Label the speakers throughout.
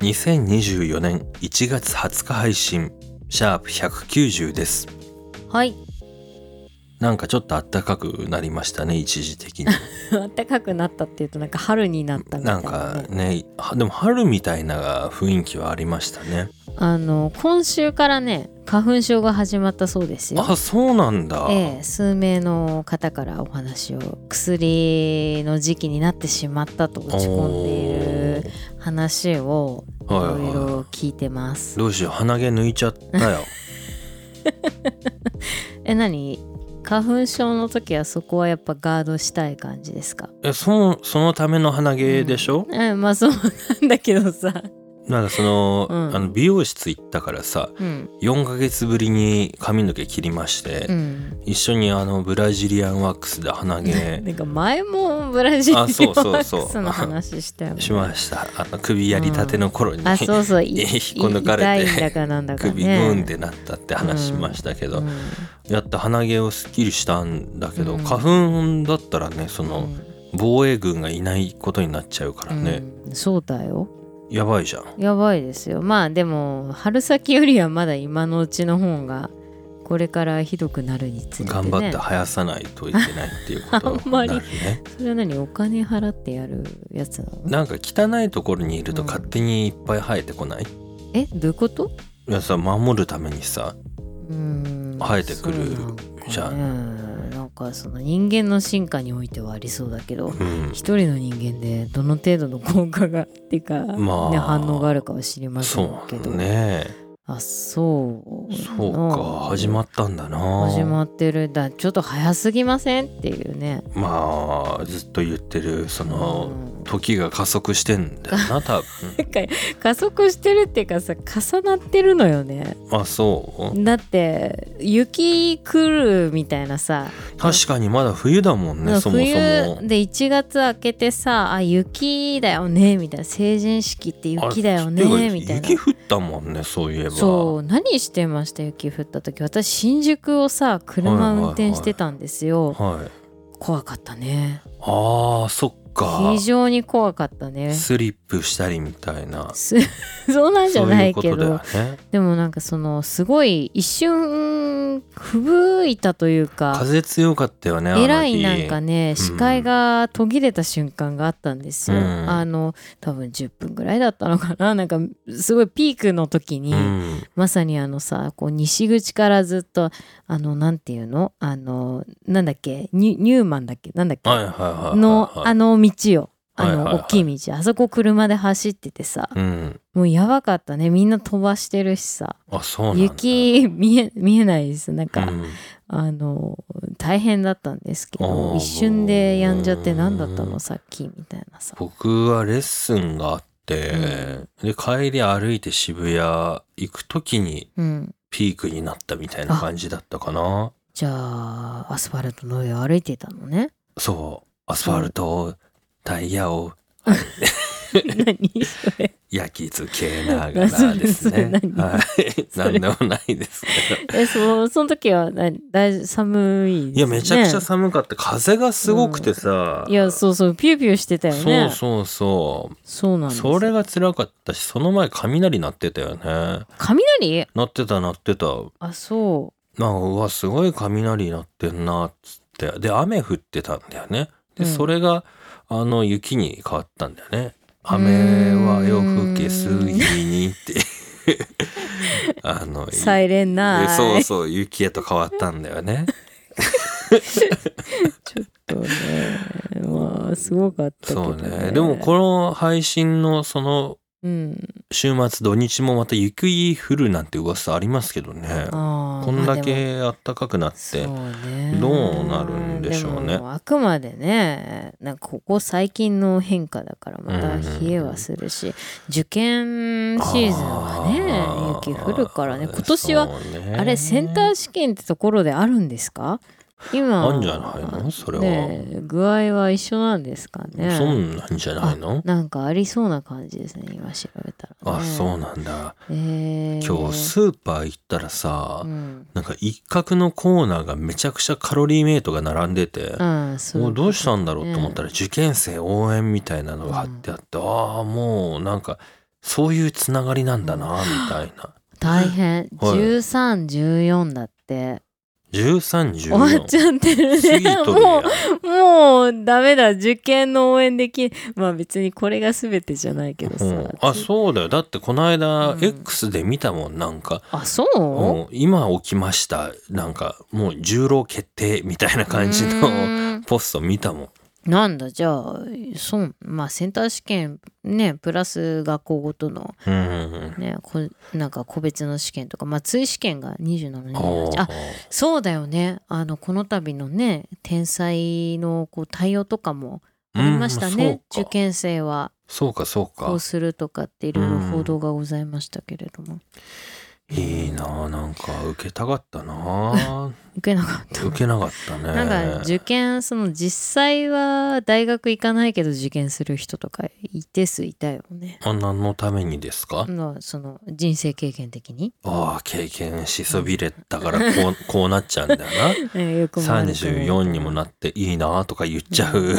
Speaker 1: 2024年1月20日配信シャープ190です
Speaker 2: はい
Speaker 1: なんかちょっと暖かくなりましたね一時的に
Speaker 2: 暖かくなったっていうとなんか春になったみた
Speaker 1: ないん
Speaker 2: な,、
Speaker 1: かねはでも春みたいな雰囲気はありましたね
Speaker 2: あの今週からね花粉症が始まったそうですよ
Speaker 1: あそうなんだ、
Speaker 2: ええ、数名の方からお話を薬の時期になってしまったと落ち込んでいる話をい
Speaker 1: はいは
Speaker 2: ろ
Speaker 1: い
Speaker 2: いろ聞いてます。
Speaker 1: どうしよう鼻毛抜いちゃった よ
Speaker 2: え何花粉症の時はそこはやっぱガードしたい感じですか
Speaker 1: えそそのための鼻毛でしょ、
Speaker 2: えまあそうなんだけどさ、
Speaker 1: なんかその,、
Speaker 2: うん
Speaker 1: あの美容室行ったからさ
Speaker 2: うん
Speaker 1: 4ヶ月ぶりに髪の毛切りまして、
Speaker 2: うん、
Speaker 1: 一緒にあのブラジリアンワックスで鼻 毛
Speaker 2: なんか前もブラジルの
Speaker 1: あそうそうそう
Speaker 2: ワックスの話したよね
Speaker 1: しましたあの首やりたての頃に、
Speaker 2: あそう そうい
Speaker 1: 引っこ抜かれて
Speaker 2: 痛いんだかなんだかね
Speaker 1: 首グーンってなったって話しましたけど、
Speaker 2: うん
Speaker 1: やった鼻毛をすっきりしたんだけど、
Speaker 2: うん
Speaker 1: 花粉だったらねそうの
Speaker 2: ん
Speaker 1: 防衛軍がいないことになっちゃうからね、
Speaker 2: うんそうだよ
Speaker 1: やばいじゃん
Speaker 2: やばいですよまあでも春先よりはまだ今のうちの方がこれからひどくなるにつれて、ね、
Speaker 1: 頑張って生やさないといけないっていうことに
Speaker 2: あんま
Speaker 1: な
Speaker 2: り
Speaker 1: るね。
Speaker 2: それは何お金払ってやるやつなの
Speaker 1: なんか汚いところにいると
Speaker 2: うん
Speaker 1: 勝手にいっぱい生えてこない、
Speaker 2: えどういうこと
Speaker 1: いやさ守るためにさ
Speaker 2: うーん
Speaker 1: 生えてくるじゃん
Speaker 2: そうなんかねなんかその人間の進化においてはありそうだけど
Speaker 1: うん
Speaker 2: 一人の人間でどの程度の効果がっていうか、
Speaker 1: まあ
Speaker 2: ね、反応があるかは知りません
Speaker 1: そ
Speaker 2: けど
Speaker 1: うね
Speaker 2: あそう
Speaker 1: そうか始ま
Speaker 2: っ
Speaker 1: ったんだな
Speaker 2: 始まってるだちょっと早すぎませんっていうね
Speaker 1: まあずっと言ってるその
Speaker 2: うん
Speaker 1: 時が加速してんだよ な多分
Speaker 2: なんか加速してるっていうかさ重なってるのよね
Speaker 1: あそう
Speaker 2: だって雪来るみたいなさ
Speaker 1: 確かにまだ冬だもんねそもそ
Speaker 2: 冬
Speaker 1: も
Speaker 2: で1月明けてさあ雪だよねみたいな成人式って雪だよ
Speaker 1: あて
Speaker 2: ね
Speaker 1: か
Speaker 2: みたいな
Speaker 1: 雪降ったもんねそういえば
Speaker 2: そう何してました雪降った時私新宿をさ車運転してたんですよ、
Speaker 1: はい
Speaker 2: 怖かったね
Speaker 1: あーそっか
Speaker 2: 非常に怖かったね
Speaker 1: スリップしたりみたいな
Speaker 2: す そうなんじゃないけど
Speaker 1: そういうことだよね
Speaker 2: でもなんかそのすごい一瞬吹雪いたというか
Speaker 1: 風強かったよね
Speaker 2: えらいなんか
Speaker 1: ね
Speaker 2: ね視界が途切れた瞬間があったんですよ、
Speaker 1: うん
Speaker 2: あの多分10分ぐらいだったのかな なんかすごいピークの時に、
Speaker 1: うん、
Speaker 2: まさにあのさこう西口からずっとあのなんていうのあのなんだっけニュニューマンだっけなんだっけ、
Speaker 1: はいはいはいはい
Speaker 2: のあの道よあの、
Speaker 1: はいはいは
Speaker 2: 大
Speaker 1: い
Speaker 2: きい道あそこ車で走っててさ、
Speaker 1: うん
Speaker 2: もうやばかったねみんな飛ばしてるしさ
Speaker 1: あそうなんだ
Speaker 2: 雪見え見えないですなんか、
Speaker 1: うん
Speaker 2: あの大変だったんですけ
Speaker 1: あ
Speaker 2: ど
Speaker 1: ー
Speaker 2: 一瞬でやんじゃって何だった
Speaker 1: う
Speaker 2: の
Speaker 1: ん
Speaker 2: さっきみたいなさ
Speaker 1: 僕はレッスンがあって、で帰り歩いて渋谷行く時に
Speaker 2: うん
Speaker 1: ピークになったみたいな感じだったかな
Speaker 2: じゃあアスファルトの上を歩いてたの ね
Speaker 1: そうアスファルトをタイヤを
Speaker 2: 何 それ
Speaker 1: 焼き付けながらで
Speaker 2: それそ
Speaker 1: すね
Speaker 2: れ何
Speaker 1: はい
Speaker 2: そ
Speaker 1: 何
Speaker 2: れ
Speaker 1: でもないですけど
Speaker 2: えそその時はな大寒いです、ね、
Speaker 1: いやめちゃくちゃ寒かった、風がすごくてさ、
Speaker 2: いやそうそうピューピューしてたよね
Speaker 1: そ
Speaker 2: そ
Speaker 1: う
Speaker 2: う
Speaker 1: そうそう
Speaker 2: なんです
Speaker 1: それが辛かったしその前雷鳴ってたよね
Speaker 2: 雷
Speaker 1: 鳴ってた鳴ってた
Speaker 2: あそ
Speaker 1: なんかうわすごい雷鳴ってんなっつってで雨降ってたんだよねで、
Speaker 2: うん
Speaker 1: それがあの雪に変わったんだよね雨は夜更けすぎにって あの
Speaker 2: うサイレンナイ
Speaker 1: でそうそう雪へと変わったんだ よね
Speaker 2: ちょっとねまあすごかったけ
Speaker 1: そ
Speaker 2: ど、
Speaker 1: う
Speaker 2: ね、
Speaker 1: ねでもこの配信のその
Speaker 2: うん
Speaker 1: 週末土日もまた雪降るなんて噂ありますけどね
Speaker 2: ああー
Speaker 1: こんだ
Speaker 2: まあで
Speaker 1: け暖かくなって、
Speaker 2: そうね
Speaker 1: どうなるんでしょうね
Speaker 2: でもあくまでねなんかここ最近の変化だからまた
Speaker 1: うんうんうん
Speaker 2: 冷えはするし、受験シーズンは
Speaker 1: あー
Speaker 2: ね雪降るからね今年は
Speaker 1: そうね
Speaker 2: あれセンター試験ってところであるんですか今
Speaker 1: あんじゃないのそれは
Speaker 2: ねえ具合は一緒なんですかね
Speaker 1: そんなんじゃないの
Speaker 2: なんかありそうな感じですね今調べたら、ね、
Speaker 1: あそう
Speaker 2: う、
Speaker 1: なんだ
Speaker 2: えー、
Speaker 1: 今日スーパー行ったらさ、
Speaker 2: うん、
Speaker 1: なんか一角のコーナーがめちゃくちゃカロリーメイトが並んでて、
Speaker 2: ああそう
Speaker 1: おどうしたんだろうと思ったら受験生応援みたいなのが貼ってあって、ああもうなんかそういうつながりなんだなみたいな、
Speaker 2: 大変
Speaker 1: はい
Speaker 2: 1314だって終わっち
Speaker 1: 1314
Speaker 2: ゃってる
Speaker 1: 過ぎ
Speaker 2: ね
Speaker 1: とるや
Speaker 2: も
Speaker 1: ん
Speaker 2: うもうダメだ受験の応援できまあ別にこれが全てじゃないけどさ、
Speaker 1: うん、あそうだよだってこの間
Speaker 2: うん
Speaker 1: X で見たもんなんか、
Speaker 2: あそう、
Speaker 1: うん今起きましたなんかもう重労決定みたいな感じ
Speaker 2: う
Speaker 1: の
Speaker 2: ーん
Speaker 1: ポスト見たもん
Speaker 2: なんだじゃあそうまあセンター試験ねプラス学校ごとの
Speaker 1: うんうん
Speaker 2: ねこなんか個別の試験とかまあ追試験が27
Speaker 1: うん
Speaker 2: 年あそうだよねあのこの度のね天才のこう対応とかもありました
Speaker 1: うん
Speaker 2: ね、
Speaker 1: そう
Speaker 2: 受
Speaker 1: か
Speaker 2: 験生は
Speaker 1: そうかそう
Speaker 2: こ
Speaker 1: か
Speaker 2: うするとかっていろいろ報道がございましたけれども、
Speaker 1: いいなあなんか受けたかったなあ
Speaker 2: 受けなかった
Speaker 1: 受けなかったね
Speaker 2: なんか受験その実際は大学行かないけど受験する人とか一定数いたよね
Speaker 1: あ何のためにですか、
Speaker 2: まあその人生経験的に、
Speaker 1: ああ経験しそびれたからこう こうなっちゃうんだよな
Speaker 2: えよくも悪くも
Speaker 1: 34にもなっていいなあとか言っちゃ うわ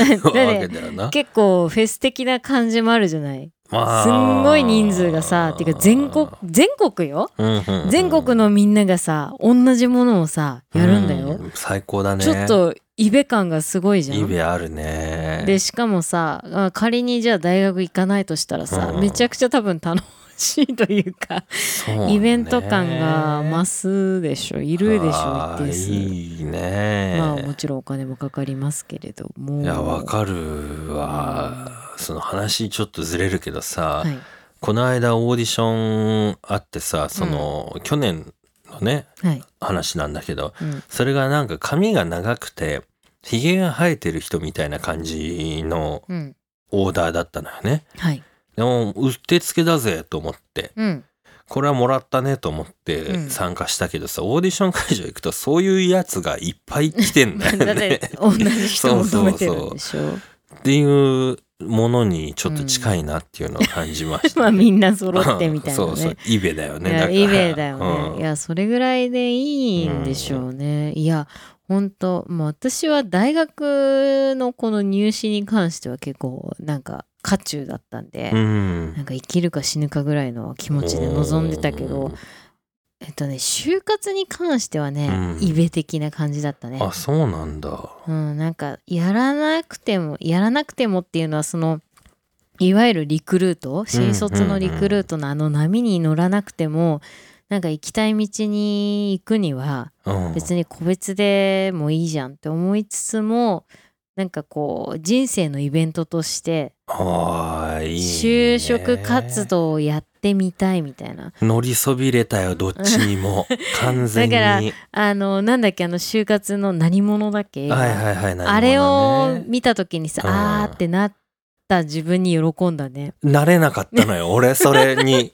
Speaker 1: けだよな
Speaker 2: 結構フェス的な感じもあるじゃない
Speaker 1: まあ
Speaker 2: すんごい人数がさっていうか全国全国よ
Speaker 1: うんうんうん
Speaker 2: 全国のみんながさ同じものをさやるんだよ、
Speaker 1: う最高だね
Speaker 2: ちょっとイベ感がすごいじゃん
Speaker 1: イベあるね
Speaker 2: でしかもさあ仮にじゃあ大学行かないとしたらさ、
Speaker 1: うん
Speaker 2: めちゃくちゃ多分楽しいというか
Speaker 1: そうね
Speaker 2: イベント感が増すでしょいるでしょ
Speaker 1: あ
Speaker 2: 一
Speaker 1: ー
Speaker 2: 定数
Speaker 1: いいね
Speaker 2: まあもちろんお金もかかりますけれども
Speaker 1: いやわかるわその話ちょっとずれるけどさ、
Speaker 2: はい
Speaker 1: この間オーディションあってさその、去年のね
Speaker 2: はい、
Speaker 1: 話なんだけど
Speaker 2: うん、
Speaker 1: それがなんか髪が長くてひげが生えてる人みたいな感じの
Speaker 2: うん、
Speaker 1: オーダーだったのよね。
Speaker 2: はい
Speaker 1: でもうってつけだぜと思って
Speaker 2: うん
Speaker 1: これはもらったねと思っ
Speaker 2: う
Speaker 1: て
Speaker 2: ん
Speaker 1: 参加したけどさ、オーディション会場行くとそういうやつがいっぱい来てんだよ ね。
Speaker 2: だって同じ人を求めてるんでしょ
Speaker 1: っていうものにちょっと近いなっていうのを感じました、
Speaker 2: まあみんな揃ってみたいなね
Speaker 1: そうそうイベだよね
Speaker 2: い
Speaker 1: だ
Speaker 2: や
Speaker 1: から
Speaker 2: イベだよね、
Speaker 1: うん
Speaker 2: いやそれぐらいでいいんでしょうね、いや本当もう私は大学のこの入試に関しては結構なんか渦中だったんで、
Speaker 1: うん
Speaker 2: なんか生きるか死ぬかぐらいの気持ちで臨んでたけどえっとね就活に関してはね、
Speaker 1: うん
Speaker 2: イベ的な感じだったね
Speaker 1: あそうなんだ
Speaker 2: うん、なんかやらなくてもやらなくてもっていうのはそのいわゆるリクルート新卒のリクルートのあの波に乗らなくても、なんか行きたい道に行くには
Speaker 1: うん
Speaker 2: 別に個別でもいいじゃんって思いつつもなんかこう人生のイベントとして
Speaker 1: あーいい、ね、
Speaker 2: 就職活動をやってみたいみたいな
Speaker 1: 乗りそびれたよどっち にも完全に
Speaker 2: だからあのなんだっけあの就活の何者だっけ、
Speaker 1: はいはいはい、な
Speaker 2: あれ
Speaker 1: るほど
Speaker 2: を
Speaker 1: ね
Speaker 2: 見た時にさ、
Speaker 1: うん
Speaker 2: あーってなった自分に喜んだね。
Speaker 1: 慣れなかっ たのよ俺それに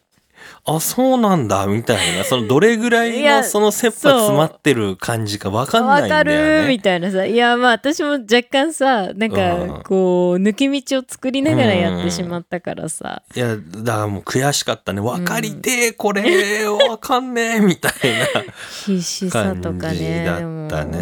Speaker 1: あそうなんだみたいなそのどれぐらい
Speaker 2: い
Speaker 1: の
Speaker 2: や
Speaker 1: その切羽詰まってる感じか分かんないんだ
Speaker 2: か
Speaker 1: よ
Speaker 2: る
Speaker 1: ね
Speaker 2: ーみたいなさいやまあ私も若干さなん
Speaker 1: うん
Speaker 2: かこう抜け道を作りながらやってしまったからさ、
Speaker 1: いやだからもう悔しかったね分かりてえ これ分かんねえみたい
Speaker 2: 必死
Speaker 1: な
Speaker 2: さ
Speaker 1: 感
Speaker 2: とか
Speaker 1: じ
Speaker 2: ね
Speaker 1: だ
Speaker 2: で
Speaker 1: っ
Speaker 2: も
Speaker 1: たね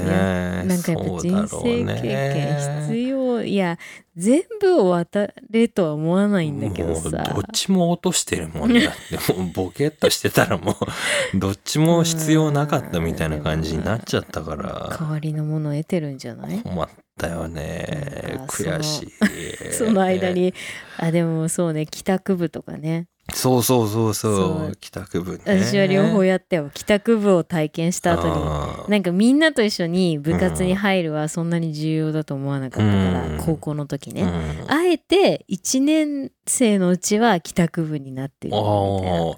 Speaker 2: やなんかやっぱ
Speaker 1: そうだ
Speaker 2: 人
Speaker 1: ろう
Speaker 2: 生経験必要、いや全部を渡れとは思わないんだけど
Speaker 1: もうど
Speaker 2: さ
Speaker 1: っちも落としてるもんねだってもうボケっとしてたらもう どっちも必要なかったみたいな感じになっちゃったから
Speaker 2: 代わりのものを得てるんじゃない
Speaker 1: 困ったよね
Speaker 2: なんかその
Speaker 1: 悔しい
Speaker 2: その間にあでもそうね帰宅部とかね
Speaker 1: そうそうそうそ
Speaker 2: そう
Speaker 1: う帰宅部ね
Speaker 2: 私は両方やったよ帰宅部を体験した後に
Speaker 1: あー
Speaker 2: なんかみんなと一緒に部活に入るはそんなに重要だと思わなかったから、
Speaker 1: うん
Speaker 2: 高校の時
Speaker 1: う
Speaker 2: ね、
Speaker 1: ん
Speaker 2: あえて1年生のうちは帰宅部になってるみたいな
Speaker 1: ああ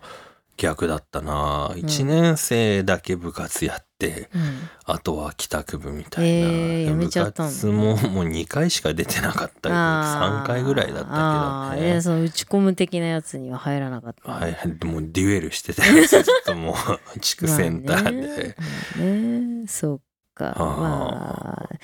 Speaker 1: 逆だったな1年生だけ部活やって、
Speaker 2: うん
Speaker 1: あとは帰宅部みたいな、
Speaker 2: えーやめちゃったの
Speaker 1: 部活ももう2回しか出てなかったけど
Speaker 2: あー
Speaker 1: 3回ぐらいだった
Speaker 2: あ
Speaker 1: け
Speaker 2: ー
Speaker 1: ど
Speaker 2: い
Speaker 1: ね
Speaker 2: やその打ち込む的なやつには入らなかった、
Speaker 1: はい、もうデュエルしてたよずっと もう地区センターで、
Speaker 2: まあねまあねそうか
Speaker 1: あー
Speaker 2: まあ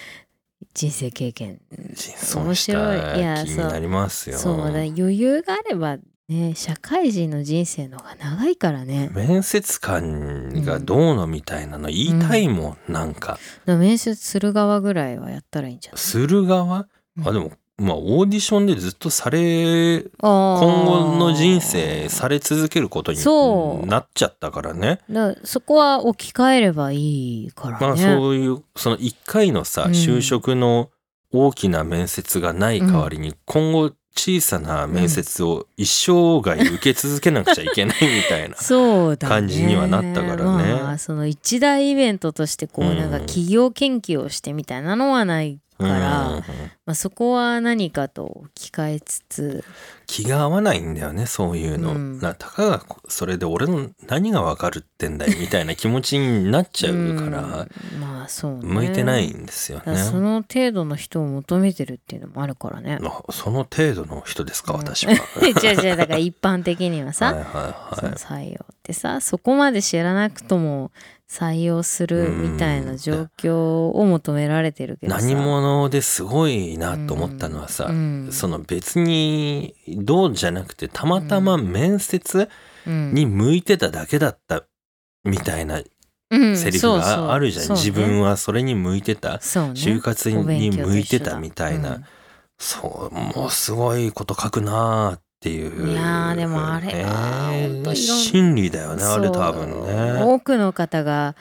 Speaker 2: 人生経験
Speaker 1: 人損した
Speaker 2: 面白いいや
Speaker 1: 気になりますよ
Speaker 2: そうだ余裕があればね社会人の人生の方が長いからね
Speaker 1: 面接官がどうのみたいなの言いたいもん、なんか
Speaker 2: だから面接する側ぐらいはやったらいいんじゃない
Speaker 1: する側、
Speaker 2: うん
Speaker 1: あでもまあオーディションでずっとされ
Speaker 2: あー
Speaker 1: 今後の人生され続けること
Speaker 2: そう
Speaker 1: になっちゃったからね
Speaker 2: だからそこは置き換えればいいからね、
Speaker 1: まあそういうその1回のさ
Speaker 2: うん
Speaker 1: 就職の大きな面接がない代わりに、今後小さな面接を一生涯受け続けなくちゃいけないみたいな
Speaker 2: そうだね
Speaker 1: 感じにはなったからね
Speaker 2: まあ、その一大イベントとしてこう
Speaker 1: うん
Speaker 2: なんか企業研究をしてみたいなのはないから、
Speaker 1: うん
Speaker 2: まあ、そこは何かと置き換えつつ
Speaker 1: 気が合わないんだよねそういうの、
Speaker 2: うん
Speaker 1: なたかがこそれで俺の何がわかるってんだいみたいな気持ちになっちゃうから、
Speaker 2: うんまあそうね
Speaker 1: 向いてないんですよ
Speaker 2: だか
Speaker 1: ね
Speaker 2: らその程度の人を求めてるっていうのもあるからね。
Speaker 1: あその程度の人ですか
Speaker 2: うん
Speaker 1: 私は、
Speaker 2: 違う違うだから一般的にはさ、
Speaker 1: はいはい
Speaker 2: その
Speaker 1: はい
Speaker 2: 採用ってさそこまで知らなくとも採用するみたいな状況を求められてるけどさ
Speaker 1: 何者ですごいなと思ったのはさ、
Speaker 2: うん
Speaker 1: その別にどうじゃなくてたまたま面接に向いてただけだったみたいなセリフがあるじゃん、自分
Speaker 2: は
Speaker 1: はそれに向いてた、就活に向いてたみたいな、そうもうすごいこと書くなーっていう
Speaker 2: いやーでもあれは
Speaker 1: ね
Speaker 2: 本当いろん
Speaker 1: 心理だよねあれ多分ね
Speaker 2: 多くの方が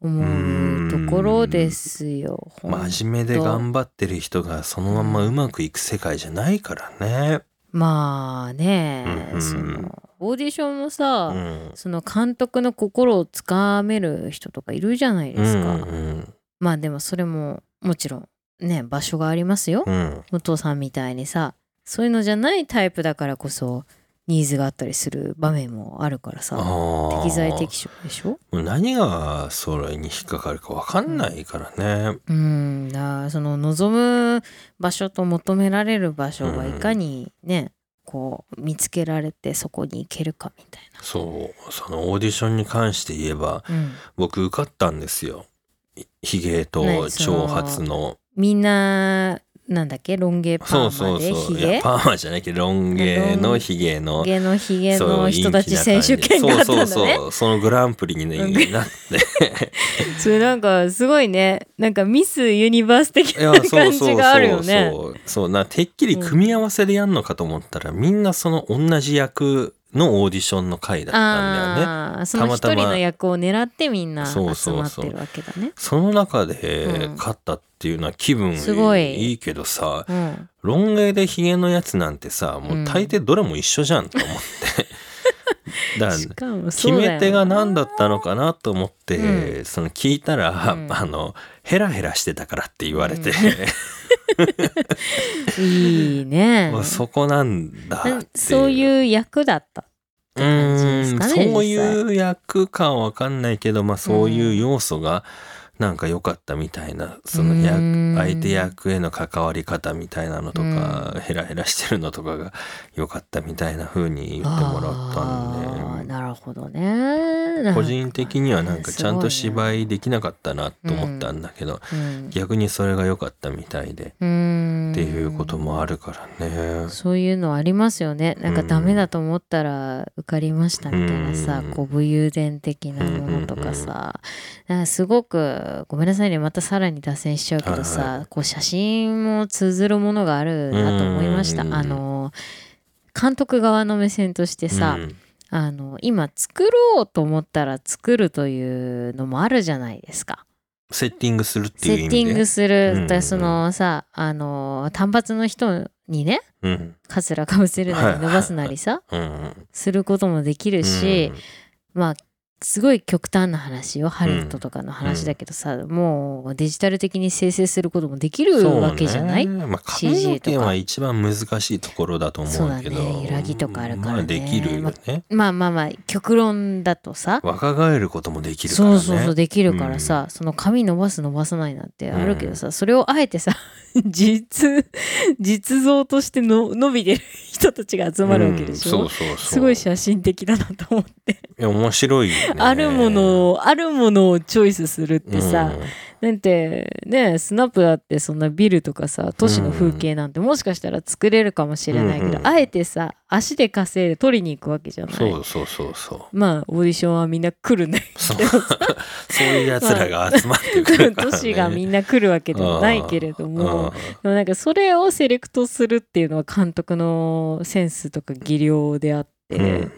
Speaker 2: 思うところですよ
Speaker 1: 真面目で頑張ってる人がそのままうまくいく世界じゃないからね、
Speaker 2: まあね、
Speaker 1: うんうん
Speaker 2: そのオーディションもさ、
Speaker 1: うん、
Speaker 2: その監督の心をつかめる人とかいるじゃないですか、
Speaker 1: うんうん
Speaker 2: まあでもそれももちろんね場所がありますよ、
Speaker 1: うん
Speaker 2: 武藤さんみたいにさそういうのじゃないタイプだからこそニーズがあったりする場面もあるからさ
Speaker 1: あー
Speaker 2: 適材適所でしょ
Speaker 1: もう何がそれに引っかかるか分かんないからね、
Speaker 2: うんだからその望む場所と求められる場所がいかにね、こう見つけられてそこに行けるかみたい
Speaker 1: そうそのオーディションに関して言えば
Speaker 2: な、うん、
Speaker 1: 僕受かったんですよひひげと
Speaker 2: 何その
Speaker 1: 長髪の
Speaker 2: みんななんだっけロン毛パ
Speaker 1: そう
Speaker 2: ー
Speaker 1: そ
Speaker 2: マ
Speaker 1: う
Speaker 2: で
Speaker 1: そ
Speaker 2: ヒ
Speaker 1: ういや
Speaker 2: ゲ
Speaker 1: パーマじゃなきゃロン毛
Speaker 2: ロ
Speaker 1: の
Speaker 2: ン
Speaker 1: ヒゲの
Speaker 2: ヒゲのヒゲ
Speaker 1: そう
Speaker 2: の人たち
Speaker 1: 陰
Speaker 2: 選
Speaker 1: 気
Speaker 2: 手
Speaker 1: な
Speaker 2: 権があったんだ
Speaker 1: 感じそうそう
Speaker 2: ね
Speaker 1: そうそのグランプリに、ね
Speaker 2: うん
Speaker 1: なって
Speaker 2: それなんかすごいねなんかミスユニバース的
Speaker 1: いや
Speaker 2: な
Speaker 1: そ
Speaker 2: 感
Speaker 1: うそう
Speaker 2: じ
Speaker 1: そう
Speaker 2: があるよね
Speaker 1: そうそうなてっきり組み合わせでやんのかと思ったら、みんなその同じ役のオーディションの回だったんだよね
Speaker 2: ああーその一人の役を狙ってみんな集まってるわけだね
Speaker 1: その中で
Speaker 2: うん
Speaker 1: 勝ったっていうのは気分
Speaker 2: すごい
Speaker 1: いいけどさ
Speaker 2: うん
Speaker 1: ロン毛でヒゲのやつなんてさもう大抵どれも一緒じゃんと思って、 だから
Speaker 2: しかも
Speaker 1: 決
Speaker 2: そうだよ
Speaker 1: め手が何だったのかなと思って、その聞いたら、
Speaker 2: うん
Speaker 1: あのヘラヘラしてたからって言われて、
Speaker 2: いい ね
Speaker 1: まあそこなんだっていう
Speaker 2: そういう役だった
Speaker 1: う
Speaker 2: 感じですかね
Speaker 1: ーんそういう役かは分かんないけど、まあ、そういう要素がなんか良かったみたいなその役
Speaker 2: うん
Speaker 1: 相手役への関わり方みたいなのとか、
Speaker 2: う
Speaker 1: ヘラヘラしてるのとかが良かったみたいな風に言ってもらった
Speaker 2: あー
Speaker 1: んで。
Speaker 2: なるほどねなんか
Speaker 1: 個人的にはなんかちゃんと芝居できなかったなと思ったんだけど、
Speaker 2: うん
Speaker 1: 逆にそれが良かったみたいで、
Speaker 2: うん
Speaker 1: っていうこともあるからね。
Speaker 2: そういうのありますよねなんかダメだと思ったら受かりましたみたいなさ
Speaker 1: うん
Speaker 2: こう武勇伝的なものとかさなんかすごくごめんなさいねまたさらに脱線しちゃうけどさ、
Speaker 1: はい
Speaker 2: こう写真も通ずるものがあるなと思いました
Speaker 1: うん
Speaker 2: あの監督側の目線としてさ、
Speaker 1: うん
Speaker 2: あの今作ろうと思ったら作るというのもあるじゃないですか。
Speaker 1: セッティングするって
Speaker 2: セ
Speaker 1: いう意
Speaker 2: ッ
Speaker 1: 味
Speaker 2: テ
Speaker 1: で。
Speaker 2: ィングす
Speaker 1: うんうんう
Speaker 2: る、
Speaker 1: ん
Speaker 2: だそのさあの単発の人にね
Speaker 1: うん
Speaker 2: カツラかぶせるな
Speaker 1: はい
Speaker 2: り伸ばすなりさ
Speaker 1: うん
Speaker 2: することもできるし、まあすごい極端な話よハリウッドとかの話だけどさ、もうデジタル的に生成することもできる
Speaker 1: そうね
Speaker 2: わけじゃない、
Speaker 1: まあ、髪
Speaker 2: CG
Speaker 1: の
Speaker 2: とか
Speaker 1: 毛は一番難しいところだと思うけど
Speaker 2: そうだね揺らぎとかあるからね
Speaker 1: まあ、できるよね
Speaker 2: まあまあまあ極論だとさ、
Speaker 1: 若返ることもできるから
Speaker 2: そ
Speaker 1: ね
Speaker 2: うそうそうできるからさ、その髪伸ばす伸ばさないなんてあるけどさ、それをあえてさ 実実像としての伸びてる人たちが集まるわけでしょ、
Speaker 1: うんそうそうそう
Speaker 2: すごい写真的だなと思って、
Speaker 1: いや面白いよね
Speaker 2: あるものをあるものをチョイスするってさ、
Speaker 1: うん
Speaker 2: なんてねスナップだってそんなビルとかさ都市の風景なんてもしかしたら作れるかもしれないけど、
Speaker 1: うんうん
Speaker 2: あえてさ足で稼いで取りに行くわけじゃない
Speaker 1: そうそうそうそう
Speaker 2: まあオーディションはみんな来 るね
Speaker 1: そうそういうやつらが集まってく
Speaker 2: 来
Speaker 1: る
Speaker 2: る
Speaker 1: から、ね、
Speaker 2: 都市がみんな来るわけでもないけれど
Speaker 1: うん
Speaker 2: もでもなんかそれをセレクトするっていうのは監督のセンスとか技量であっ
Speaker 1: うん
Speaker 2: て、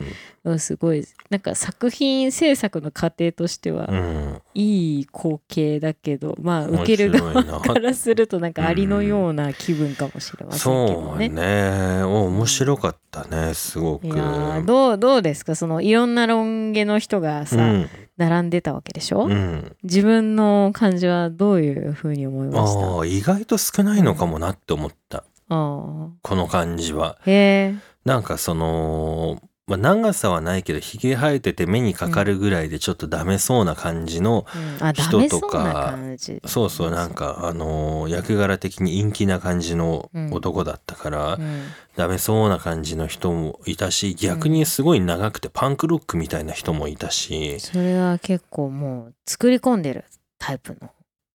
Speaker 2: うんすごいなんか作品制作の過程としては
Speaker 1: うん
Speaker 2: いい光景だけどまあ
Speaker 1: 面
Speaker 2: 受ける側
Speaker 1: 白いな
Speaker 2: からするとなんかありのような気分かもしれませんけど
Speaker 1: そう
Speaker 2: ね。
Speaker 1: ねお面白かったねすごく
Speaker 2: いやーどうどうですかそのいろんなロン毛の人がさ、
Speaker 1: うん
Speaker 2: 並んでたわけでしょ、
Speaker 1: うん、
Speaker 2: 自分の感じはどういうふうに思いました
Speaker 1: ああ意外と少ないのかもなって思った
Speaker 2: あ
Speaker 1: この感じは
Speaker 2: ーへ
Speaker 1: なんかその、まあ、長さはないけどひげ生えてて目にかかるぐらいでちょっとダメそうな感じの、
Speaker 2: え、うん、あダ
Speaker 1: 人
Speaker 2: メ
Speaker 1: と
Speaker 2: そう
Speaker 1: か
Speaker 2: な感じ
Speaker 1: そうそうなんかあのー役柄的に陰気な感じの男だったから、
Speaker 2: うん
Speaker 1: ダメそうな感じの人もいたし逆にすごい長くてパンクロックみたいな人もいたし、
Speaker 2: それは結構もう作り込んでるタイプの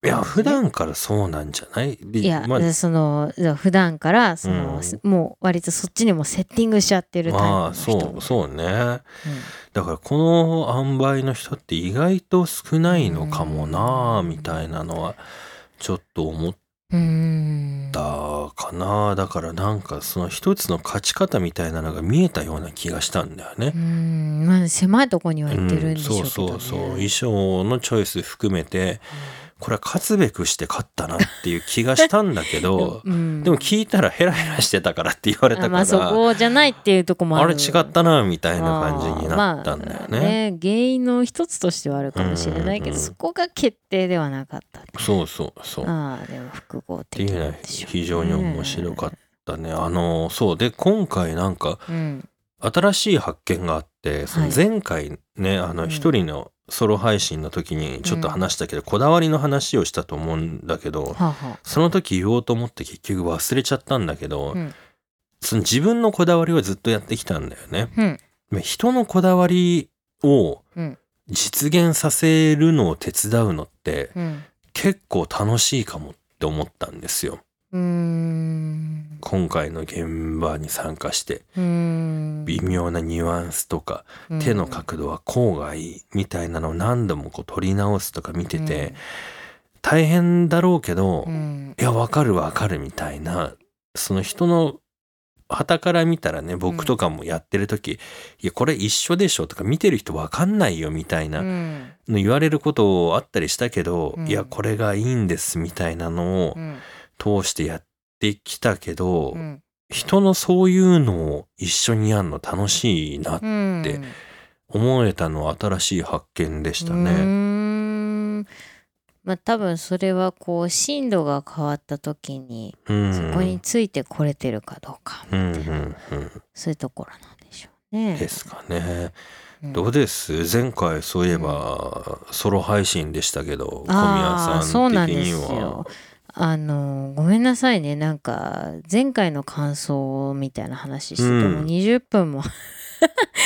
Speaker 1: いや普段からそうなんじゃないで
Speaker 2: いや、
Speaker 1: まあ
Speaker 2: でそのじゃあ普段からその、
Speaker 1: うん
Speaker 2: もう割とそっちにもセッティングしちゃってるタイプ
Speaker 1: ま
Speaker 2: の
Speaker 1: あ
Speaker 2: 人、
Speaker 1: そうそうね
Speaker 2: うん
Speaker 1: だからこの塩梅の人って意外と少ないのかもなあ
Speaker 2: うん
Speaker 1: みたいなのはちょっと思っ
Speaker 2: うーん
Speaker 1: たかなだからなんかその一つの勝ち方みたいなのが見えたような気がしたんだよね
Speaker 2: うー。んまあ狭いとこには行ってるんでしょうけど、ね
Speaker 1: そうそうそう衣装のチョイス含めてこれは勝つべくして勝ったなっていう気がしたんだけど
Speaker 2: うん
Speaker 1: でも聞いたらヘラヘラしてたからって言われた
Speaker 2: あ
Speaker 1: から、
Speaker 2: まあそこじゃないっていうとこもあ
Speaker 1: あ
Speaker 2: る
Speaker 1: れ違ったなみたいな感じになったんだよ
Speaker 2: まあ
Speaker 1: ね。
Speaker 2: 原因の一つとしてはあるかもしれないけど、
Speaker 1: うんうんうん
Speaker 2: そこが決定ではなかったって
Speaker 1: そうそうそう。っ
Speaker 2: ああでも複合
Speaker 1: て
Speaker 2: 的
Speaker 1: いうの
Speaker 2: な
Speaker 1: は
Speaker 2: んでしょうね
Speaker 1: 非常に面白かったね。あのそうで今回なんか
Speaker 2: うん
Speaker 1: 新しい発見があってその
Speaker 2: はい
Speaker 1: 前回ねあ
Speaker 2: う
Speaker 1: の
Speaker 2: ん
Speaker 1: 一人のソロ配信の時にちょっと話したけど、こだわりの話をしたと思うんだけど
Speaker 2: はあ、は
Speaker 1: その時言おうと思って結局忘れちゃったんだけど、
Speaker 2: うん
Speaker 1: その自分のこだわりはずっとやってきたんだよね。
Speaker 2: あ、うん
Speaker 1: で人のこだわりを
Speaker 2: うん
Speaker 1: 実現させるのを手伝うのって
Speaker 2: うん
Speaker 1: 結構楽しいかもって思ったんですよ
Speaker 2: うーん
Speaker 1: 今回の現場に参加して
Speaker 2: うーん
Speaker 1: 微妙なニュアンスとか手の角度はこうがいいみたいなのを何度もこう取り直すとか見てて大変だろうけど
Speaker 2: うんうん
Speaker 1: いやわかるわかるみたいなその人の傍から見たらね僕とかもやってる時いやこれ一緒でしょとか見てる人わかんないよみたいな
Speaker 2: うん
Speaker 1: の言われることあったりしたけど、
Speaker 2: うん
Speaker 1: いやこれがいいんですみたいなのを
Speaker 2: うん
Speaker 1: 通してやってきたけど、
Speaker 2: うん
Speaker 1: 人のそういうのを一緒にやるの楽しいなって
Speaker 2: うん
Speaker 1: で思えたのは新しい発見でした
Speaker 2: うー
Speaker 1: ね。
Speaker 2: んまあ多分それはこう進路が変わった時に
Speaker 1: うん、
Speaker 2: そこについてこれてるかどうか、
Speaker 1: うんうんうん、
Speaker 2: そういうところなんでしょうね。
Speaker 1: ですかね。
Speaker 2: うん
Speaker 1: どうです前回そういえば、ソロ配信でしたけど小
Speaker 2: あ
Speaker 1: 宮
Speaker 2: あそう
Speaker 1: さ
Speaker 2: なんん
Speaker 1: 的
Speaker 2: です
Speaker 1: には
Speaker 2: よ。あのごめんなさいねなんか前回の感想みたいな話してて
Speaker 1: うん
Speaker 2: もう20分も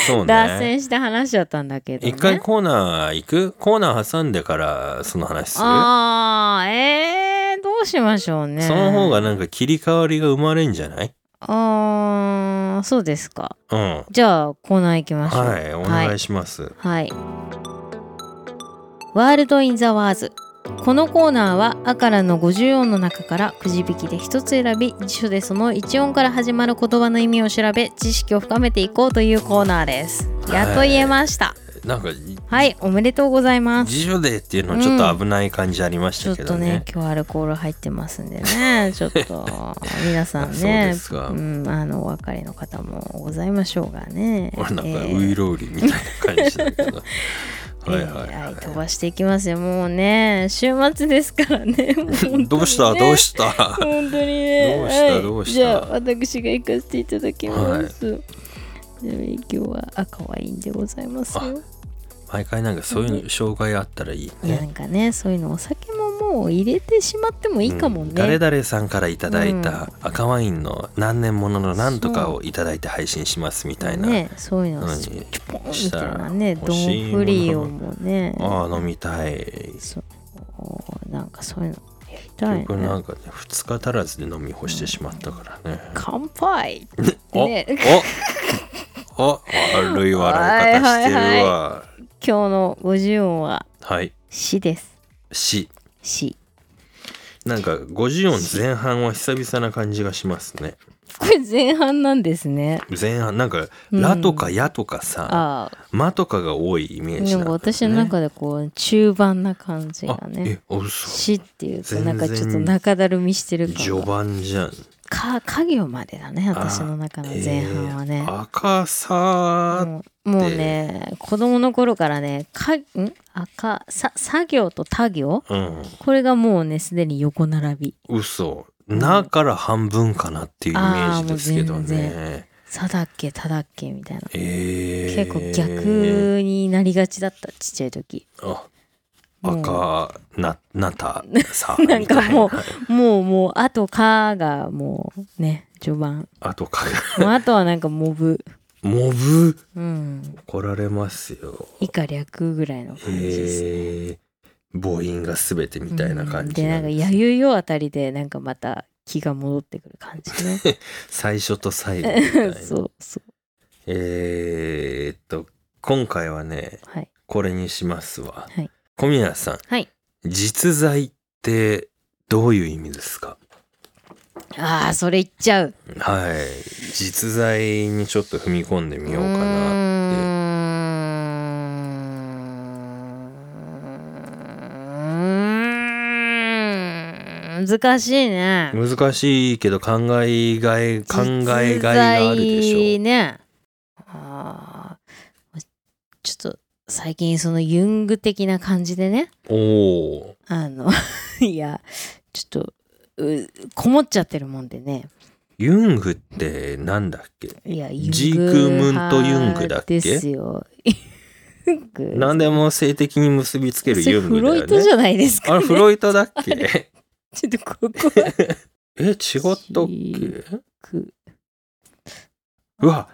Speaker 1: そう
Speaker 2: 脱
Speaker 1: ね
Speaker 2: 線して話しちゃったんだけど、ね、
Speaker 1: 一回コーナー行くコーナー挟んでからその話する
Speaker 2: ああえー、どうしましょうね
Speaker 1: その方がなんか切り替わりが生まれんじゃない
Speaker 2: あーそうですか
Speaker 1: うん。
Speaker 2: じゃあコーナー行きましょう
Speaker 1: はい、お願いします。
Speaker 2: はい。ワールド・イン・ザ・ワーズ。このコーナーは「あ」からの54の中からくじ引きで1つ選び辞書でその1音から始まる言葉の意味を調べ知識を深めていこうというコーナーです。やっと言えました。
Speaker 1: なんか、
Speaker 2: はい、おめでとうございます。
Speaker 1: 辞書でっていうのはちょっと危ない感じありまし
Speaker 2: ちょ
Speaker 1: た
Speaker 2: っ
Speaker 1: け
Speaker 2: と
Speaker 1: ど
Speaker 2: ね
Speaker 1: ね。
Speaker 2: 今日アルコール入ってますんで ねちょっと皆さん
Speaker 1: そうで
Speaker 2: ね
Speaker 1: すか
Speaker 2: ん、あのお別れの方もございましょうがね。
Speaker 1: 俺なん
Speaker 2: え
Speaker 1: かウ
Speaker 2: ー
Speaker 1: イローリみたいな感じだけど。はいはいはい
Speaker 2: えー飛ばしていきますよもうね週末ですから ねもう本当にね
Speaker 1: どうしたどうした
Speaker 2: 本当にね
Speaker 1: どうした
Speaker 2: はい
Speaker 1: どうした
Speaker 2: じゃあ私が行かせていただきます、ちなみに今日は赤ワインでございますよ
Speaker 1: 毎回なんかそういう障害あったらいい
Speaker 2: な
Speaker 1: ね。
Speaker 2: んかねそういうのお酒ももう入れてしまってもいいかもね、
Speaker 1: うん誰々さんからいただいた赤ワインの何年もののなんとかをいただいて配信しますみたいな。
Speaker 2: ねそういうの
Speaker 1: うん
Speaker 2: チュポンみたいなね
Speaker 1: した
Speaker 2: ド
Speaker 1: ら欲しい
Speaker 2: ン
Speaker 1: もの
Speaker 2: フリオもね
Speaker 1: ああ飲みたい。
Speaker 2: そうなんかそういうのやりたい
Speaker 1: 結局な
Speaker 2: ね
Speaker 1: んかね2日足らずで飲み干してしまったからね。
Speaker 2: 乾杯
Speaker 1: お
Speaker 2: ね
Speaker 1: おお悪い笑い方してるわ。
Speaker 2: 今日の50音は
Speaker 1: はい。
Speaker 2: 「し」です
Speaker 1: し。
Speaker 2: 「し
Speaker 1: なんか50音前半は久々な感じがしますね。」
Speaker 2: これ前半なんですね
Speaker 1: 前半なんか「
Speaker 2: うん
Speaker 1: ら」とか「や」とかさ
Speaker 2: ああ
Speaker 1: 「ま」とかが多いイメージ
Speaker 2: で
Speaker 1: なん
Speaker 2: も
Speaker 1: だ
Speaker 2: 私の中でこう中盤な感じがね
Speaker 1: あえ
Speaker 2: 「
Speaker 1: あ嘘
Speaker 2: し」っていうとなんかちょっ
Speaker 1: 全
Speaker 2: と
Speaker 1: 然
Speaker 2: 中だるみしてる
Speaker 1: 序
Speaker 2: 感が
Speaker 1: 盤じゃん
Speaker 2: かか行までだね私の中の前半はね
Speaker 1: えー赤さ
Speaker 2: もうもうね子供の頃からねかん赤さ作業と他行
Speaker 1: うん
Speaker 2: これがもうねすでに横並び
Speaker 1: 嘘なから半分かなっていうイメージですけど
Speaker 2: あーもう全
Speaker 1: ね
Speaker 2: さだっけただっけみたいな、
Speaker 1: えー
Speaker 2: 結構逆になりがちだったちっちゃい時
Speaker 1: あ
Speaker 2: もう
Speaker 1: 赤ななたさ
Speaker 2: なんかもう
Speaker 1: みたいな
Speaker 2: もうもうあと「か」がもうね序盤
Speaker 1: あとか
Speaker 2: もうあとはなんか「モブ
Speaker 1: モブ」
Speaker 2: うん
Speaker 1: 怒られますよ
Speaker 2: 以下略ぐらいの感じです、
Speaker 1: えー母音が全てみたいな感じ
Speaker 2: うんで
Speaker 1: な
Speaker 2: なんんか
Speaker 1: ですね
Speaker 2: 弥生よあたりでなんかまた気が戻ってくる感じね
Speaker 1: 最初と最後みたいな
Speaker 2: そうそう
Speaker 1: えーっと今回はね
Speaker 2: はい
Speaker 1: これにしますわ、
Speaker 2: はい
Speaker 1: 小宮さん
Speaker 2: はい
Speaker 1: 実在ってどういう意味ですか
Speaker 2: ああそれ言っちゃう
Speaker 1: はい実在にちょっと踏み込んでみようかな
Speaker 2: な難しいね
Speaker 1: 難しいけど考えがい考えがいがあるで
Speaker 2: 実在
Speaker 1: しょ
Speaker 2: ねあーちょっと最近そのユング的な感じでね
Speaker 1: うおお
Speaker 2: あの いやちょっとうこもっちゃってるもんでね
Speaker 1: ユングってなんだっけ
Speaker 2: いや
Speaker 1: ジークムントユングだっけ
Speaker 2: ユング派ですよ ユング
Speaker 1: 何でも性的に結びつける
Speaker 2: それ
Speaker 1: ユング
Speaker 2: フ
Speaker 1: だ
Speaker 2: ロイ
Speaker 1: よ
Speaker 2: トじ
Speaker 1: ね
Speaker 2: ゃないです
Speaker 1: あ
Speaker 2: か、
Speaker 1: れ
Speaker 2: ね、
Speaker 1: フロイトだっ け
Speaker 2: ちょっとここは
Speaker 1: え違ったっ
Speaker 2: ジ
Speaker 1: け
Speaker 2: く
Speaker 1: うわ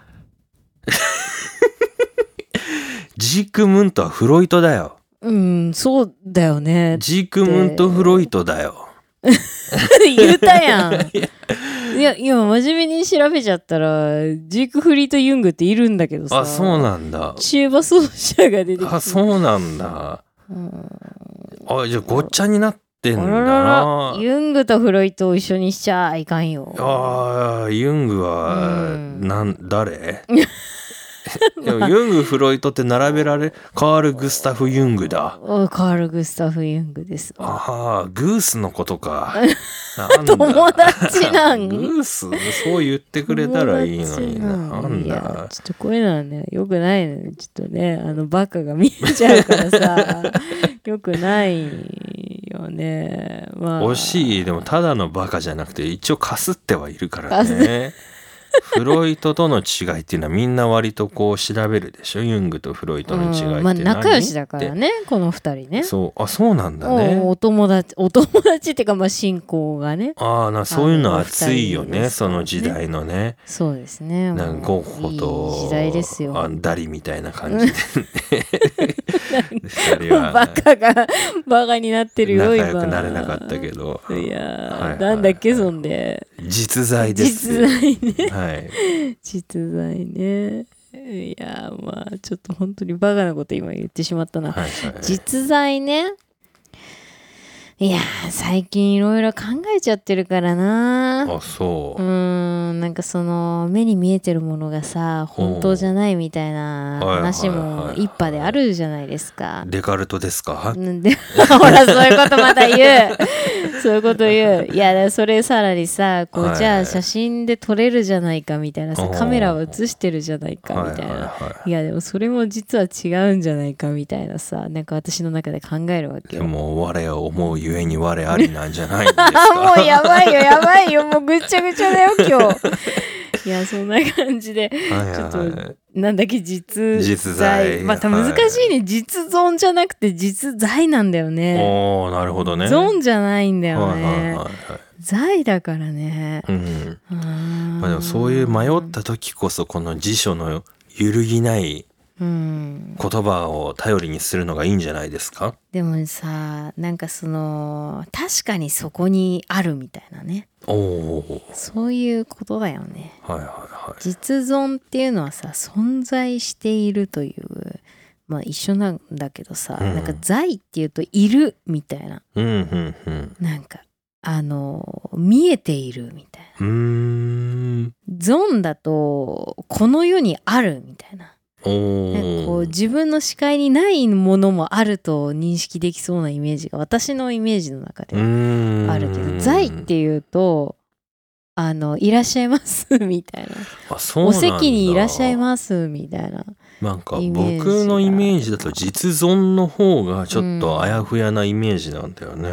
Speaker 1: ジークムントはフロイトだよ。
Speaker 2: うんそうだよね
Speaker 1: ジークムントフロイトだよ。
Speaker 2: 言ったやんいや今真面目に調べちゃったらジークフリート・ユングっているんだけどさ
Speaker 1: あ、そうなんだ。
Speaker 2: 中和奏者が出てきて
Speaker 1: あ、そうなんだ。
Speaker 2: うん
Speaker 1: あ、じゃあごっちゃになってんだ
Speaker 2: あららら
Speaker 1: な。
Speaker 2: ユングとフロイトを一緒にしちゃいかんよ
Speaker 1: あーユング
Speaker 2: う
Speaker 1: は、
Speaker 2: ん
Speaker 1: なん、誰 でもユング、フロイトって並べられ、カール・グスタフ・ユングだ。
Speaker 2: おカール・グスタフ・ユングです
Speaker 1: ああ、グースのことか。なんだ
Speaker 2: 友達なん
Speaker 1: グースそう言ってくれたらいいのにな。
Speaker 2: 友達
Speaker 1: なん
Speaker 2: いや
Speaker 1: だ。
Speaker 2: ちょっとこういうのはねよくないのよちょっとねあのバカが見えちゃうから さよくないよねまあ
Speaker 1: 惜しい。でもただのバカじゃなくて、一応かすってはいるからね。フロイトとの違いっていうのはみんな割とこう調べるでしょ。ユングとフロイトの違いって何、
Speaker 2: うんまあ仲良しだから
Speaker 1: っ
Speaker 2: ねこの二人
Speaker 1: て
Speaker 2: ね
Speaker 1: そう。あ、そうなんだ
Speaker 2: お
Speaker 1: ね。
Speaker 2: お友達 お友達っていうかまあ信仰がね
Speaker 1: ああ、な、そういうの熱いよ
Speaker 2: あのお二人
Speaker 1: ね。
Speaker 2: ですか
Speaker 1: そ
Speaker 2: らね
Speaker 1: の時代のね。
Speaker 2: そうですね
Speaker 1: なんかゴッホと
Speaker 2: いい時代ですよ
Speaker 1: あダリみたいな感じで、ね、二人
Speaker 2: バ
Speaker 1: は
Speaker 2: カがバカになってるよ
Speaker 1: 仲
Speaker 2: 今
Speaker 1: 良くなれなかったけど
Speaker 2: いやー、
Speaker 1: はいはい
Speaker 2: なんだっけそんで
Speaker 1: 実在です
Speaker 2: 実在ね
Speaker 1: はい
Speaker 2: 実在ねいやーまあちょっと本当にバカなこと今言ってしまったな、
Speaker 1: はいはい
Speaker 2: 実在ねいやー最近いろいろ考えちゃってるからな
Speaker 1: あそう
Speaker 2: うーんなんかその目に見えてるものがさ本当じゃないみたいな話も一派であるじゃないですか。
Speaker 1: デカルトですか
Speaker 2: うんで ほらそういうことまた言う そういうこと言ういやだからそれさらにさこ
Speaker 1: は
Speaker 2: う
Speaker 1: い
Speaker 2: じゃあ写真で撮れるじゃないかみたいなさ
Speaker 1: おー
Speaker 2: カメラは写してるじゃないかみたい
Speaker 1: はい
Speaker 2: な。
Speaker 1: はいはい
Speaker 2: やでもそれも実は違うんじゃないかみたいなさなんか私の中で考えるわ
Speaker 1: い、
Speaker 2: け
Speaker 1: で
Speaker 2: よ。
Speaker 1: も我を思うゆえに我ありなんじゃないんです
Speaker 2: あ
Speaker 1: か
Speaker 2: もうやばいよやばいよもうぐっちゃぐちゃだよ今日 いやそんな感じで
Speaker 1: はい
Speaker 2: ちょっと
Speaker 1: はい
Speaker 2: なんだっけ実在
Speaker 1: 実在
Speaker 2: また
Speaker 1: はい
Speaker 2: 難しいね、実存じゃなくて実在なんだよね
Speaker 1: おーなるほどね
Speaker 2: 存じゃないんだよね、
Speaker 1: はいはいはいはい
Speaker 2: 在だからね
Speaker 1: うんま
Speaker 2: ま
Speaker 1: あ、でもそういう迷った時こそこの辞書の揺るぎない
Speaker 2: うん
Speaker 1: 言葉を頼りにするのがいいんじゃないですか
Speaker 2: でもさなんかその確かにそこにあるみたいなね
Speaker 1: おお
Speaker 2: そういうことだよね
Speaker 1: はいはいはい
Speaker 2: 実存っていうのはさ存在しているというまあ一緒なんだけどさ、
Speaker 1: うん
Speaker 2: なんか在っていうといるみたいな
Speaker 1: うんうんうん
Speaker 2: なんかあの見えているみたいう
Speaker 1: ーん
Speaker 2: なゾンだとこの世にあるみたいな
Speaker 1: お
Speaker 2: なんかこう
Speaker 1: お
Speaker 2: 自分の視界にないものもあると認識できそうなイメージが私のイメージの中であ
Speaker 1: あ
Speaker 2: るけど「在」っていうと「あのいらっしゃいます」みたいな
Speaker 1: あ
Speaker 2: 「
Speaker 1: そう
Speaker 2: お
Speaker 1: なんだ
Speaker 2: 席にいらっしゃいます」みたいな
Speaker 1: なんか
Speaker 2: イメージが
Speaker 1: 僕のイメージだと実存の方がちょっとあやふやなイメージなんだよね、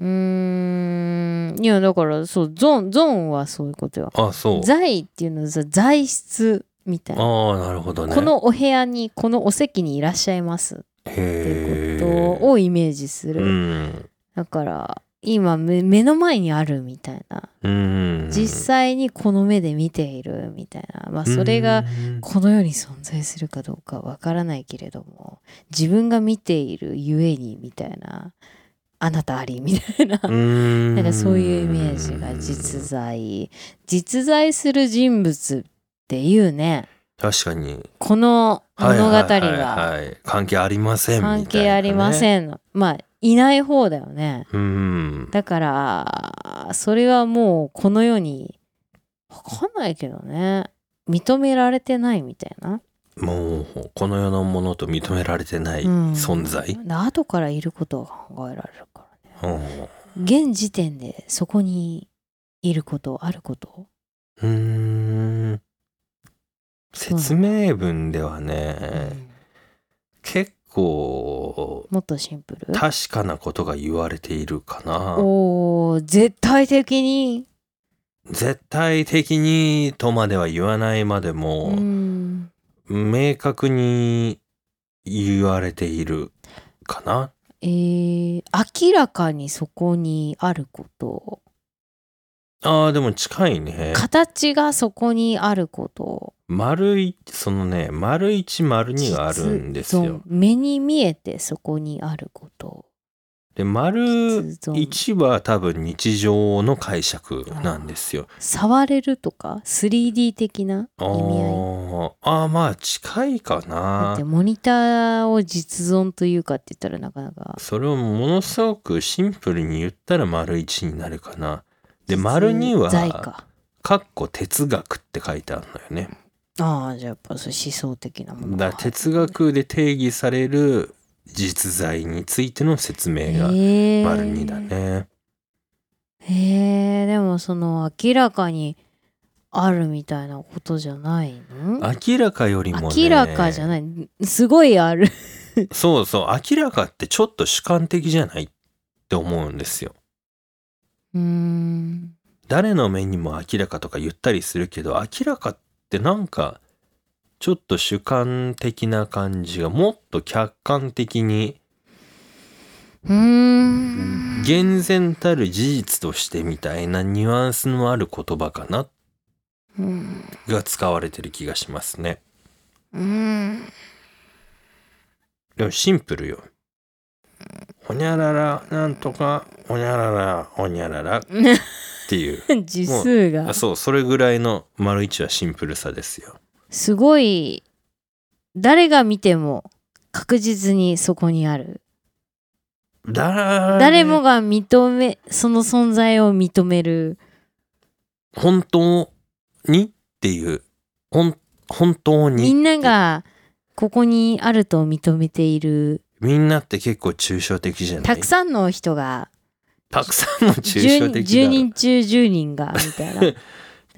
Speaker 2: うーんいやだからそうゾンゾンはそういうことよ
Speaker 1: あそう
Speaker 2: 在っていうのはさ材質みたいな、
Speaker 1: ああなるほどね
Speaker 2: このお部屋にこのお席にいらっしゃいますってい
Speaker 1: へ
Speaker 2: うことをイメージす
Speaker 1: え
Speaker 2: る、
Speaker 1: うん
Speaker 2: だから今目目の前にあるみたいな
Speaker 1: うん
Speaker 2: 実際にこの目で見ているみたいなまあそれ
Speaker 1: う
Speaker 2: が
Speaker 1: ん
Speaker 2: この世に存在するかどうかわからないけれども自分が見ているゆえにみたいなあなたありみたいな
Speaker 1: な
Speaker 2: なんかそういうイメージが実在実在する人物っていうね
Speaker 1: 確かに
Speaker 2: この
Speaker 1: はい
Speaker 2: 物語
Speaker 1: はいはい
Speaker 2: が
Speaker 1: はい関係ありませんみたいなね、
Speaker 2: 関係ありま
Speaker 1: ん
Speaker 2: せんの、まあいない方だよね
Speaker 1: うん
Speaker 2: だからそれはもうこの世にわかんないけどね認められてないみたいな、
Speaker 1: もうこの世のものと認められてない
Speaker 2: うん
Speaker 1: 存在、
Speaker 2: で後からいることが考えられるからね
Speaker 1: うん
Speaker 2: 現時点でそこにいることあること
Speaker 1: うーん説明文ではね、
Speaker 2: うん
Speaker 1: 結構
Speaker 2: もっとシンプル
Speaker 1: 確かなことが言われているかな
Speaker 2: おー絶対的に
Speaker 1: 絶対的にとまでは言わないまで
Speaker 2: う
Speaker 1: も、
Speaker 2: ん
Speaker 1: 明確に言われているかな
Speaker 2: えー明らかにそこにあること
Speaker 1: あーでも近いね
Speaker 2: 形がそこにあること
Speaker 1: 丸いそのね丸一丸二があるんです
Speaker 2: 実存
Speaker 1: よ
Speaker 2: 目に見えてそこにあること
Speaker 1: で丸
Speaker 2: 実存
Speaker 1: 一は多分日常の解釈なんですよ
Speaker 2: 触れるとか 3D 的な意
Speaker 1: あ
Speaker 2: 味合い
Speaker 1: ーあーまあ近い
Speaker 2: だ
Speaker 1: か
Speaker 2: っ
Speaker 1: な
Speaker 2: てモニターを実存というかって言ったらなかなか
Speaker 1: それをものすごくシンプルに言ったら丸一になるかなで
Speaker 2: 実
Speaker 1: 丸二
Speaker 2: 在
Speaker 1: は
Speaker 2: か
Speaker 1: かっこ哲学って書いてあるのよね
Speaker 2: ああじゃあやっぱそう思想的なもの
Speaker 1: だから哲学で定義される実在についての説明が丸二だね
Speaker 2: へえでもその明らかにあるみたいなことじゃないの
Speaker 1: 明らかよりもね
Speaker 2: 明らかじゃないすごいある
Speaker 1: そうそう明らかってちょっと主観的じゃないって思うんですよ
Speaker 2: うーん
Speaker 1: 誰の目にも明らかとか言ったりするけど明らかってなんかちょっと主観的な感じがもっと客観的に
Speaker 2: うーん
Speaker 1: 厳然たる事実としてみたいなニュアンスのある言葉かな
Speaker 2: うーん
Speaker 1: が使われてる気がしますね
Speaker 2: うーん
Speaker 1: でもシンプルよほにゃららなんとかほにゃららほにゃららっていう
Speaker 2: 字数
Speaker 1: あ
Speaker 2: が
Speaker 1: そうそれぐらいの丸一はシンプルさですよ
Speaker 2: すごい誰が見ても確実にそこにある
Speaker 1: だ
Speaker 2: 誰もが認めその存在を認める
Speaker 1: 本当にっていうほん本当に
Speaker 2: みんながここにあると認めている
Speaker 1: みんなって結構抽象的じゃない
Speaker 2: たくさんの人が
Speaker 1: たくさんの抽象
Speaker 2: 10,
Speaker 1: 的
Speaker 2: 10
Speaker 1: だ
Speaker 2: 人中10人がみたい な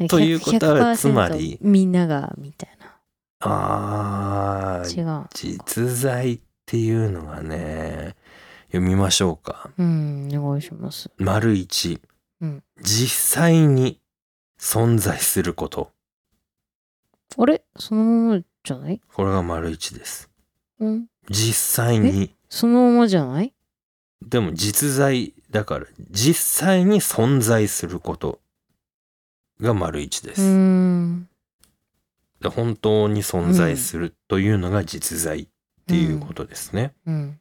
Speaker 2: 100
Speaker 1: ということは
Speaker 2: 100%
Speaker 1: つまり
Speaker 2: みんながみたいな
Speaker 1: あー
Speaker 2: 違う
Speaker 1: 実在っていうのがね読みましょうか
Speaker 2: うんお願いします
Speaker 1: 丸一、
Speaker 2: うん
Speaker 1: 実際に存在すること
Speaker 2: あれそのままじゃない
Speaker 1: これが丸一です
Speaker 2: うん
Speaker 1: 実際に
Speaker 2: そのままじゃない
Speaker 1: でも実在だから実際に存在することが丸一で
Speaker 2: う
Speaker 1: す、
Speaker 2: ーん
Speaker 1: で本当に存在するというのが実在っていうことですね、
Speaker 2: うん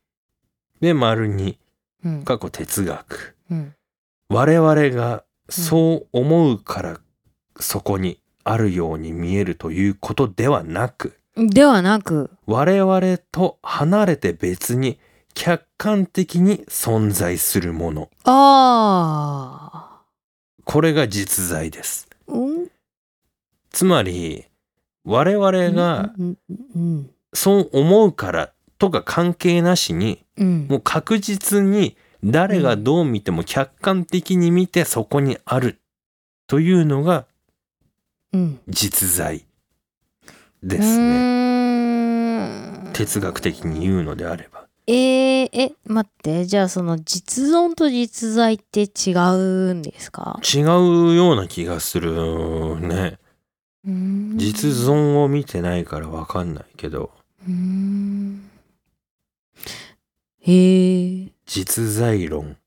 Speaker 1: で丸二
Speaker 2: うん
Speaker 1: 過去哲学
Speaker 2: うん
Speaker 1: 我々がそう思うからそこにあるように見えるということではなく
Speaker 2: ではなく
Speaker 1: 我々と離れて別に客観的に存在するもの
Speaker 2: あ
Speaker 1: これが実在です
Speaker 2: あうん
Speaker 1: つまり我々が
Speaker 2: うんうん
Speaker 1: そう思うからとか関係なしに
Speaker 2: うん
Speaker 1: もう確実に誰がどう見ても客観的に見てそこにあるというのが
Speaker 2: うん
Speaker 1: 実在
Speaker 2: で
Speaker 1: ですね
Speaker 2: ね
Speaker 1: 哲学的に言うのであれば
Speaker 2: えー、え待ってじゃあその実存と実在って違うんですか
Speaker 1: 違うような気がするね
Speaker 2: うーん
Speaker 1: 実存を見てないから分かんないけど
Speaker 2: うーんへー
Speaker 1: 実在論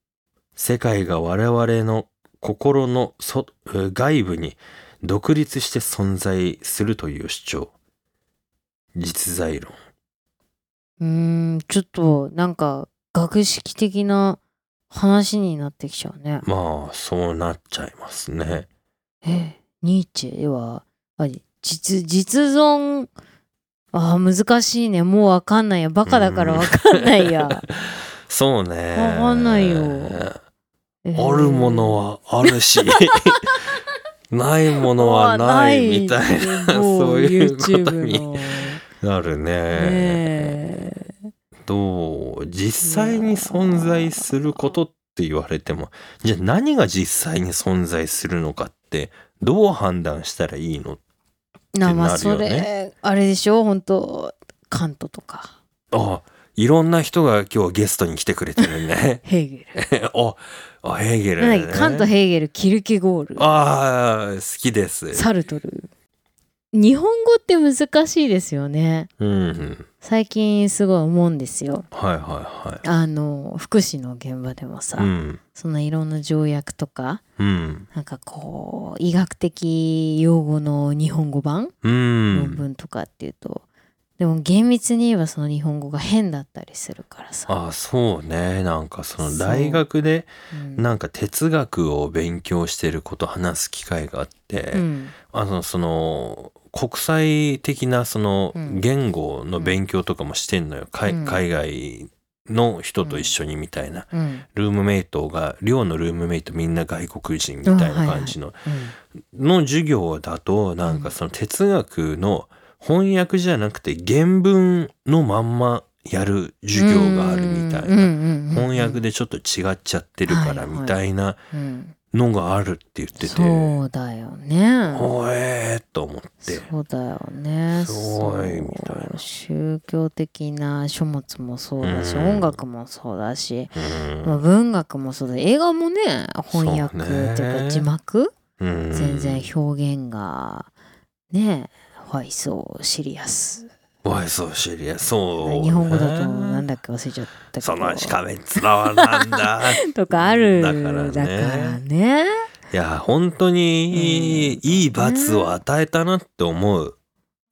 Speaker 1: 世界が我々の心のそえー外部に独立して存在するという主張実在論
Speaker 2: うーんちょっとなんか学識的な話になってきちゃうね
Speaker 1: まあそうなっちゃいますね
Speaker 2: えニーチェはあ実実存あー難しいねもうわかんないやバカだからわかんない や、
Speaker 1: そう
Speaker 2: わ
Speaker 1: ね
Speaker 2: かんないよえー
Speaker 1: あるものはある しないものはないみたいな
Speaker 2: も
Speaker 1: そういうことに
Speaker 2: YouTube のね
Speaker 1: なるね
Speaker 2: え
Speaker 1: どう実際に存在することって言われてもじゃあ何が実際に存在するのかってどう判断したらいいの
Speaker 2: なまあ
Speaker 1: ってな
Speaker 2: そ
Speaker 1: るよね
Speaker 2: れあれでしょ本当カントとか
Speaker 1: あいろんな人が今日ゲストに来てくれてるね
Speaker 2: ヘーゲ
Speaker 1: ああヘーゲル、
Speaker 2: ル、な
Speaker 1: ね、
Speaker 2: んだっけカントヘーゲルキルケゴール
Speaker 1: ああ好きです
Speaker 2: サルトル日本語って難しいですよね
Speaker 1: うんうん
Speaker 2: 最近すごい思うんですよ
Speaker 1: はいはいは
Speaker 2: あの福祉の現場でもさ、
Speaker 1: いうん
Speaker 2: そのいろんな条約とか
Speaker 1: うん
Speaker 2: なんかこう医学的用語の日本語版
Speaker 1: う
Speaker 2: 論
Speaker 1: ん
Speaker 2: 文とかっていうと、でも厳密に言えばその日本語が変だったりするからさ、
Speaker 1: あそうねなんかそ
Speaker 2: そ
Speaker 1: の
Speaker 2: う
Speaker 1: 大学で
Speaker 2: うん
Speaker 1: なんか哲学を勉強してること話す機会があって、
Speaker 2: うん
Speaker 1: あのその国際的なその
Speaker 2: うん
Speaker 1: 言語の勉強とかもしてんのよ、海
Speaker 2: うん
Speaker 1: 海外の人と一緒にみたいな、
Speaker 2: うん
Speaker 1: ルームメイトが寮のルームメイトみんな外国人みたいな感じの、の授業だとなんかその哲学の翻訳じゃなくて原文のまんまやる授業があるみたいな、翻訳
Speaker 2: で、
Speaker 1: でちょっと違っちゃってるからみたいな
Speaker 2: うん、
Speaker 1: のがあるって言ってて、
Speaker 2: そうだよね
Speaker 1: おえーと思って。
Speaker 2: そうだよね
Speaker 1: すごい
Speaker 2: そう
Speaker 1: みたいな
Speaker 2: 宗教的な書物もそうだし、
Speaker 1: うん
Speaker 2: 音楽もそうだし、
Speaker 1: うん
Speaker 2: まあ、文学もそうだ映画もね翻訳
Speaker 1: そうね
Speaker 2: というか字幕
Speaker 1: うん
Speaker 2: 全然表現がねはいそうシリアス
Speaker 1: わいそうシリアそう、
Speaker 2: 日本語だとなんだっけ忘れちゃったけど
Speaker 1: そのしかめっ面はなんだ
Speaker 2: とかある
Speaker 1: だ
Speaker 2: だ
Speaker 1: か
Speaker 2: からら
Speaker 1: ね
Speaker 2: ね
Speaker 1: いや本当に
Speaker 2: うん
Speaker 1: いい罰を与えたなって思う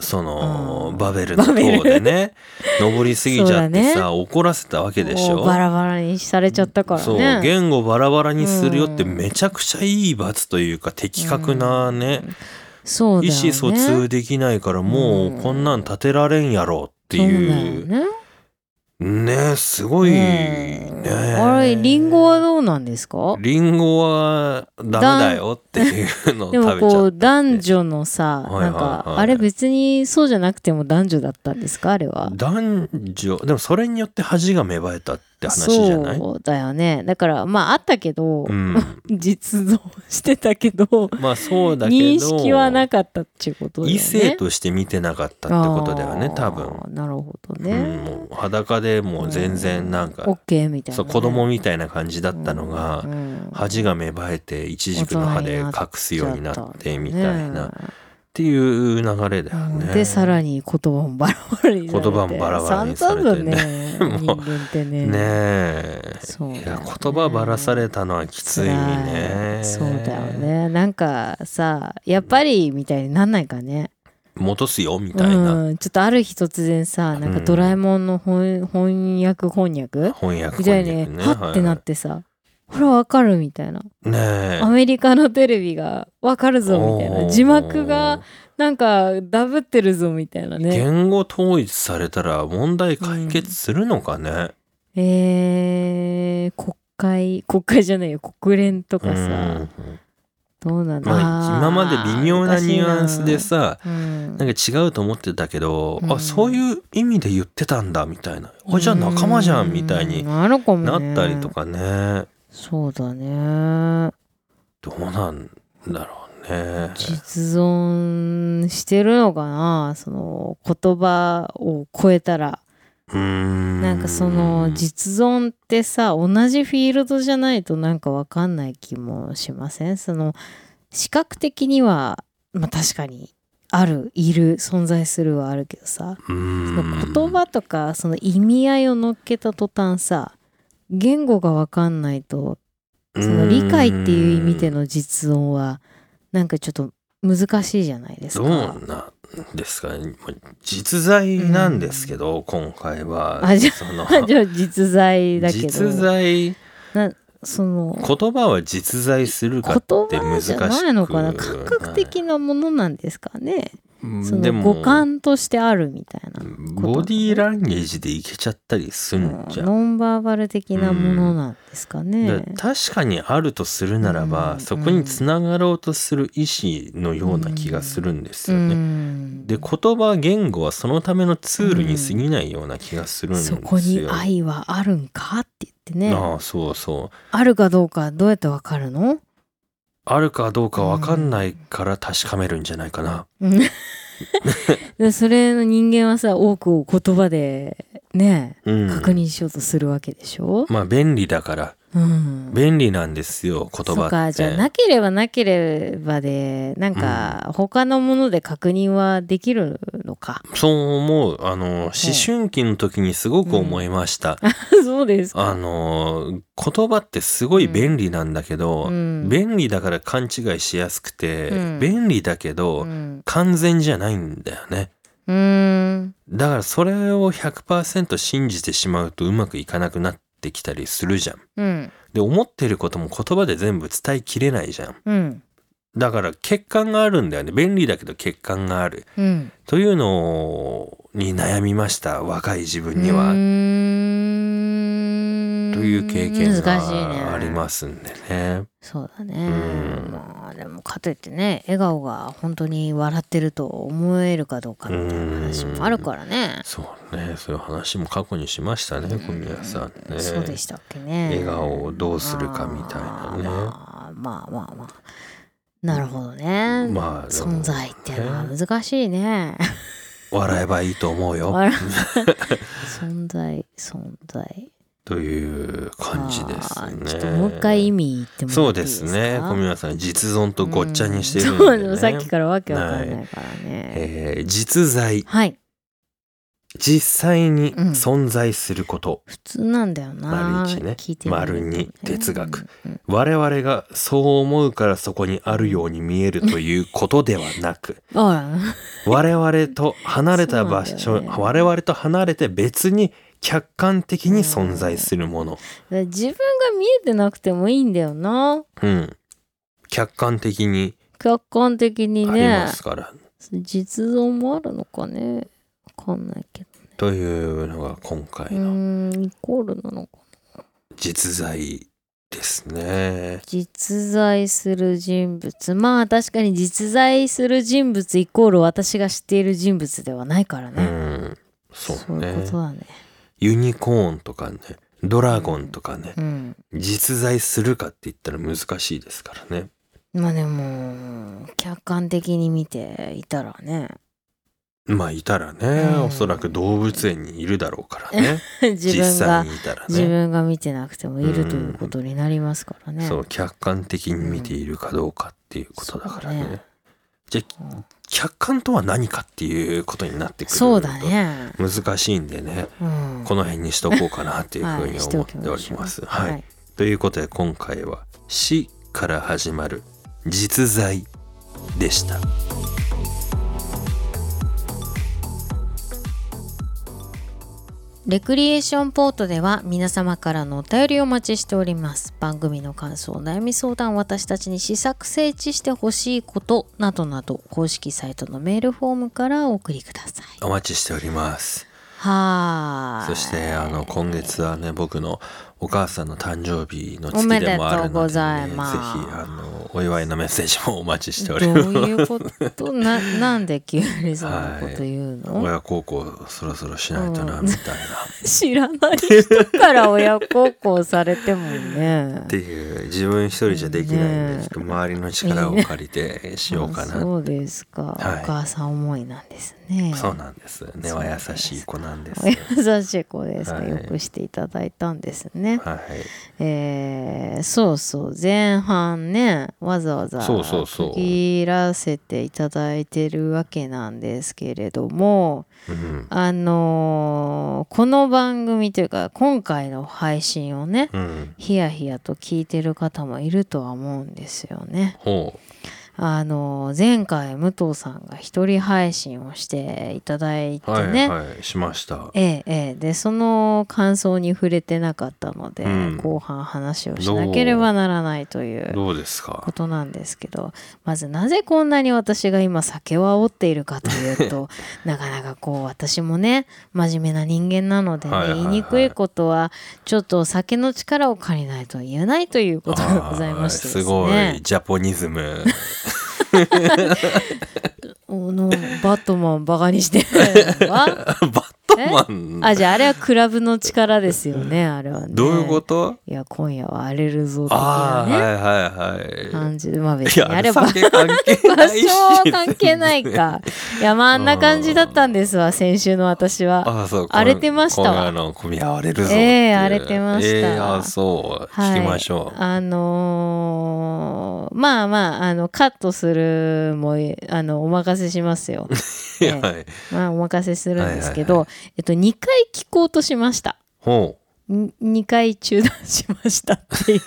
Speaker 1: その、
Speaker 2: うん
Speaker 1: バベルの
Speaker 2: バベル
Speaker 1: 塔でね登りすぎちゃって
Speaker 2: そう
Speaker 1: さ、怒らせたわけでし
Speaker 2: も
Speaker 1: ょ
Speaker 2: うバラバラにされちゃったから
Speaker 1: そう
Speaker 2: ね
Speaker 1: 言語バラバラにするよって
Speaker 2: うん
Speaker 1: めちゃくちゃいい罰というか的確なね、
Speaker 2: そうだ
Speaker 1: 意
Speaker 2: よね
Speaker 1: 思疎通できないからもううんこんなん立てられんやろって
Speaker 2: そうだ
Speaker 1: い
Speaker 2: よ
Speaker 1: う
Speaker 2: ね
Speaker 1: ねえすごいね
Speaker 2: ねえあれリンゴはどうなんですか
Speaker 1: リンゴはダメだよっていうの を
Speaker 2: でも
Speaker 1: 食べち
Speaker 2: こ
Speaker 1: ゃっ
Speaker 2: う男女のさ
Speaker 1: は
Speaker 2: ない
Speaker 1: いはいは
Speaker 2: んかあれ別にそうじゃなくても男女だったんですかあれは
Speaker 1: 男女でもそれによって恥が芽生えたって話じゃない
Speaker 2: そうだよねだからまああったけど、
Speaker 1: うん、
Speaker 2: 実存してたけど
Speaker 1: まあそうだけど
Speaker 2: 認識はなかったっていうことだよね
Speaker 1: 異性として見てなかったってことだよね多分、
Speaker 2: あーなるほど
Speaker 1: うん、
Speaker 2: ね、
Speaker 1: もう裸でもう全然なんか、
Speaker 2: オッケーみたいなね、
Speaker 1: そう子供みたいな感じだったのが、
Speaker 2: うん
Speaker 1: 恥が芽生えて一軸の歯で隠すようになってみたいなっ
Speaker 2: ね
Speaker 1: ていう流れだよ
Speaker 2: うん
Speaker 1: ね。
Speaker 2: でさらに言葉もバラバラにされて
Speaker 1: 言葉もバラバラにされてね
Speaker 2: 散々だね
Speaker 1: もう
Speaker 2: 人間ってね
Speaker 1: ねえ、
Speaker 2: そうだ
Speaker 1: い
Speaker 2: よね
Speaker 1: や言葉ばらされたのはきついね。
Speaker 2: そうだよ。ねなんかさやっぱりみたいになんないかね
Speaker 1: 戻すよみたいな、
Speaker 2: うん、ちょっとある日突然さなんかドラえもんの翻,、翻訳翻訳
Speaker 1: 翻訳
Speaker 2: みた
Speaker 1: 翻
Speaker 2: い
Speaker 1: 訳
Speaker 2: にね
Speaker 1: ね。
Speaker 2: はってなってさ、ほらわかるみたいな
Speaker 1: はいねえ
Speaker 2: ア。メリカのテレビがわかるぞみたいな字幕がなんかダブってるぞみたいな
Speaker 1: おー
Speaker 2: ね
Speaker 1: 言語統一されたら問題解決するのかね。
Speaker 2: えー、国会国会じゃないよ国連と
Speaker 1: うん
Speaker 2: かさ、どうなんだ、
Speaker 1: まあ、今まで微妙なニュアンスでさ
Speaker 2: あー、難しいな
Speaker 1: なんか違うと思ってたけど、
Speaker 2: うん
Speaker 1: あそういう意味で言ってたんだみたいな、あじゃあ仲間じゃんみたいに
Speaker 2: うんなるかもね
Speaker 1: なったりとかね
Speaker 2: そうだね
Speaker 1: どうなんだろうね
Speaker 2: 実存してるのかなその言葉を超えたら
Speaker 1: うーん
Speaker 2: なんかその実存ってさ同じフィールドじゃないとなんかわかんない気もしませんその視覚的にはまあ確かにあるいる存在するはあるけどさ
Speaker 1: うー
Speaker 2: そ
Speaker 1: ん
Speaker 2: の言葉とかその意味合いを乗っけた途端さ言語がわかんないとその理解っていう意味で
Speaker 1: う
Speaker 2: の実音はなんかちょっと難しいじゃないです
Speaker 1: ー
Speaker 2: か。
Speaker 1: んどうなんですかねまあ実在なんですけど、今回は
Speaker 2: あじゃ
Speaker 1: その
Speaker 2: じゃあ実在だけど
Speaker 1: 実在
Speaker 2: その
Speaker 1: 言葉は実在するかって
Speaker 2: 言
Speaker 1: 難
Speaker 2: 葉
Speaker 1: し
Speaker 2: じ
Speaker 1: く
Speaker 2: ゃないのかな
Speaker 1: ない
Speaker 2: 感覚的なものなんですかね
Speaker 1: うん
Speaker 2: そ
Speaker 1: で
Speaker 2: の
Speaker 1: も
Speaker 2: 五感としてあるみたいな
Speaker 1: ボディーランゲージでいけちゃったりすんじゃん。
Speaker 2: ノンバーバル的なものなんですか
Speaker 1: だ
Speaker 2: ね
Speaker 1: から確かにあるとするならば、
Speaker 2: うん
Speaker 1: そこにつながろうとする意思のような気がするんですよね。
Speaker 2: ん
Speaker 1: で言葉言語はそのためのツールに過ぎないような気がするんですよ。
Speaker 2: そこに愛はあるんかって言ってね
Speaker 1: ああそうそう
Speaker 2: あるかどうかどうやってわかるの
Speaker 1: あるかどうかわかんないから確かめるんじゃないかな。
Speaker 2: うんでそれの人間はさ多くを言葉でね
Speaker 1: うん、
Speaker 2: 確認しようとするわけでしょ、
Speaker 1: まあ便利だから
Speaker 2: うん、
Speaker 1: 便利なんですよ言
Speaker 2: そ
Speaker 1: 葉
Speaker 2: う
Speaker 1: っ
Speaker 2: か
Speaker 1: て。
Speaker 2: じゃあなければなければでなんか他のもので確認はできるのか、
Speaker 1: そう思うあの思春期の時にすごく思いました。
Speaker 2: そうですか
Speaker 1: あの言葉ってすごい便利なんだけど、
Speaker 2: うん
Speaker 1: 便利だから勘違いしやすくて、
Speaker 2: うん
Speaker 1: 便利だけど、
Speaker 2: うん
Speaker 1: 完全じゃないんだよね
Speaker 2: うーん
Speaker 1: だからそれを100%信じてしまうとうまくいかなくなってきたりするじゃん。
Speaker 2: うん
Speaker 1: で思ってることも言葉で全部伝えきれないじゃん。
Speaker 2: うん
Speaker 1: だから欠陥があるんだよね便利だけど欠陥がある
Speaker 2: うん
Speaker 1: というのに悩みました若い自分には。
Speaker 2: うーん
Speaker 1: という経験
Speaker 2: 難しいね
Speaker 1: がありますんでね。
Speaker 2: そうだね、
Speaker 1: うん
Speaker 2: まあでもかといってね笑顔が本当に笑ってると思えるかどうかみたいな話もあるからね、
Speaker 1: そうね、そういう話も過去にしましたね、小宮さんね。
Speaker 2: そうでしたっけね
Speaker 1: 笑顔をどうするかみたいなね
Speaker 2: あーまあまあまあまあなるほどね、
Speaker 1: まあ、でも
Speaker 2: 存在っていうのは難しいね
Speaker 1: 笑えばいいと思うよ。
Speaker 2: 笑存在存在
Speaker 1: という感じです
Speaker 2: あ
Speaker 1: ね
Speaker 2: ー。ちょっともう一回意味言っても
Speaker 1: そ
Speaker 2: ら
Speaker 1: う
Speaker 2: っていい
Speaker 1: で
Speaker 2: です
Speaker 1: す
Speaker 2: か
Speaker 1: ね、小宮さん、実存とごっちゃにしてるん
Speaker 2: う
Speaker 1: で、ね
Speaker 2: そうでもさっきからわけわかんないからね
Speaker 1: えー実在、
Speaker 2: はい
Speaker 1: 実際に
Speaker 2: うん
Speaker 1: 存在すること、
Speaker 2: 普通なんだよな
Speaker 1: 丸一ね
Speaker 2: 聞いてみると
Speaker 1: 丸二哲学
Speaker 2: うんうん
Speaker 1: 我々がそう思うからそこにあるように見えるということではな く、
Speaker 2: あ
Speaker 1: 我々と離れた場
Speaker 2: そう
Speaker 1: 所、
Speaker 2: なんだよね
Speaker 1: 我々と離れて別に客観的に存在するもの、
Speaker 2: ら自分が見えてなくてもいいんだよな
Speaker 1: うん、客観的に
Speaker 2: 客観的に
Speaker 1: あり
Speaker 2: ね
Speaker 1: ますから、
Speaker 2: 実存もあるのかねわかんないけど
Speaker 1: というのが今回
Speaker 2: うー
Speaker 1: の
Speaker 2: んイコールなのか
Speaker 1: 実在ですね。
Speaker 2: 実在する人物まあ確かに実在する人物イコール私が知っている人物ではないから
Speaker 1: う
Speaker 2: ね、
Speaker 1: ん、そう
Speaker 2: いう
Speaker 1: ね
Speaker 2: こと。だね
Speaker 1: ユニコーンとかね、ドラゴンとかね、
Speaker 2: うん
Speaker 1: 実在するかって言ったら難しいですからね。
Speaker 2: まあでも客観的に見ていたら ね
Speaker 1: まあいたらね、
Speaker 2: うん
Speaker 1: おそらく動物園にいるだろうからね。
Speaker 2: 自
Speaker 1: 実
Speaker 2: 分
Speaker 1: 際
Speaker 2: が
Speaker 1: にいたら
Speaker 2: 自
Speaker 1: ね。
Speaker 2: 分が見てなくてもいるということになりますからね、
Speaker 1: そう、客観的に見ているかどうかっていうことだから
Speaker 2: そう
Speaker 1: ね
Speaker 2: ね。
Speaker 1: じゃあ
Speaker 2: うん
Speaker 1: 客観とは何かっていうことになってくる
Speaker 2: そうだね、
Speaker 1: と難しいんでね、
Speaker 2: うん、
Speaker 1: この辺にしとこうかなっていうふうに
Speaker 2: は
Speaker 1: 思っております。
Speaker 2: しておきしょう
Speaker 1: はい、ということで今回は「死」から始まる「実在」でした。
Speaker 2: レクリエーションポートでは皆様からのお便りをお待ちしております。番組の感想、お悩み相談、私たちに試作整地してほしいことなどなど、公式サイトのメールフォームからお送りください。
Speaker 1: お待ちしております。
Speaker 2: はー
Speaker 1: そ
Speaker 2: い。
Speaker 1: してあの今月はね僕のお母さんの誕生日の
Speaker 2: お
Speaker 1: 月
Speaker 2: めで
Speaker 1: で
Speaker 2: と
Speaker 1: もある
Speaker 2: う
Speaker 1: の
Speaker 2: ご
Speaker 1: で、
Speaker 2: ざ
Speaker 1: ね、
Speaker 2: い
Speaker 1: ぜひ
Speaker 2: ます
Speaker 1: あのお祝いのメッセージもお待ちしております。
Speaker 2: どういう ことななんで急にそんなこと言うの、
Speaker 1: 親孝行そろそろしないとな
Speaker 2: うん
Speaker 1: みたいな。
Speaker 2: 知らない人から親孝行されてもね
Speaker 1: っ。ていう自分一人じゃできないんで、
Speaker 2: ねえ
Speaker 1: ちょっと周りの力を借りてしようか
Speaker 2: あ
Speaker 1: な、
Speaker 2: そうですか、
Speaker 1: はい
Speaker 2: お母さん思いなんですね。
Speaker 1: そうなんです根は優しい子なんです
Speaker 2: お優しい子ですか、
Speaker 1: はい
Speaker 2: よくしていただいたんですね。
Speaker 1: はい
Speaker 2: えーそうそう前半ねわざわざ
Speaker 1: そうそうそう
Speaker 2: 区切らせていただいてるわけなんですけれども
Speaker 1: うん
Speaker 2: あのーこの番組というか今回の配信をね
Speaker 1: うん
Speaker 2: ヒヤヒヤと聞いてる方もいるとは思うんですよね。
Speaker 1: ほ
Speaker 2: あのー前回武藤さんが一人配信をしていただいて
Speaker 1: う
Speaker 2: ね、
Speaker 1: はい、はいしました
Speaker 2: ええええ、でその感想に触れてなかったので、
Speaker 1: うん
Speaker 2: 後半話をしなければならないという
Speaker 1: どうです
Speaker 2: こ
Speaker 1: か
Speaker 2: となんですけどまずなぜこんなに私が今酒を煽っているかという となかなかこう私もね真面目な人間なので、ね
Speaker 1: はいはいはい
Speaker 2: 言いにくいことはちょっとお酒の力を借りないと言えないということがございまして
Speaker 1: あ
Speaker 2: で
Speaker 1: ー
Speaker 2: す
Speaker 1: す
Speaker 2: ね。
Speaker 1: ごいジャポニズム
Speaker 2: あのバットマンバカにして るのは
Speaker 1: バットマン
Speaker 2: あじゃああれはクラブの力ですよねあれはね。
Speaker 1: どういうこと、
Speaker 2: いや今夜は荒れるぞ的な
Speaker 1: ああ
Speaker 2: ね
Speaker 1: はいはいはい
Speaker 2: 感じまあ別
Speaker 1: い
Speaker 2: に
Speaker 1: や
Speaker 2: あ
Speaker 1: あ
Speaker 2: れ
Speaker 1: れ
Speaker 2: ば場
Speaker 1: 酒関係ないし
Speaker 2: 所は関係ないかいやまああんな感じだったんですわ先週の私は
Speaker 1: ああそう
Speaker 2: 荒れてましたわ
Speaker 1: 今夜の組荒れるぞ
Speaker 2: ええ荒れてました
Speaker 1: ええあそう、
Speaker 2: はい
Speaker 1: 聞きましょう
Speaker 2: あのーまあまああのカットするもあのお任せします よええ
Speaker 1: はい
Speaker 2: まあお任せするんですけ
Speaker 1: はい
Speaker 2: どえっと2回聞こうとしました
Speaker 1: ほ
Speaker 2: 2回中断しましたっていう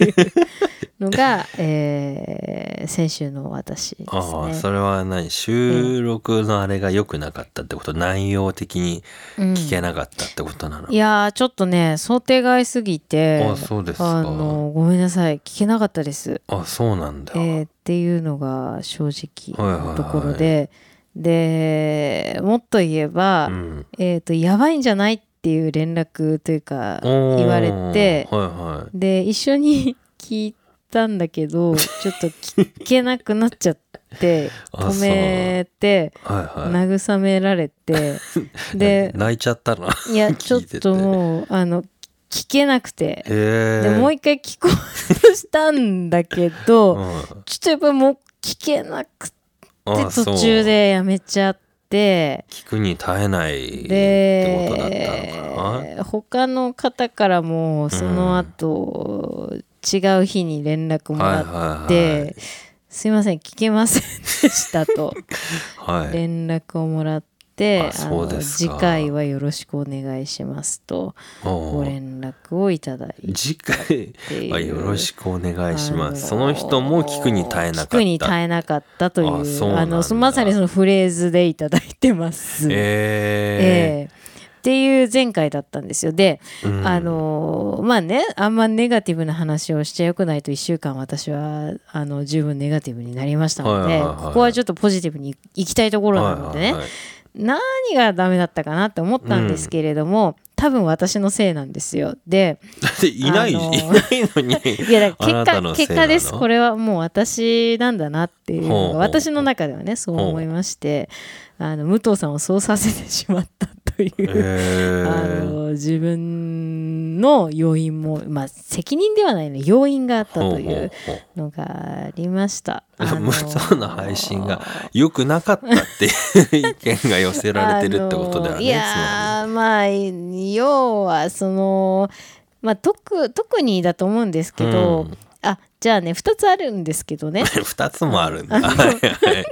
Speaker 2: のが、えー先週の私ですね
Speaker 1: うああそれは何収録のあれが良くなかったってこと内容的に
Speaker 2: うん
Speaker 1: 聞けなかったってことなの、
Speaker 2: いやーちょっとね想定外すぎて
Speaker 1: あそうですか
Speaker 2: あのごめんなさい聞けなかったです、
Speaker 1: あそうなんだ、
Speaker 2: えーっていうのが正直
Speaker 1: はいはい
Speaker 2: な
Speaker 1: は
Speaker 2: いところで、でもっと言えば、
Speaker 1: うん、
Speaker 2: えっ、とやばいんじゃないっていう連絡というか
Speaker 1: おー
Speaker 2: 言われて
Speaker 1: はいはい
Speaker 2: で一緒に 聞いたんだけどちょっと聞けなくなっちゃって
Speaker 1: あ
Speaker 2: 止めて
Speaker 1: はいはい
Speaker 2: 慰められ てで
Speaker 1: 泣いちゃっ たな
Speaker 2: いやちょ
Speaker 1: 聞
Speaker 2: っ
Speaker 1: いてて
Speaker 2: ともうあの聞けなくて
Speaker 1: へえ
Speaker 2: でもう一回聞こうとしたんだけど、
Speaker 1: うん
Speaker 2: ちょっとやっぱもう聞けなくて
Speaker 1: あそう
Speaker 2: 途中でやめちゃって
Speaker 1: 聞くに耐えないってことだったのかな
Speaker 2: で他の方からもその後、違う日に連絡もらって、
Speaker 1: はいはいはい
Speaker 2: すいません聞けませんでした と
Speaker 1: はい
Speaker 2: 連絡をもらって、
Speaker 1: あそうです
Speaker 2: 次
Speaker 1: か
Speaker 2: 回はよろしくお願いしますと
Speaker 1: お
Speaker 2: ご
Speaker 1: ー
Speaker 2: 連絡をいただいて
Speaker 1: 次回
Speaker 2: っていう
Speaker 1: はよろしくお願いします、
Speaker 2: あのー
Speaker 1: その人も聞くに耐えなかった
Speaker 2: 聞くに耐えなかったという
Speaker 1: あそうなんだ
Speaker 2: あのそまさにそのフレーズでいただいてます。え
Speaker 1: え
Speaker 2: えっていう前回だったんですよで、
Speaker 1: ーうん
Speaker 2: あのーまあねあんまネガティブな話をしちゃよくないと1週間私はあの十分ネガティブになりましたので、
Speaker 1: はいはいはい
Speaker 2: ここはちょっとポジティブにいきたいところなのでね、
Speaker 1: はいはいはい
Speaker 2: 何がダメだったかなって思ったんですけれども、多分私のせいなんですよで
Speaker 1: だっていない、
Speaker 2: あの
Speaker 1: いないのに
Speaker 2: いやだか
Speaker 1: あな
Speaker 2: ら結
Speaker 1: たの
Speaker 2: 果
Speaker 1: せ
Speaker 2: 結
Speaker 1: いなの
Speaker 2: 果ですこれはもう私なんだなっていう
Speaker 1: ほうほう
Speaker 2: の
Speaker 1: ほう
Speaker 2: が私の中ではねそう思いましてあの武藤さんをそうさせてしまったとい
Speaker 1: え
Speaker 2: う、あ
Speaker 1: ー、
Speaker 2: の自分の要因もまあ責任ではないの要因があったという
Speaker 1: ほう
Speaker 2: のがありました。
Speaker 1: いや
Speaker 2: あの
Speaker 1: 武藤の配信が良くなかったっていう意見が寄せられてるってことだよ
Speaker 2: あ
Speaker 1: ね
Speaker 2: のいやーまあ要はそのまあ特特にだと思うんですけど、
Speaker 1: うん
Speaker 2: あじゃあね2つあるんですけどね
Speaker 1: つまり二つもあるんだはいはい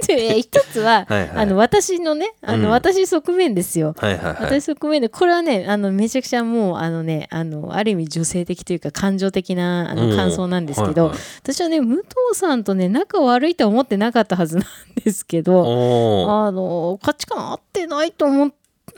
Speaker 2: で一つは
Speaker 1: はいはい
Speaker 2: あの私のねあの、
Speaker 1: うん
Speaker 2: 私側面ですよ。
Speaker 1: はいはいはい
Speaker 2: 私側面でこれはねあのめちゃくちゃもうあのねあのある意味女性的というか感情的なあ
Speaker 1: う
Speaker 2: の
Speaker 1: ん
Speaker 2: 感想なんですけど、
Speaker 1: はいはい
Speaker 2: 私はね武藤さんとね仲悪いとは思ってなかったはずなんですけど、
Speaker 1: おー
Speaker 2: あの価値観合ってないと思っ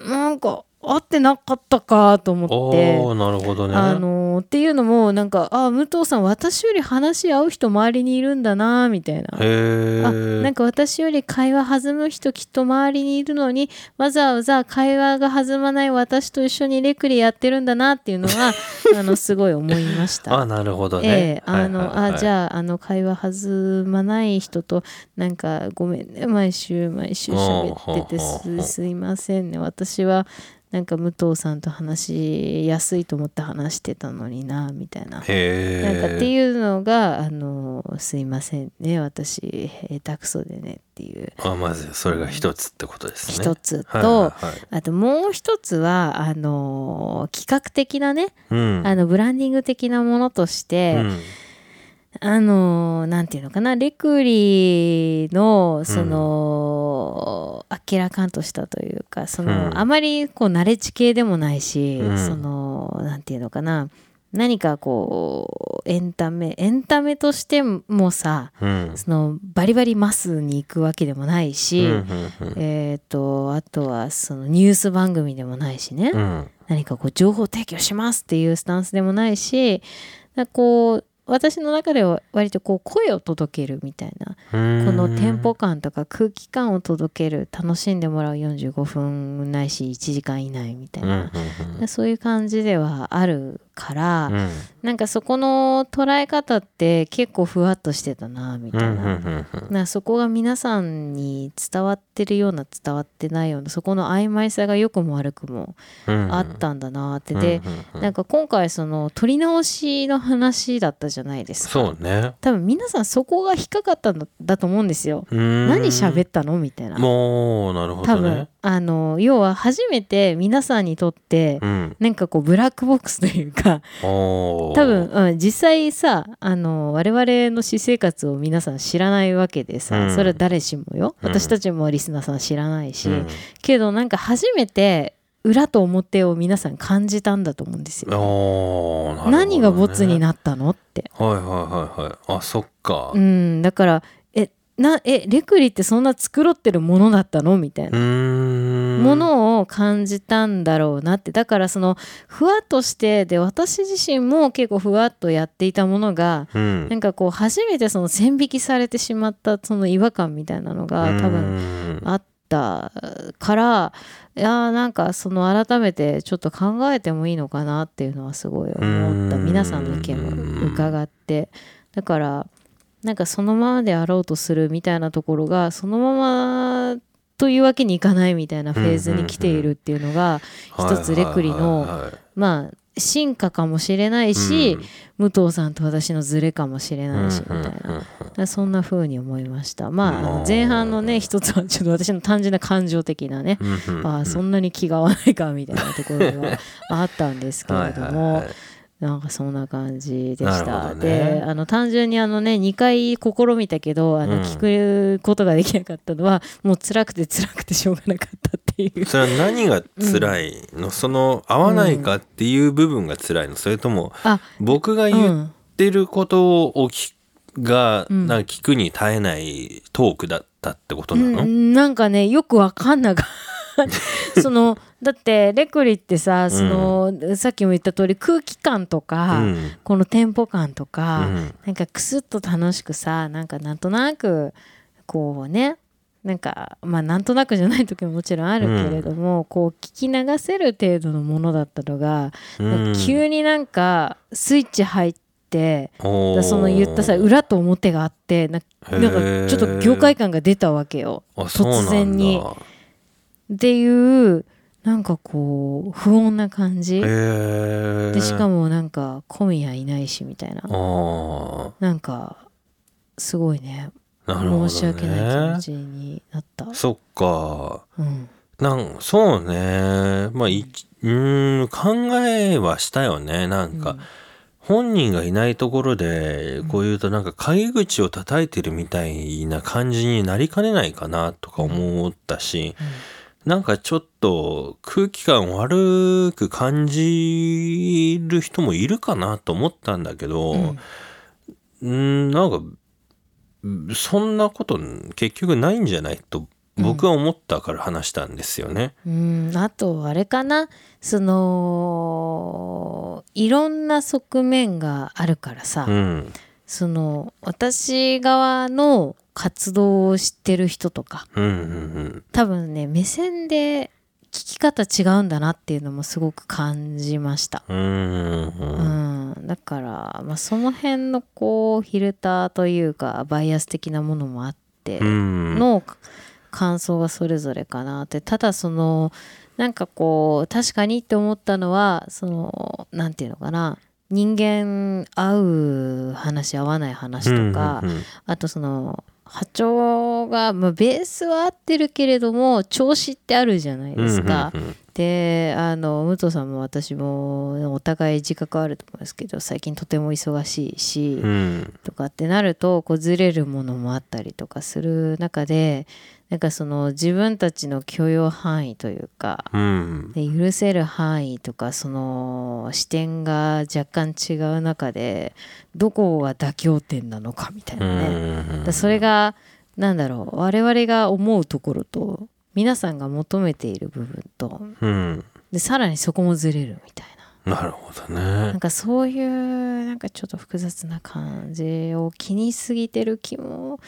Speaker 2: なんか合ってなかったかと思って
Speaker 1: お。ーなるほどね
Speaker 2: あのっていうのもなんかあ武藤さん私より話し合う人周りにいるんだなみたいな
Speaker 1: へえ
Speaker 2: あなんか私より会話弾む人きっと周りにいるのにわざわざ会話が弾まない私と一緒にレクリやってるんだなっていうの があのすごい思いました。
Speaker 1: あなるほど
Speaker 2: ええ
Speaker 1: ね、
Speaker 2: あの、あじ
Speaker 1: あ
Speaker 2: ゃああの会話弾まない人となんかごめんね毎週毎週喋ってて
Speaker 1: ほうほうほうほう
Speaker 2: すすいませんね私はなんか武藤さんと話しやすいと思って話してたのになみたいな。
Speaker 1: へ
Speaker 2: なん
Speaker 1: え
Speaker 2: かっていうのが「あのすいませんね私下手くそでね」っていう
Speaker 1: あまずそれが一つってことですね
Speaker 2: 一つと、
Speaker 1: はいはいはい
Speaker 2: あともう一つはあの企画的なね、
Speaker 1: うん
Speaker 2: あのブランディング的なものとして、
Speaker 1: うん
Speaker 2: あのーなんていうのかなレクリのその、あっけらかんとしたというかその、
Speaker 1: うん
Speaker 2: あまりこう慣れ地系でもないし、
Speaker 1: うん
Speaker 2: そのなんていうのかな何かこうエンタメエンタメとしてもさ
Speaker 1: うん
Speaker 2: そのバリバリマスに行くわけでもないし、
Speaker 1: うんうん
Speaker 2: えー、とあとはそのニュース番組でもないしね、
Speaker 1: うん
Speaker 2: 何かこう情報提供しますっていうスタンスでもないしなんかこう私の中では割とこう声を届けるみたいな
Speaker 1: うん
Speaker 2: このテンポ感とか空気感を届ける楽しんでもらう45分ないし1時間以内みたい
Speaker 1: うんうん
Speaker 2: な、そういう感じではあるから、
Speaker 1: うんうん
Speaker 2: なんかそこの捉え方って結構ふわっとしてたなみたいな。
Speaker 1: うんうんうんうん
Speaker 2: なそこが皆さんに伝わってるような伝わってないようなそこの曖昧さが良くも悪くも
Speaker 1: うん
Speaker 2: あったんだなって、で、
Speaker 1: うんうんうん
Speaker 2: なんか今回その撮り直しの話だったじゃないですか
Speaker 1: そうね
Speaker 2: 多分皆さんそこが引っかかったんだだと思うんですよ、何
Speaker 1: 何
Speaker 2: 喋ったのみたいな
Speaker 1: もうなるほ
Speaker 2: 多
Speaker 1: ど
Speaker 2: 分、
Speaker 1: ね
Speaker 2: あの要は初めて皆さんにとって、
Speaker 1: うん
Speaker 2: なんかこうブラックボックスというか
Speaker 1: おー
Speaker 2: 多分、うん、実際さあの我々の私生活を皆さん知らないわけでさ、
Speaker 1: うん
Speaker 2: それは誰しもよ
Speaker 1: うん
Speaker 2: 私たちもリスナーさん知らないし、
Speaker 1: うん
Speaker 2: けどなんか初めて裏と表を皆さん感じたんだと思うんですよ。
Speaker 1: おーなるほどね
Speaker 2: 何がボツになったのって。
Speaker 1: はいはいはいはいあそっか
Speaker 2: うん、だからえなえレクリってそんな繕ってるものだったのみたいな。
Speaker 1: うん
Speaker 2: ものを感じたんだろうなってだからそのふわっとしてで私自身も結構ふわっとやっていたものが
Speaker 1: うん
Speaker 2: なんかこう初めてその線引きされてしまったその違和感みたいなのが多分
Speaker 1: 分
Speaker 2: あったからいやーなんかその改めてちょっと考えてもいいのかなっていうのはすごい思った
Speaker 1: うん
Speaker 2: 皆さんの意見を伺ってだからなんかそのままであろうとするみたいなところがそのままというわけにいかないみたいなフェーズに来ているっていうのが一つレクリのまあ進化かもしれないし、武藤さんと私のズレかもしれないしみたいな、だからそんな風に思いましたまああ
Speaker 1: う
Speaker 2: の
Speaker 1: ん
Speaker 2: 前半のね一つはちょっと私の単純な感情的なね、ああそ
Speaker 1: ん
Speaker 2: んなに気が合わないかみたいなところがあったんですけれども、なんかそんな感じでし
Speaker 1: なる
Speaker 2: た、
Speaker 1: ほどね
Speaker 2: であの単純にあのね2回試みたけどあ
Speaker 1: うん
Speaker 2: の聞くことができなかったのは、もう辛くて辛くてしょうがなかったっていう
Speaker 1: それは何が辛いのその合わないかっていう部分が辛いのそれとも
Speaker 2: あ
Speaker 1: 僕が
Speaker 2: う
Speaker 1: 言っ
Speaker 2: ん
Speaker 1: てることを聞が
Speaker 2: うん
Speaker 1: なんか聞くに耐えないトークだったってこと
Speaker 2: う
Speaker 1: なの
Speaker 2: んなんかねよくわかんなかった そのだってレクリってさその、さっきも言った通り空気感とか、
Speaker 1: うん
Speaker 2: このテンポ感とか、
Speaker 1: うん
Speaker 2: なんかクスッと楽しくさなんかなんとなくこうねなんかまあなんとなくじゃない時ももちろんあるけれども、こう聞き流せる程度のものだったのが、なんか急になんかスイッチ入って、
Speaker 1: おー
Speaker 2: だその言ったさ裏と表があってなんか
Speaker 1: へー
Speaker 2: なんかちょっと業界観が出たわけよ
Speaker 1: あそうな
Speaker 2: 突
Speaker 1: んだ
Speaker 2: 然にっていうなんかこう不穏な感じ
Speaker 1: へー
Speaker 2: でしかもなんか今夜いないしみたいな
Speaker 1: あ
Speaker 2: なんかすごいね
Speaker 1: あなるほど、ね、
Speaker 2: 申し訳ない気持ちになった、
Speaker 1: そっか
Speaker 2: うん、
Speaker 1: なんそうねまあいきうーん考えはしたよねなんか、本人がいないところでこういうとなんか陰口を叩いてるみたいな感じになりかねないかなとか思ったし、なんかちょっと空気感悪く感じる人もいるかなと思ったんだけど、
Speaker 2: うん
Speaker 1: うんなんかうんそんなこと結局ないんじゃないと僕は思ったから話したんですよね。
Speaker 2: うん、あとあれかなそのいろんな側面があるからさ、
Speaker 1: うん、
Speaker 2: その私側の活動を知ってる人とか
Speaker 1: うん、うん、
Speaker 2: 多分ね目線で聞き方違うんだなっていうのもすごく感じました。
Speaker 1: うん、うん、
Speaker 2: う
Speaker 1: うん
Speaker 2: ん、だから、まあ、その辺のこうフィルターというかバイアス的なものもあって、
Speaker 1: うん、
Speaker 2: の感想がそれぞれかなってただそのなんかこう確かにって思ったのはそのなんていうのかな人間合う話合わない話とか、
Speaker 1: うんうんうん
Speaker 2: あとその波長が、まあ、ベースは合ってるけれども調子ってあるじゃないですか。
Speaker 1: うんうんうん
Speaker 2: であの武藤さんも私もお互い自覚あると思うんですけど最近とても忙しいし、
Speaker 1: うん
Speaker 2: とかってなるとこうずれるものもあったりとかする中でなんかその自分たちの許容範囲というか
Speaker 1: うん
Speaker 2: で許せる範囲とかその視点が若干違う中でどこが妥協点なのかみたいなね、だからそれがなんだろう我々が思うところと皆さんが求めている部分と
Speaker 1: うん
Speaker 2: でさらにそこもずれるみたいな。
Speaker 1: なるほど
Speaker 2: な
Speaker 1: ね
Speaker 2: ん。かそういうなんかちょっと複雑な感じを気にしすぎてる気も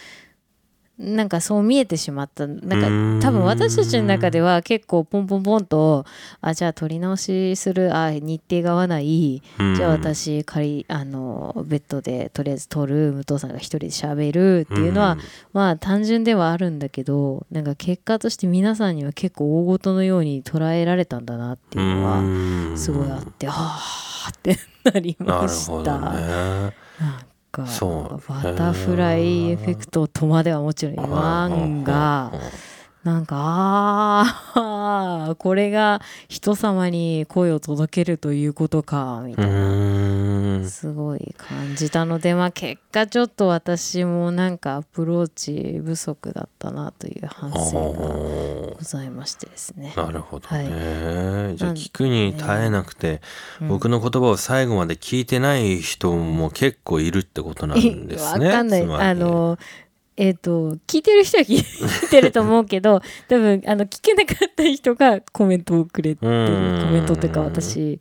Speaker 2: なんかそう見えてしまった
Speaker 1: う
Speaker 2: な
Speaker 1: ー
Speaker 2: ん
Speaker 1: ん
Speaker 2: か多分私たちの中では結構ポンポンポンとあじゃあ取り直しするあ日程が合わない
Speaker 1: うん
Speaker 2: じゃあ私仮あのベッドでとりあえず取る武藤さんが一人で喋るっていうのは、まあ単純ではあるんだけどなんか結果として皆さんには結構大ごとのように捉えられたんだなっていうのは。
Speaker 1: うん
Speaker 2: すごいあって、ああってなり
Speaker 1: な
Speaker 2: ま
Speaker 1: る
Speaker 2: し
Speaker 1: ほ
Speaker 2: た。
Speaker 1: どね。
Speaker 2: なんか
Speaker 1: そう
Speaker 2: バタフライエフェクトとまではもちろん言わんが、なんかああこれが人様に声を届けるということかみ
Speaker 1: う
Speaker 2: たいな。
Speaker 1: ん
Speaker 2: すごい感じたので、まあ、結果ちょっと私もなんかアプローチ不足だったなという反省が
Speaker 1: お
Speaker 2: ございましてですね
Speaker 1: ー。なるほどね、じゃあ聞くに耐えなくて、
Speaker 2: うん
Speaker 1: 僕の言葉を最後まで聞いてない人も結構いるってことなんですね。
Speaker 2: わかんない。
Speaker 1: つまり
Speaker 2: あの、えっ、と、聞いてる人は聞いてると思うけ ど、多分、あの、聞けなかった人がコメントをくれてる。
Speaker 1: うん
Speaker 2: コメントっていうか、私、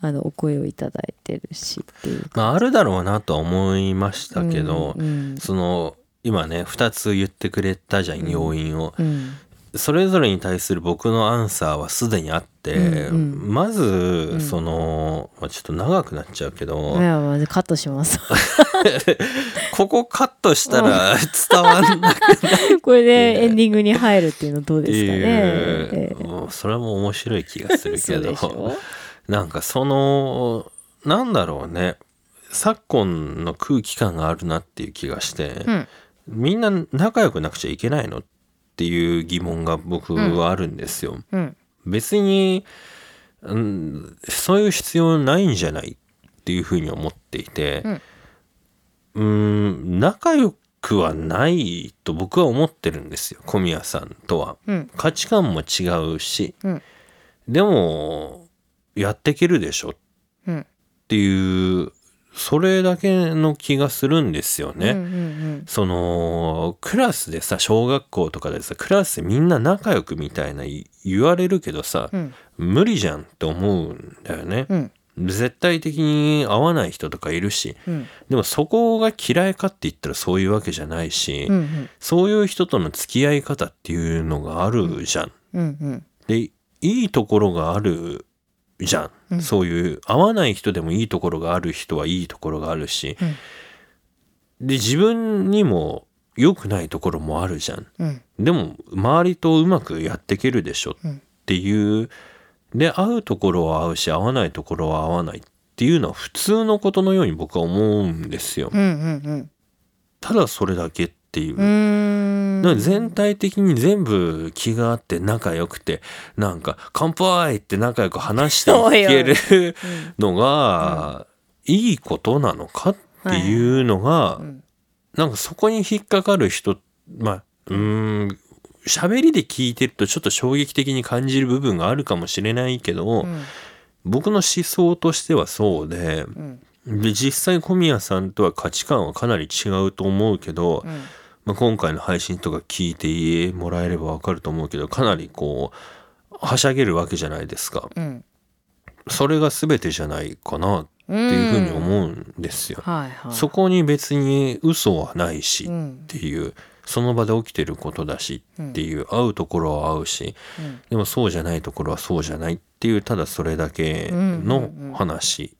Speaker 2: あの、お声をいただいてるしっていうか。
Speaker 1: まあ、あるだろうなとは思いましたけど、
Speaker 2: うん。
Speaker 1: その今ね2つ言ってくれたじゃん要因を。
Speaker 2: うん。
Speaker 1: それぞれに対する僕のアンサーはすでにあって、
Speaker 2: うんう
Speaker 1: まず
Speaker 2: ん
Speaker 1: その、まあ、ちょっと長くなっちゃうけど、
Speaker 2: いや、まあ、カットします。
Speaker 1: ここカットしたら 伝わんないっ
Speaker 2: これでエンディングに入るっていうのどう
Speaker 1: て
Speaker 2: ですかね。
Speaker 1: い
Speaker 2: え
Speaker 1: う、もうそれも面白い気がす
Speaker 2: え
Speaker 1: る
Speaker 2: そ
Speaker 1: け
Speaker 2: うでし
Speaker 1: ど
Speaker 2: ょ
Speaker 1: なんかそのなんだろうね昨今の空気感があるなっていう気がして、
Speaker 2: うん。
Speaker 1: みんな仲良くなくちゃいけないのっていう疑問が僕はあるんですよ。
Speaker 2: うん。
Speaker 1: 別に、うん、そういう必要ないんじゃないっていうふうに思っていて、うん、仲良くはないと僕は思ってるんですよ小宮さんとは。
Speaker 2: うん。
Speaker 1: 価値観も違うし、
Speaker 2: うん
Speaker 1: でもやっていけるでしょっ
Speaker 2: うん。
Speaker 1: ていうそれだけの気がするんですよね。
Speaker 2: うんうん
Speaker 1: そのクラスでさ小学校とかでさクラスみんな仲良くみたいない言われるけどさ、
Speaker 2: うん。
Speaker 1: 無理じゃんって思うんだよね。
Speaker 2: うん。
Speaker 1: 絶対的に合わない人とかいるし
Speaker 2: うん
Speaker 1: でもそこが嫌いかって言ったらそういうわけじゃないし、
Speaker 2: うんうん
Speaker 1: そういう人との付き合い方っていうのがあるじゃん。
Speaker 2: うんうん
Speaker 1: でいいところがあるじゃん、
Speaker 2: うん
Speaker 1: そういう合わない人でもいいところがある人はいいところがあるし、で自分にも良くないところもあるじゃん。
Speaker 2: うん
Speaker 1: でも周りとうまくやっていけるでしょっていうで合うところは合うし合わないところは合わないっていうのは普通のことのように僕は思うんですよ
Speaker 2: うんうん
Speaker 1: ただそれだけっていう
Speaker 2: うんうーん
Speaker 1: なんか全体的に全部気があって仲良くてなんか「乾杯!」って仲良く話 していけるのがいいことなのかっていうのが
Speaker 2: ん
Speaker 1: なんかそこに引っかかる人まあうーん喋りで聞いてるとちょっと衝撃的に感じる部分があるかもしれないけど
Speaker 2: うん
Speaker 1: 僕の思想としてはそう
Speaker 2: う
Speaker 1: で
Speaker 2: ん
Speaker 1: で実際小宮さんとは価値観はかなり違うと思うけど、
Speaker 2: うん
Speaker 1: まあ、今回の配信とか聞いてもらえればわかると思うけどかなりこうはしゃげるわけじゃないですか
Speaker 2: うん
Speaker 1: それが全てじゃないかなっていうふうに思うんですよ、
Speaker 2: はいはい
Speaker 1: そこに別に嘘はないし
Speaker 2: う
Speaker 1: っ
Speaker 2: ん
Speaker 1: ていうその場で起きてることだしっていう合うところは合うし
Speaker 2: うん
Speaker 1: でもそうじゃないところはそうじゃないっていうただそれだけの話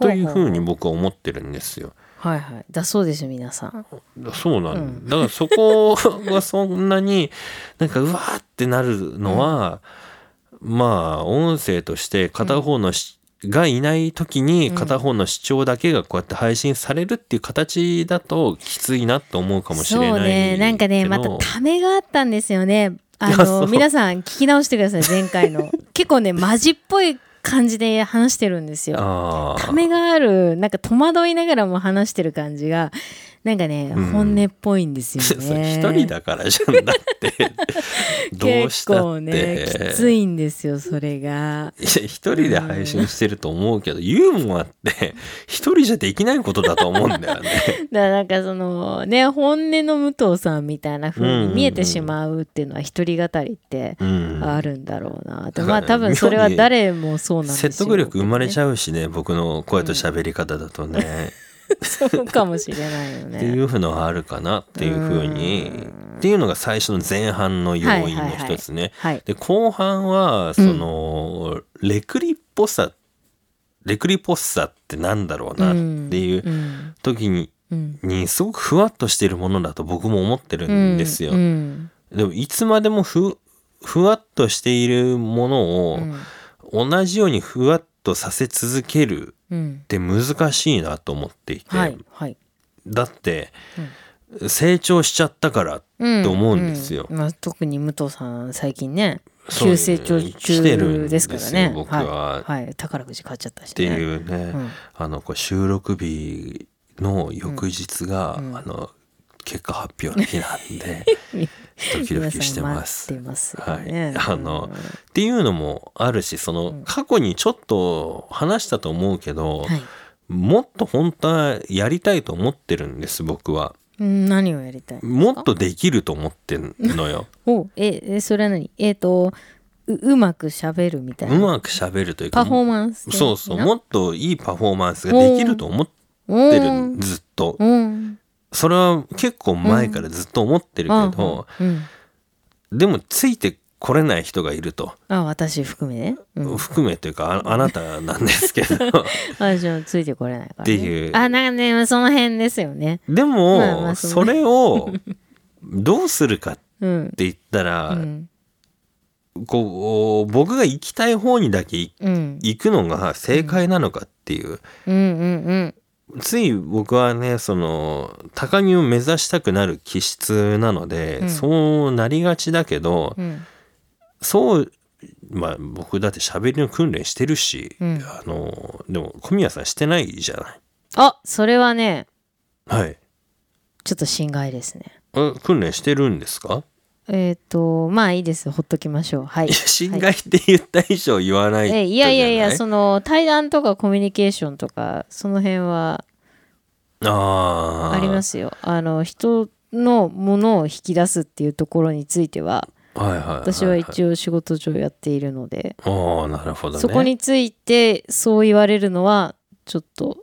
Speaker 2: うん
Speaker 1: と
Speaker 2: うんう
Speaker 1: い
Speaker 2: ん
Speaker 1: う
Speaker 2: ほう
Speaker 1: ふ
Speaker 2: ほう
Speaker 1: うに僕は思ってるんですよ
Speaker 2: はいはいだそうです皆さん
Speaker 1: そうなんだ。だからそこがそんなに、なんかうわーってなるのは、まあ音声として片方のし、がいない時に片方の主張だけがこうやって配信されるっていう形だときついなと思うかもしれないけど。
Speaker 2: そうねなんかねまたためがあったんですよねあ
Speaker 1: いやそ
Speaker 2: の
Speaker 1: う
Speaker 2: 皆さん聞き直してください前回 の結構ねマジっぽい感じで話してるんですよ
Speaker 1: あ
Speaker 2: た
Speaker 1: あ。
Speaker 2: めがあるなんか戸惑いながらも話してる感じがなんかね、
Speaker 1: うん
Speaker 2: 本音っぽいんです
Speaker 1: そ
Speaker 2: よ
Speaker 1: れ
Speaker 2: ね
Speaker 1: 一人だからじゃんだって。どう
Speaker 2: 結
Speaker 1: した
Speaker 2: 構
Speaker 1: って。
Speaker 2: ねきついんですよそれが
Speaker 1: いや一人で配信してると思うけど、ユーモアって一人じゃできないことだと思うんだよね。
Speaker 2: だからなんかそのね本音の武藤さんみたいな風に見えてしまうっていうのは一人語りって
Speaker 1: うん、
Speaker 2: あるんだろうなって、
Speaker 1: だか
Speaker 2: ま
Speaker 1: ら
Speaker 2: あ多分そ れは誰もそうなんですよ
Speaker 1: 説得力生まれちゃうしね僕の声と喋り方だとね、
Speaker 2: そうかもしれないよ
Speaker 1: ってい
Speaker 2: ね。
Speaker 1: うふうのはあるかなっていうふうに
Speaker 2: うん
Speaker 1: っていうのが最初の前半の要因の一つね。
Speaker 2: はい。
Speaker 1: で後半はその、レクリっぽさレクリっぽさってなんだろうなってい
Speaker 2: う。
Speaker 1: ううん時に,、
Speaker 2: うん。
Speaker 1: にすごくふわっとしてるものだと僕も思ってるんですよ。
Speaker 2: うん。
Speaker 1: でもいつまでもふふわっとしているものを、
Speaker 2: うん。
Speaker 1: 同じようにふわっとさせ続ける
Speaker 2: うん
Speaker 1: っ。て難しいなと思っていて、
Speaker 2: はい。はい。
Speaker 1: だって、成長しちゃったから
Speaker 2: うん。
Speaker 1: と思うんですよ
Speaker 2: うまあ特に武藤さん最近ね、
Speaker 1: そう
Speaker 2: 急成長
Speaker 1: 来てるん
Speaker 2: 中ですから
Speaker 1: です
Speaker 2: ね
Speaker 1: よ。僕は
Speaker 2: はい。はい宝くじ買っちゃったし
Speaker 1: っ
Speaker 2: ね。
Speaker 1: ていうね、
Speaker 2: ん
Speaker 1: あのこう収録日の翌日が、
Speaker 2: うんうん
Speaker 1: あの結果発表の日なんでドキ ド
Speaker 2: 皆
Speaker 1: キし
Speaker 2: さ
Speaker 1: て
Speaker 2: ん
Speaker 1: ま
Speaker 2: 待
Speaker 1: す。
Speaker 2: っ
Speaker 1: って
Speaker 2: ますよね。
Speaker 1: はいあのていうのもあるしその過去にちょっと話したと思うけど、
Speaker 2: うんはい。
Speaker 1: もっと本当はやりたいと思ってるんです僕は。
Speaker 2: うん何をやりたい？
Speaker 1: もっとできると思ってんのよ。
Speaker 2: おええそれは何？えっとううまく喋るみたいうな。
Speaker 1: まく喋るという
Speaker 2: パ
Speaker 1: か
Speaker 2: フォーマンス的な。
Speaker 1: そうそうもっといいパフォーマンスができると思ってるんずっと
Speaker 2: うん。
Speaker 1: それは結構前からずっと思ってるけど、
Speaker 2: うん、
Speaker 1: でもついてこれない人がいると、
Speaker 2: あ私含めね、うん、
Speaker 1: 含めというかああなたなんですけ ど
Speaker 2: 私もついてこれないから、ね、
Speaker 1: っていう
Speaker 2: あなんかねその辺ですよね
Speaker 1: でも、
Speaker 2: まあまあそ
Speaker 1: そうれをどうするかって
Speaker 2: うん、
Speaker 1: 言ったら、
Speaker 2: うん
Speaker 1: こう僕が行きたい方にだけ行
Speaker 2: うん、
Speaker 1: 行くのが正解なのかっていう
Speaker 2: うんうんうん
Speaker 1: つい僕はねその高みを目指したくなる気質なので、
Speaker 2: うん
Speaker 1: そうなりがちだけど、
Speaker 2: うん
Speaker 1: そうまあ僕だって喋りの訓練してるし、
Speaker 2: うん
Speaker 1: あのでも小宮さんしてないじゃない。
Speaker 2: あそれはね
Speaker 1: はい、
Speaker 2: ちょっと心外ですね
Speaker 1: え訓練してるんですか
Speaker 2: えっ、とまあいいですほっときましょう はい
Speaker 1: いや侵害って言った以上言わない
Speaker 2: えい
Speaker 1: じ
Speaker 2: や
Speaker 1: ゃない
Speaker 2: やいやその対談とかコミュニケーションとかその辺は
Speaker 1: あー
Speaker 2: ありますよあの人のものを引き出すっていうところについては
Speaker 1: はいはいはい、
Speaker 2: 私は一応仕事上やっているので、
Speaker 1: 応ああなるほどね
Speaker 2: そこについてそう言われるのはちょっと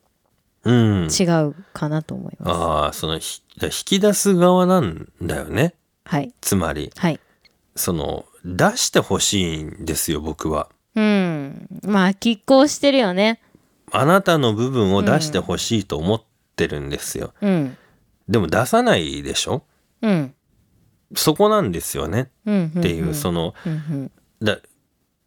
Speaker 1: うん
Speaker 2: 違うかなと思います。
Speaker 1: ああそのひ引き出す側なんだよね
Speaker 2: はい
Speaker 1: つまり
Speaker 2: はい。
Speaker 1: その出してほしいんですよ僕は
Speaker 2: うん。まあ拮抗してるよね。
Speaker 1: あなたの部分を出してほしいと思ってるんですよ、
Speaker 2: うん
Speaker 1: でも出さないでしょ
Speaker 2: うん
Speaker 1: そこなんですよね
Speaker 2: うんんん。
Speaker 1: っていう、その
Speaker 2: うんうん。
Speaker 1: だ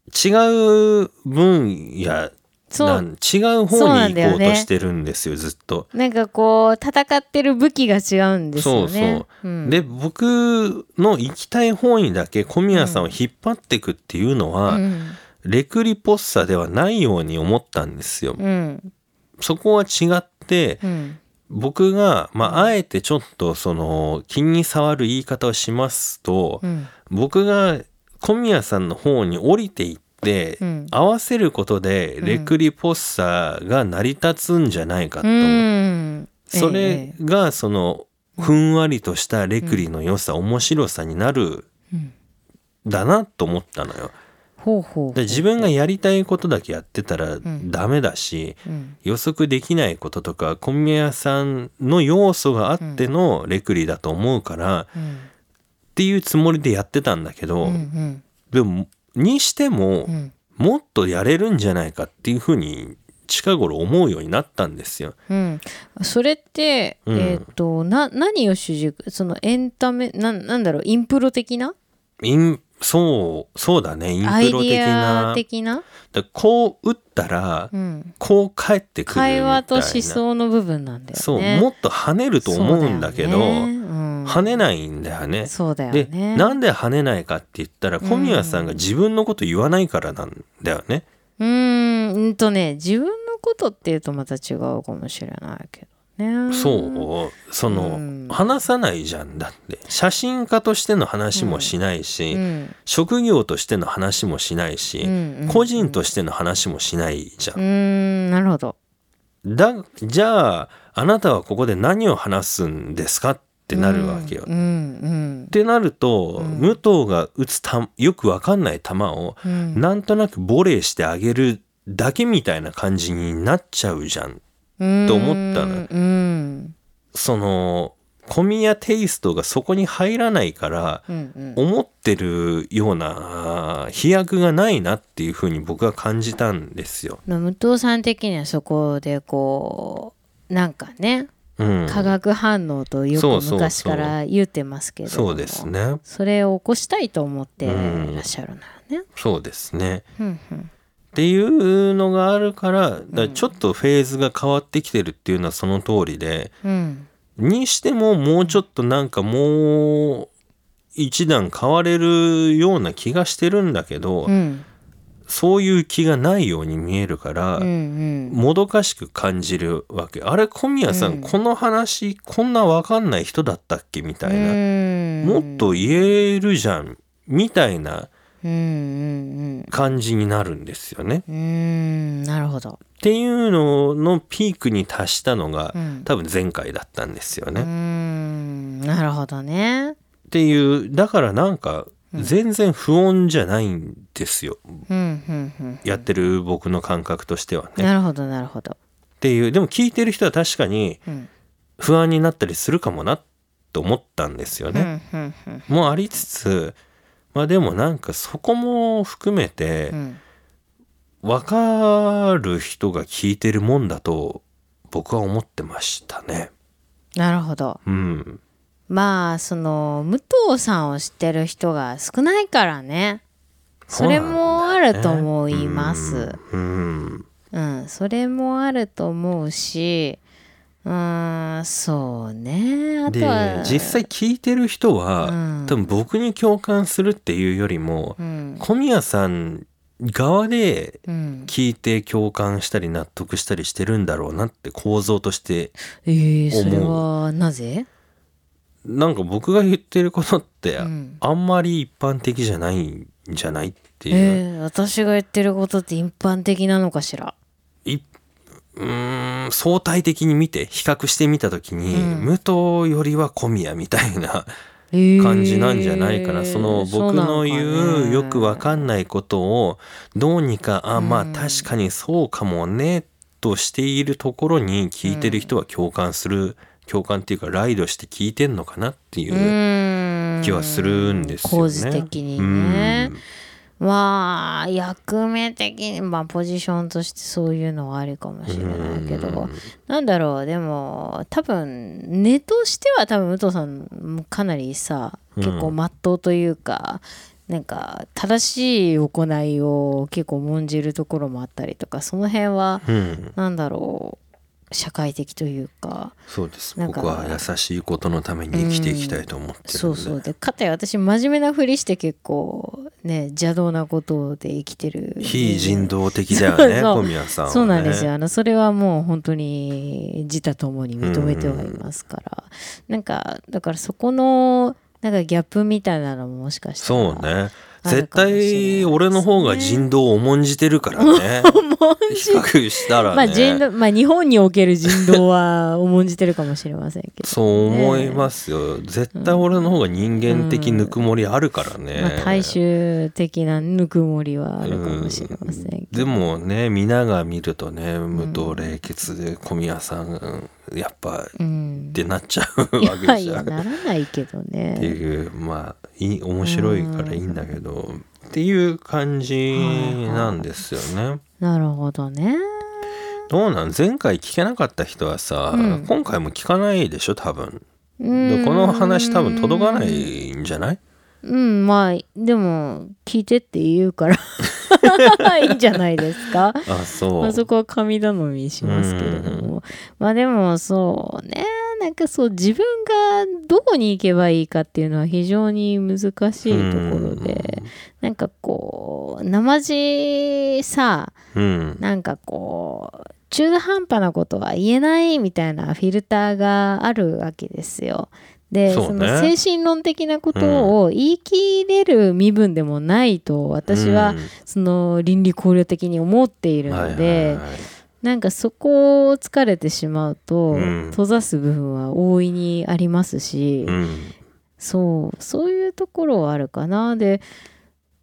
Speaker 1: 違う分野
Speaker 2: そ
Speaker 1: な
Speaker 2: うん
Speaker 1: 違う
Speaker 2: そうな
Speaker 1: 方
Speaker 2: ん
Speaker 1: に
Speaker 2: だよ
Speaker 1: 行こう
Speaker 2: ね
Speaker 1: としてるんですよずっと。
Speaker 2: なんかこう戦ってる武器が違うんですよね。
Speaker 1: そう
Speaker 2: う、ん、
Speaker 1: で僕の行きたい方にだけ小宮さんを引っ張っていくっていうのは、
Speaker 2: うん
Speaker 1: レクリポッサではないように思ったんですよ。
Speaker 2: うん
Speaker 1: そこは違って
Speaker 2: うん
Speaker 1: 僕が、まあ、あえてちょっとその気に障る言い方をしますと、
Speaker 2: うん
Speaker 1: 僕が小宮さんの方に降りていって、
Speaker 2: うん
Speaker 1: 合わせることで
Speaker 2: ん
Speaker 1: レクリポッサが成り立つんじゃないかと
Speaker 2: う
Speaker 1: 思う、
Speaker 2: ん。
Speaker 1: そ
Speaker 2: え
Speaker 1: れ
Speaker 2: え
Speaker 1: がそのふんわりとしたレクリの良さ、面白さになる
Speaker 2: うん
Speaker 1: だなと思ったのよ。
Speaker 2: ほうほうほう
Speaker 1: で自分がやりたいことだけやってたら
Speaker 2: ん
Speaker 1: ダメだし、
Speaker 2: うん
Speaker 1: 予測できないこととか小宮さんの要素があってのレクリだと思うから、っ
Speaker 2: うん
Speaker 1: ていうつもりでやってたんだけ
Speaker 2: う
Speaker 1: ど、
Speaker 2: ん
Speaker 1: でもにしても、
Speaker 2: うんうん
Speaker 1: もっとやれるんじゃないかっていうふうに近頃思うようになったんですよ。
Speaker 2: うん、それって、
Speaker 1: うん
Speaker 2: えっ、とな何を主軸そのエンタメなんなんだろうインプロ的な
Speaker 1: インそうそうだねイン
Speaker 2: ア
Speaker 1: プ
Speaker 2: イ
Speaker 1: ロ
Speaker 2: デ
Speaker 1: 的
Speaker 2: ィア
Speaker 1: な
Speaker 2: 的な、
Speaker 1: だこう打ったら、
Speaker 2: うん、
Speaker 1: こう返ってくるみたいな
Speaker 2: 会話と思想の部分なんだよね。
Speaker 1: そうもっと跳ねると思うんだけど
Speaker 2: そうよねうん
Speaker 1: 跳ねないんだよね。
Speaker 2: そうだよ
Speaker 1: で
Speaker 2: ね。
Speaker 1: なんで跳ねないかって言ったら小宮さんが自分のこと言わないからなんだよね。
Speaker 2: うーんうんとね自分のことっていうとまた違うかもしれないけどね。
Speaker 1: そうその、
Speaker 2: うん
Speaker 1: 話さないじゃんだって写真家としての話もしないし、
Speaker 2: うん
Speaker 1: 職業としての話もしないし、
Speaker 2: うんうん
Speaker 1: 個人としての話もしないじゃ。
Speaker 2: うんーんなるほど。
Speaker 1: だじゃああなたはここで何を話すんですかってなるわけよ。
Speaker 2: う
Speaker 1: っ
Speaker 2: んうん
Speaker 1: てなると、
Speaker 2: うん
Speaker 1: 武藤が打つたよくわかんない球を
Speaker 2: うんうん
Speaker 1: なんとなくボレーしてあげるだけみたいな感じになっちゃうじゃん。と思ったのよ
Speaker 2: うーん
Speaker 1: その小宮テイストがそこに入らないから
Speaker 2: うんうん
Speaker 1: 思ってるような飛躍がないなっていうふうに僕は感じたんですよ。
Speaker 2: まあ武藤さん的にはそこでこうなんかね
Speaker 1: うん、
Speaker 2: 化学反応とよ
Speaker 1: そう
Speaker 2: く
Speaker 1: そう
Speaker 2: 昔から言ってますけれども
Speaker 1: そうですね。
Speaker 2: それを起こしたいと思っていらっしゃるのよね。
Speaker 1: そうですね。
Speaker 2: うんうん
Speaker 1: っていうのがあるからだからちょっとフェーズが変わってきてるっていうのはその通りで
Speaker 2: うん
Speaker 1: にしてももうちょっとなんかもう一段変われるような気がしてるんだけど、
Speaker 2: うん
Speaker 1: そういう気がないように見えるから、
Speaker 2: うんうん
Speaker 1: もどかしく感じるわけあれ小宮さん、
Speaker 2: うん
Speaker 1: この話こんな分かんない人だったっけみたいな、
Speaker 2: うん
Speaker 1: もっと言えるじゃんみたいな
Speaker 2: うんうん
Speaker 1: 感じになるんですよね。
Speaker 2: うんうんなるほど。
Speaker 1: っていうののピークに達したのが、
Speaker 2: うん
Speaker 1: 多分前回だったんですよね。
Speaker 2: うー
Speaker 1: っ
Speaker 2: んなるほどね。
Speaker 1: ていうだからなんか全然不穏じゃないんですよ、
Speaker 2: うんうんうん
Speaker 1: やってる僕の感覚としてはね。っ
Speaker 2: なるほどなるほど。
Speaker 1: ていうでも聞いてる人は確かに
Speaker 2: うん
Speaker 1: 不安になったりするかもなと思ったんですよ
Speaker 2: う
Speaker 1: ね。
Speaker 2: んうんうん
Speaker 1: もうありつつまあでもなんかそこも含め
Speaker 2: う
Speaker 1: て
Speaker 2: ん
Speaker 1: 分かる人が聞いてるもんだと僕は思ってましたね。
Speaker 2: なるほど。
Speaker 1: うん
Speaker 2: まあその武藤さんを知ってる人が少ないからねそれもあると思います
Speaker 1: うん、
Speaker 2: うん、それもあると思うしうーんそうねあと
Speaker 1: で
Speaker 2: は
Speaker 1: 実際聞いてる人
Speaker 2: う
Speaker 1: は
Speaker 2: ん
Speaker 1: 多分僕に共感するっていうよりも
Speaker 2: うん
Speaker 1: 小宮さん側で
Speaker 2: うん、
Speaker 1: 聞いて共感したり納得したりしてるんだろうなって構造として
Speaker 2: えー、それ
Speaker 1: 思
Speaker 2: はなぜ、
Speaker 1: なんか僕が言ってることって
Speaker 2: うん
Speaker 1: あんまり一般的じゃないんじゃないって
Speaker 2: え
Speaker 1: い
Speaker 2: ー
Speaker 1: う、
Speaker 2: 私が言ってることって一般的なのかしら
Speaker 1: いうーん相対的に見て比較してみた時に、武藤よりは小宮みたいな感じなんじゃないかな、その僕の言うよくわかんないことをどうにかあまあ
Speaker 2: うん
Speaker 1: 確かにそうかもねとしているところに聞いてる人は共感する、共感っていうかライドして聞いてんのかなっていう気はするんですよね。
Speaker 2: 構図的にね。わあ役目的にまあポジションとしてそういうのはありかもしれないけ
Speaker 1: う
Speaker 2: ど
Speaker 1: ん
Speaker 2: なんだろうでも多分根としては多分武藤さんもかなりさ
Speaker 1: うん
Speaker 2: 結構まっとうというか、なんか正しい行いを結構重んじるところもあったりとかその辺は
Speaker 1: うんうん
Speaker 2: なんだろう社会的というか
Speaker 1: そうです
Speaker 2: なんか
Speaker 1: 僕は優しいことのために生きていきたいと思ってるんで、
Speaker 2: そうそうでかたや私真面目なふりして結構ね邪道なことで生きてる
Speaker 1: 非人道的だよね
Speaker 2: そうそう
Speaker 1: 小宮さんはね
Speaker 2: そうなんですよ。あのそれはもう本当に自他ともに認めてはいますから、なんかだからそこのなんかギャップみたいなのももしかしたら
Speaker 1: そうね
Speaker 2: ある
Speaker 1: 絶
Speaker 2: かもしれないですね
Speaker 1: 対俺の方が人道を重んじてるから ね
Speaker 2: もう
Speaker 1: 比較したらね、
Speaker 2: まあ人道まあ日本における人道は重んじてるかもしれませんけど、
Speaker 1: そう思いますよ、絶対俺の方が人間的ぬくもりあるからね、
Speaker 2: まあ大衆的なぬくもりはあるかもしれませんけど、
Speaker 1: でもね皆が見るとね無糖冷血で小宮さんやっぱっ
Speaker 2: うん、
Speaker 1: てなっちゃう
Speaker 2: い
Speaker 1: わけ
Speaker 2: やい
Speaker 1: じゃ
Speaker 2: や
Speaker 1: んっ
Speaker 2: ならないけど
Speaker 1: て
Speaker 2: ね。
Speaker 1: いうまあいい面白いからいいんだけどっていう感じなんですよね。
Speaker 2: なるほどね。
Speaker 1: どうなん前回聞けなかった人はさ、
Speaker 2: うん
Speaker 1: 今回も聞かないでしょ多分
Speaker 2: こ
Speaker 1: でこの話多分届かな
Speaker 2: うん
Speaker 1: いんじゃない
Speaker 2: うんまあでも聞いてって言うから いいんじゃないですか
Speaker 1: あそう
Speaker 2: あそこは神頼みしますけれどもまあでもそうねなんかそう自分がどこに行けばいいかっていうのは非常に難しいところでなんかこうなまじさ
Speaker 1: うん
Speaker 2: なんかこう中途半端なことは言えないみたいなフィルターがあるわけですよ。で
Speaker 1: そ
Speaker 2: そ,、
Speaker 1: うね
Speaker 2: の精神論的なことを言い切れる身分でもないと私はその倫理考慮的に思っているのでなんかそこを疲れてしまうと
Speaker 1: うん
Speaker 2: 閉ざす部分は大いにありますし、そうそういうところはあるかなで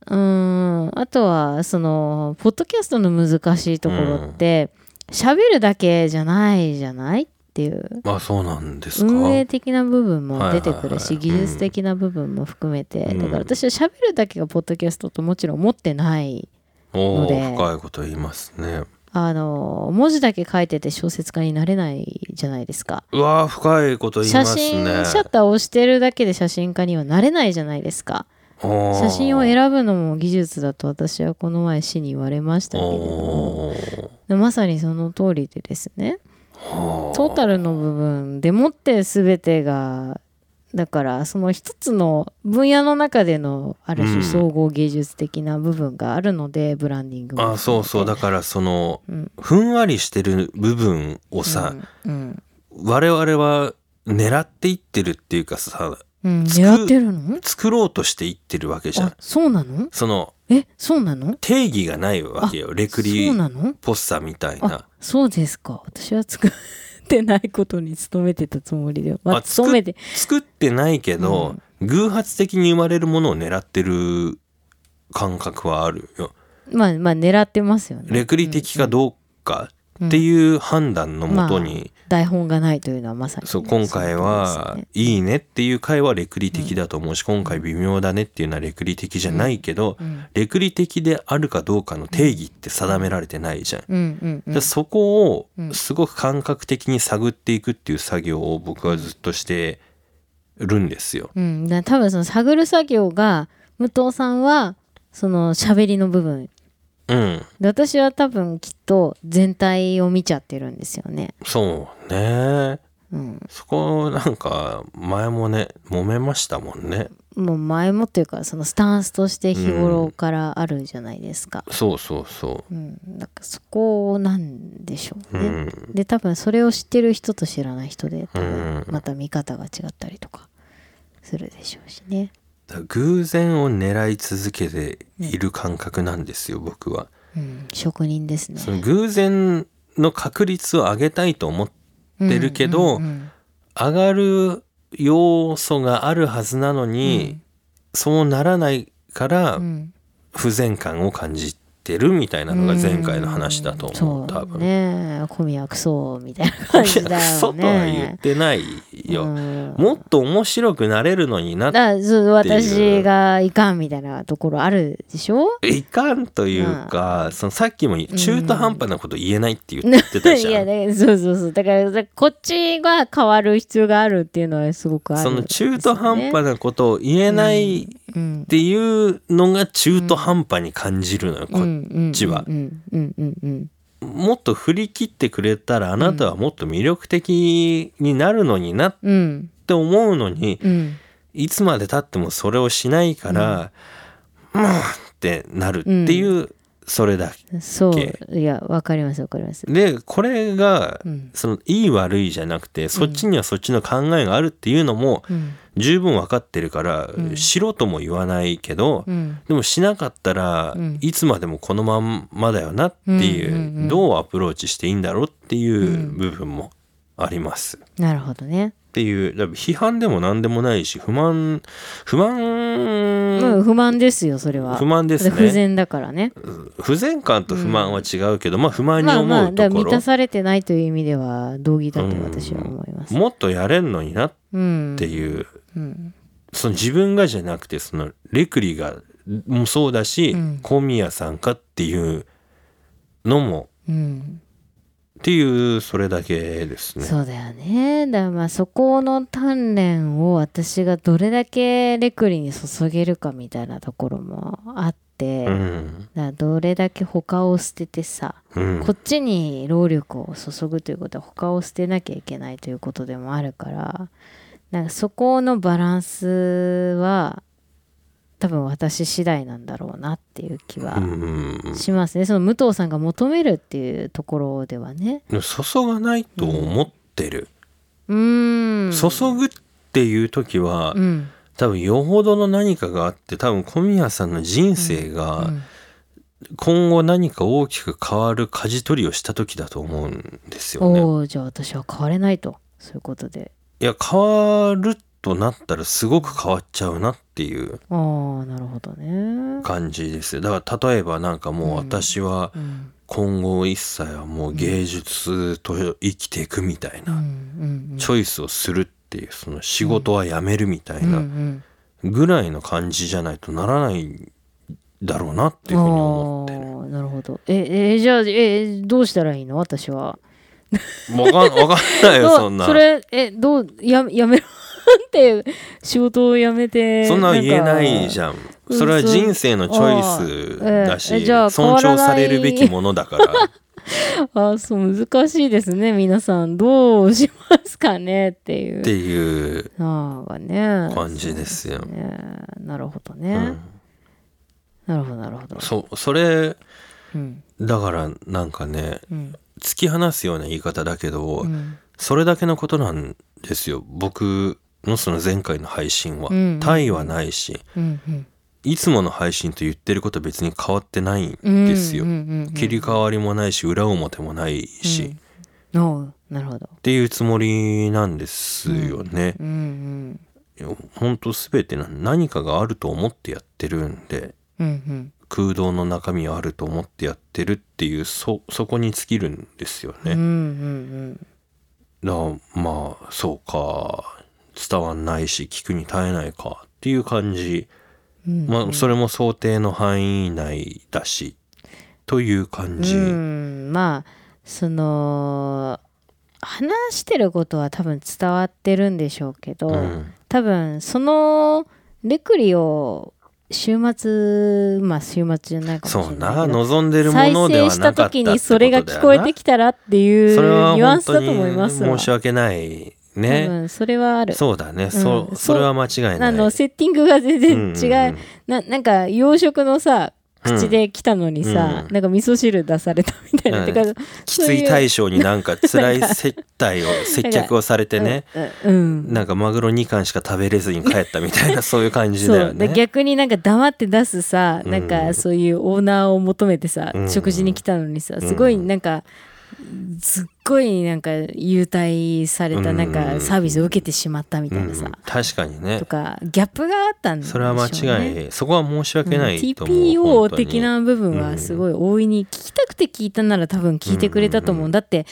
Speaker 2: うーんあとはそのポッドキャストの難しいところって喋、るだけじゃないじゃないっていう
Speaker 1: まあそうなんですか
Speaker 2: 運営的な部分も出てくるし、
Speaker 1: はいはいはい
Speaker 2: 技術的な部分も含めて、
Speaker 1: うん
Speaker 2: だから私は喋るだけがポッドキャストともちろん思ってない
Speaker 1: お
Speaker 2: の
Speaker 1: お
Speaker 2: で
Speaker 1: 深いこと言いますね
Speaker 2: あの文字だけ書いてて小説家になれないじゃないですか。
Speaker 1: うわー深いこと言いま
Speaker 2: 写
Speaker 1: すね
Speaker 2: 真、シャッターを押してるだけで写真家にはなれないじゃないですか。
Speaker 1: おー
Speaker 2: 写真を選ぶのも技術だと私はこの前市に言われましたけれども
Speaker 1: おー
Speaker 2: まさにその通りでですね
Speaker 1: は
Speaker 2: トータルの部分でもって全てがだからその一つの分野の中でのある
Speaker 1: うん
Speaker 2: 種総合芸術的な部分があるので、ブランディング
Speaker 1: あ
Speaker 2: も
Speaker 1: あそうそうだからその、
Speaker 2: うん
Speaker 1: ふんわりしてる部分をさ、
Speaker 2: うんうん
Speaker 1: 我々は狙っていってるっていうかさ
Speaker 2: うん
Speaker 1: つく
Speaker 2: 狙ってるの
Speaker 1: 作ろうとしていってるわけじゃん
Speaker 2: あそうなの
Speaker 1: その
Speaker 2: えそうなの
Speaker 1: 定義がないわけよレクリ
Speaker 2: そうなの
Speaker 1: ポッサみたいな
Speaker 2: あそうですか私は作ってないことに努めてたつもりで、まあ、
Speaker 1: あ作っ
Speaker 2: 努めて
Speaker 1: 作ってないけど、偶発的に生まれるものを狙ってる感覚はあるよ
Speaker 2: まあまあ狙ってますよね。
Speaker 1: レクリ的かどうかっていう判断のもとに、
Speaker 2: 台本がないというのはまさにね、
Speaker 1: そう今回
Speaker 2: そう
Speaker 1: は
Speaker 2: ですね
Speaker 1: いいねっていう回はレクリ的だと思うし、今回微妙だねっていうのはレクリ的じゃないけど、
Speaker 2: ん
Speaker 1: レクリ的であるかどうかの定義って定められてないじゃん。
Speaker 2: うんうんうん
Speaker 1: でそこを
Speaker 2: うん
Speaker 1: すごく感覚的に探っていくっていう作業を僕はずっとしてるんですよ。
Speaker 2: うん、だから多分その探る作業が武藤さんはその喋りの部分
Speaker 1: うん、
Speaker 2: で私は多分きっと全体を見ちゃってるんですよね。
Speaker 1: そうね。
Speaker 2: うん、
Speaker 1: そこなんか前もね揉めましたもんね。
Speaker 2: もう前もっていうかそのスタンスとして日頃からあるじゃないですか。
Speaker 1: そうそうそ
Speaker 2: うん、だからそこなんでしょう
Speaker 1: う。う
Speaker 2: ね。
Speaker 1: ん、
Speaker 2: で多分それを知ってる人と知らない人で多
Speaker 1: うん
Speaker 2: 分また見方が違ったりとかするでしょうしね。
Speaker 1: だから偶然を狙い続けている感覚なんですよ僕は。
Speaker 2: うん、職人ですね。
Speaker 1: その偶然の確率を上げたいと思ってるけど、
Speaker 2: うんうんうん
Speaker 1: 上がる要素があるはずなのに、
Speaker 2: うん
Speaker 1: そうならないから
Speaker 2: うん
Speaker 1: 不全感を感じてるみたいなのが前回の話だと思う、
Speaker 2: ん
Speaker 1: 多分。
Speaker 2: ねえ小宮クソみたいな感じだよね。
Speaker 1: そとは言ってないよ、
Speaker 2: うん
Speaker 1: もっと面白くなれるのにな
Speaker 2: だからそう私がいかんみたいなところあるでしょ
Speaker 1: いかんというか、そのさっきも中途半端なこと言えないって言ってたじ
Speaker 2: い
Speaker 1: ゃ
Speaker 2: や
Speaker 1: ん。
Speaker 2: だからそうそうそうだからだこっちが変わる必要があるっていうのはすごくある
Speaker 1: その中途半端なことを言えないっ
Speaker 2: うん
Speaker 1: ていうのが中途半端に感じるのよ、こ
Speaker 2: っ
Speaker 1: ちは
Speaker 2: うんうんうんうん
Speaker 1: もっと振り切ってくれたらあなたはもっと魅力的になるのになっ
Speaker 2: うんうん
Speaker 1: て思うのに
Speaker 2: うん
Speaker 1: いつまでたってもそれをしないから、もうってなるっていう、それだ
Speaker 2: うんそ
Speaker 1: OK
Speaker 2: ういやわかりますわかります
Speaker 1: でこれが、
Speaker 2: うん
Speaker 1: そのいい悪いじゃなくてそっちにはそっちの考えがあるっていうのも
Speaker 2: うん
Speaker 1: 十分分かってるから、
Speaker 2: うん
Speaker 1: しろとも言わないけど、
Speaker 2: うん
Speaker 1: でもしなかったら、
Speaker 2: うん
Speaker 1: いつまでもこのまんまだよなっていう,、
Speaker 2: うんうんうん
Speaker 1: どうアプローチしていいんだろうっていううん部分もあります。
Speaker 2: なるほどね
Speaker 1: っていうだから批判でも何でもないし不満不満、
Speaker 2: うん不満ですよそれは
Speaker 1: 不満ですね
Speaker 2: 不全だからね
Speaker 1: 不全感と不満は違うけど、まあ不満に
Speaker 2: まあま
Speaker 1: 思
Speaker 2: あ
Speaker 1: う
Speaker 2: だ
Speaker 1: と
Speaker 2: から
Speaker 1: こ
Speaker 2: 満
Speaker 1: ろ
Speaker 2: たされてないという意味では同義だと私は思います
Speaker 1: もっとやれんのになっ
Speaker 2: うん
Speaker 1: ていう
Speaker 2: うん
Speaker 1: その自分がじゃなくてそのレクリがもそうだし、
Speaker 2: うん
Speaker 1: 小宮さんかっていうのも
Speaker 2: うん
Speaker 1: っていうそれだけですね。
Speaker 2: そうだよねだからまあそこの鍛錬を私がどれだけレクリに注げるかみたいなところもあって、
Speaker 1: う
Speaker 2: だか
Speaker 1: ん
Speaker 2: らどれだけ他を捨ててさ、
Speaker 1: うん
Speaker 2: こっちに労力を注ぐということは他を捨てなきゃいけないということでもあるからなんかそこのバランスは多分私次第なんだろうなっていう気
Speaker 1: う
Speaker 2: は
Speaker 1: んで
Speaker 2: しますね、その武藤さんが求めるっていうところではね
Speaker 1: も注がないと思ってる、
Speaker 2: うーん
Speaker 1: 注ぐっていう時は、
Speaker 2: うん
Speaker 1: 多分よほどの何かがあって多分小宮さんの人生
Speaker 2: う
Speaker 1: が
Speaker 2: ん
Speaker 1: 今後何か大きく変わる舵取りをした時だと思うんですよね。
Speaker 2: おおじゃあ私は変われないとそういうことで
Speaker 1: いや変わるとなったらすごく変わっちゃうなっていう
Speaker 2: ああなるほどね
Speaker 1: 感じですよだから例えばなんかもう私は
Speaker 2: うん
Speaker 1: 今後一切はもう芸術と生きていくみたい
Speaker 2: うんう
Speaker 1: なん
Speaker 2: うん
Speaker 1: チョイスをするっていうその仕事は辞めるみたい
Speaker 2: うんう
Speaker 1: なんぐらいの感じじゃないとならないんだろうなっていうふうに思ってる。
Speaker 2: あーなるほどええじゃあえどうしたらいいの私は
Speaker 1: わかんわかん ないよ
Speaker 2: ど
Speaker 1: そんな。
Speaker 2: れえどうや やめろって仕事を辞めて
Speaker 1: そんなの言えないじ
Speaker 2: ゃん
Speaker 1: ゃ
Speaker 2: う
Speaker 1: ん。
Speaker 2: ん
Speaker 1: それは人生のチョイスだ
Speaker 2: あーえ
Speaker 1: し、
Speaker 2: えじゃあ変
Speaker 1: 尊
Speaker 2: わらない
Speaker 1: 重されるべきものだから。
Speaker 2: かあーそう難しいですね皆さんどうしますかねってい
Speaker 1: っ
Speaker 2: う
Speaker 1: ていう
Speaker 2: ああがね
Speaker 1: 感じですよ。
Speaker 2: ねなるほど
Speaker 1: う
Speaker 2: ね、
Speaker 1: ん、
Speaker 2: なるほどなるほど
Speaker 1: そそれ
Speaker 2: うん
Speaker 1: だからなんかね
Speaker 2: うん
Speaker 1: 突き放すような言い方だけど、
Speaker 2: うん
Speaker 1: それだけのことなんですよ僕のその前回の配信は。
Speaker 2: うん
Speaker 1: タイはないし
Speaker 2: うんうん
Speaker 1: いつもの配信と言ってること別に変わってないん
Speaker 2: で
Speaker 1: ですよ。切り替わりもないし裏表もないし、っ
Speaker 2: おなるほど。
Speaker 1: ていうつもりなんですよね。
Speaker 2: うん
Speaker 1: いやほんと全てな何かがあると思ってやってるんで
Speaker 2: うんうん
Speaker 1: 空洞の中身はあると思ってやってるっていうそそこに尽きるんですよ
Speaker 2: うんうんう
Speaker 1: ね。
Speaker 2: ん
Speaker 1: だからまあそうか伝わんないし聞くに耐えないかっていう感じ、
Speaker 2: うん
Speaker 1: まあ、それも想定の範囲内だしという感じ。
Speaker 2: うんまあその話してることは多分伝わってるんでしょうけど、
Speaker 1: うん
Speaker 2: 多分そのレクリを週末まあ週末じゃないかもし
Speaker 1: そ
Speaker 2: れ
Speaker 1: う
Speaker 2: な
Speaker 1: ない
Speaker 2: けど
Speaker 1: 望んでるも
Speaker 2: 再
Speaker 1: ので
Speaker 2: 生
Speaker 1: は
Speaker 2: した
Speaker 1: なかったって
Speaker 2: 時
Speaker 1: ことだよな
Speaker 2: にそれが聞こえてきたらっていう
Speaker 1: それは
Speaker 2: ニュアン
Speaker 1: 本
Speaker 2: スだ
Speaker 1: 当
Speaker 2: と思いま
Speaker 1: に
Speaker 2: すわ
Speaker 1: 申し訳ない
Speaker 2: 多
Speaker 1: ね。
Speaker 2: 分それはある
Speaker 1: そうだね、そ
Speaker 2: うん
Speaker 1: それは間違いない。
Speaker 2: あのセッティングが全然違う、
Speaker 1: うんうんうん
Speaker 2: ななんか洋食のさ口で来たのにさ、
Speaker 1: うん
Speaker 2: なんか味噌汁出されたみたいな、
Speaker 1: うん
Speaker 2: てか
Speaker 1: きつい対象になんか辛い接待を接客をされ てね
Speaker 2: うん、うん
Speaker 1: なんかマグロ2貫しか食べれずに帰ったみたいなそういう感じだ
Speaker 2: そ
Speaker 1: よ
Speaker 2: うで
Speaker 1: ね。
Speaker 2: 逆になんか黙って出すさ、
Speaker 1: うん
Speaker 2: なんかそういうオーナーを求めてさ、
Speaker 1: うん
Speaker 2: 食事に来たのにさすごいなんか、すっごいなんか優待されたなんかサービスを受けてしまったみたいなさ、
Speaker 1: うん確かにね
Speaker 2: とかギャップがあったんでしょ
Speaker 1: そ
Speaker 2: う
Speaker 1: れ
Speaker 2: ね
Speaker 1: は間違い、そこは申し訳ないと思う、
Speaker 2: TPO
Speaker 1: 本当に
Speaker 2: 的な部分はすごい大いに聞きたくて聞いたなら多分聞いてくれたと思う、
Speaker 1: うんうんうん
Speaker 2: だって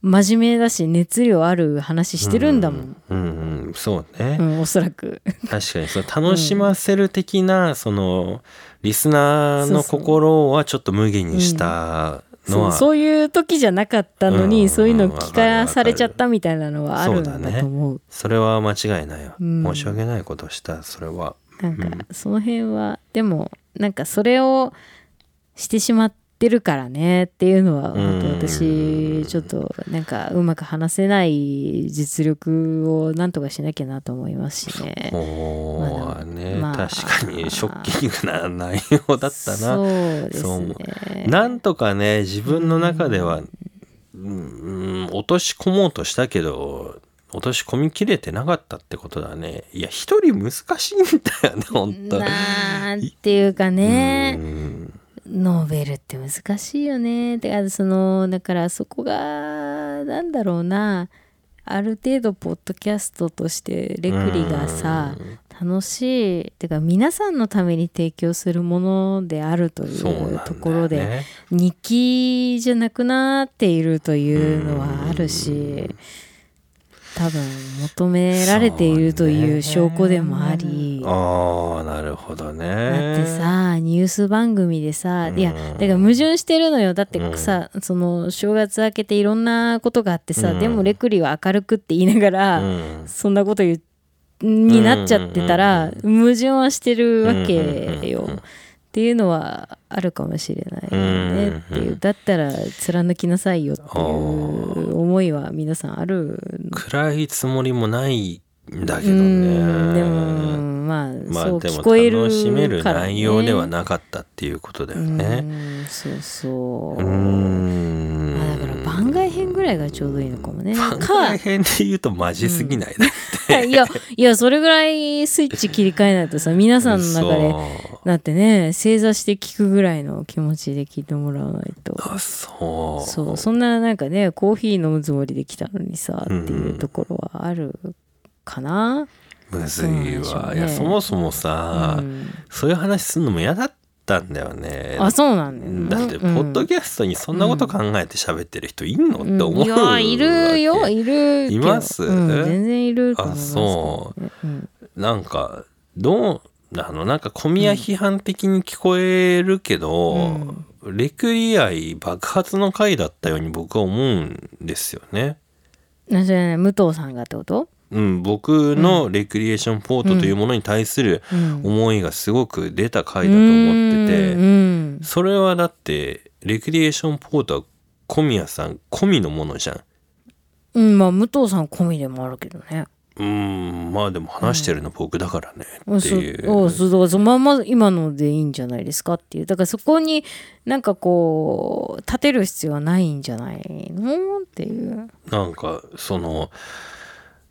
Speaker 2: 真面目だし熱量ある話してるんだもん、
Speaker 1: うんうん、うんそうね、
Speaker 2: うんおそらく
Speaker 1: 確かにその楽しませる的な、そのリスナーの
Speaker 2: そうそう
Speaker 1: 心はちょっと無限にしたの
Speaker 2: そ
Speaker 1: は、
Speaker 2: うそういう時じゃなかったのに、
Speaker 1: うん
Speaker 2: そういうの聞かされちゃったみたいなのはあるん
Speaker 1: そうだ
Speaker 2: だ
Speaker 1: ね
Speaker 2: と思う,、
Speaker 1: それは間違いないわ、
Speaker 2: うん
Speaker 1: 申し訳ないことをしたそれは
Speaker 2: なんかその辺はでもなんかそれをしてしまってるからねっていうのは本当
Speaker 1: うん
Speaker 2: 私ちょっとなんかうまく話せない実力をなんとかしなきゃなと思いますしね。
Speaker 1: もうね、
Speaker 2: まあ
Speaker 1: 確かにショッキングな内容だった
Speaker 2: そう
Speaker 1: な。
Speaker 2: です
Speaker 1: そう思
Speaker 2: ね。
Speaker 1: なんとかね自分の中では、うんうん落とし込もうとしたけど落とし込みきれてなかったってことだね。いや一人難しいんだよね本当
Speaker 2: なんていうかね
Speaker 1: う、ん
Speaker 2: ノーベルって難しいよね。てかそのだからそこがなんだろうなある程度ポッドキャストとしてレクリがさ楽しいてか皆さんのために提供するものであるとい
Speaker 1: そうなんだ
Speaker 2: う
Speaker 1: よね
Speaker 2: ところで、日記じゃなくなっているというのはあるし多分求められているという証拠でもあり。
Speaker 1: ああなるほどね。
Speaker 2: だってさニュース番組でさ、いや
Speaker 1: うん
Speaker 2: だから矛盾してるのよだって
Speaker 1: うん
Speaker 2: さ、その正月明けていろんなことがあってさ、
Speaker 1: うん
Speaker 2: でもレクリは明るくって言いながら、
Speaker 1: うん
Speaker 2: そんなこと言うになっちゃってたら、
Speaker 1: うん
Speaker 2: 矛盾はしてるわけよ、
Speaker 1: うんうんうんうん
Speaker 2: っていうのはあるかもしれないよね、
Speaker 1: うんうん
Speaker 2: っていうだったら貫きなさいよっていう思いは皆さんある
Speaker 1: 暗いつもりもないんだけど
Speaker 2: う
Speaker 1: ね。
Speaker 2: んでもまあ、
Speaker 1: まあ
Speaker 2: そう
Speaker 1: でも
Speaker 2: 聞こえる
Speaker 1: 楽しめる
Speaker 2: からね
Speaker 1: 内容ではなかったっていうことだよ
Speaker 2: う
Speaker 1: ね。
Speaker 2: ーんそうそうう、
Speaker 1: ーん
Speaker 2: まあ、だから番外編ぐらいがちょうどいいのかもね
Speaker 1: 番外編で言うとマジすぎないだ
Speaker 2: かいやいやそれぐらいスイッチ切り替えないとさ 皆さんの中でだってね正座して聞くぐらいの気持ちで聞いてもらわないと
Speaker 1: あそう
Speaker 2: そうそんななんかねコーヒー飲むつもりで来たのにさって
Speaker 1: うん
Speaker 2: いうところはあるかな、
Speaker 1: むず
Speaker 2: そうなん
Speaker 1: い
Speaker 2: でしょう
Speaker 1: わ、
Speaker 2: ね
Speaker 1: いやそもそも
Speaker 2: う
Speaker 1: さ、
Speaker 2: ん、
Speaker 1: そういう話するのも嫌だったんだよね
Speaker 2: あそうなんだよね
Speaker 1: だってポ
Speaker 2: うん
Speaker 1: ッドキャストにそんなこと考えて喋ってる人いんの、って思う
Speaker 2: いやいるよいるけど
Speaker 1: います
Speaker 2: うん全然いると思いますけどね、、
Speaker 1: あそう
Speaker 2: ん、
Speaker 1: なんかどうあのなんか小宮批判的に聞こえるけど、レクリ愛爆発の回だったように僕は思うんですよね。
Speaker 2: なんじゃない武藤さんがってこと、
Speaker 1: うん、僕のレクリエーションポートというものに対する
Speaker 2: うん、
Speaker 1: 思いがすごく出た回だと思って
Speaker 2: う
Speaker 1: て
Speaker 2: ん
Speaker 1: それはだってレクリエーションポートは小宮さん込みのものじゃん。
Speaker 2: うん、うんまあ武藤さん込みでもあるけどね
Speaker 1: うんまあでも話してるの僕だからねっていう。
Speaker 2: そうそうだからそのまんま今のでいいんじゃないですかっていうだからそこになんかこう立てる必要はないんじゃないのっていう
Speaker 1: なんかその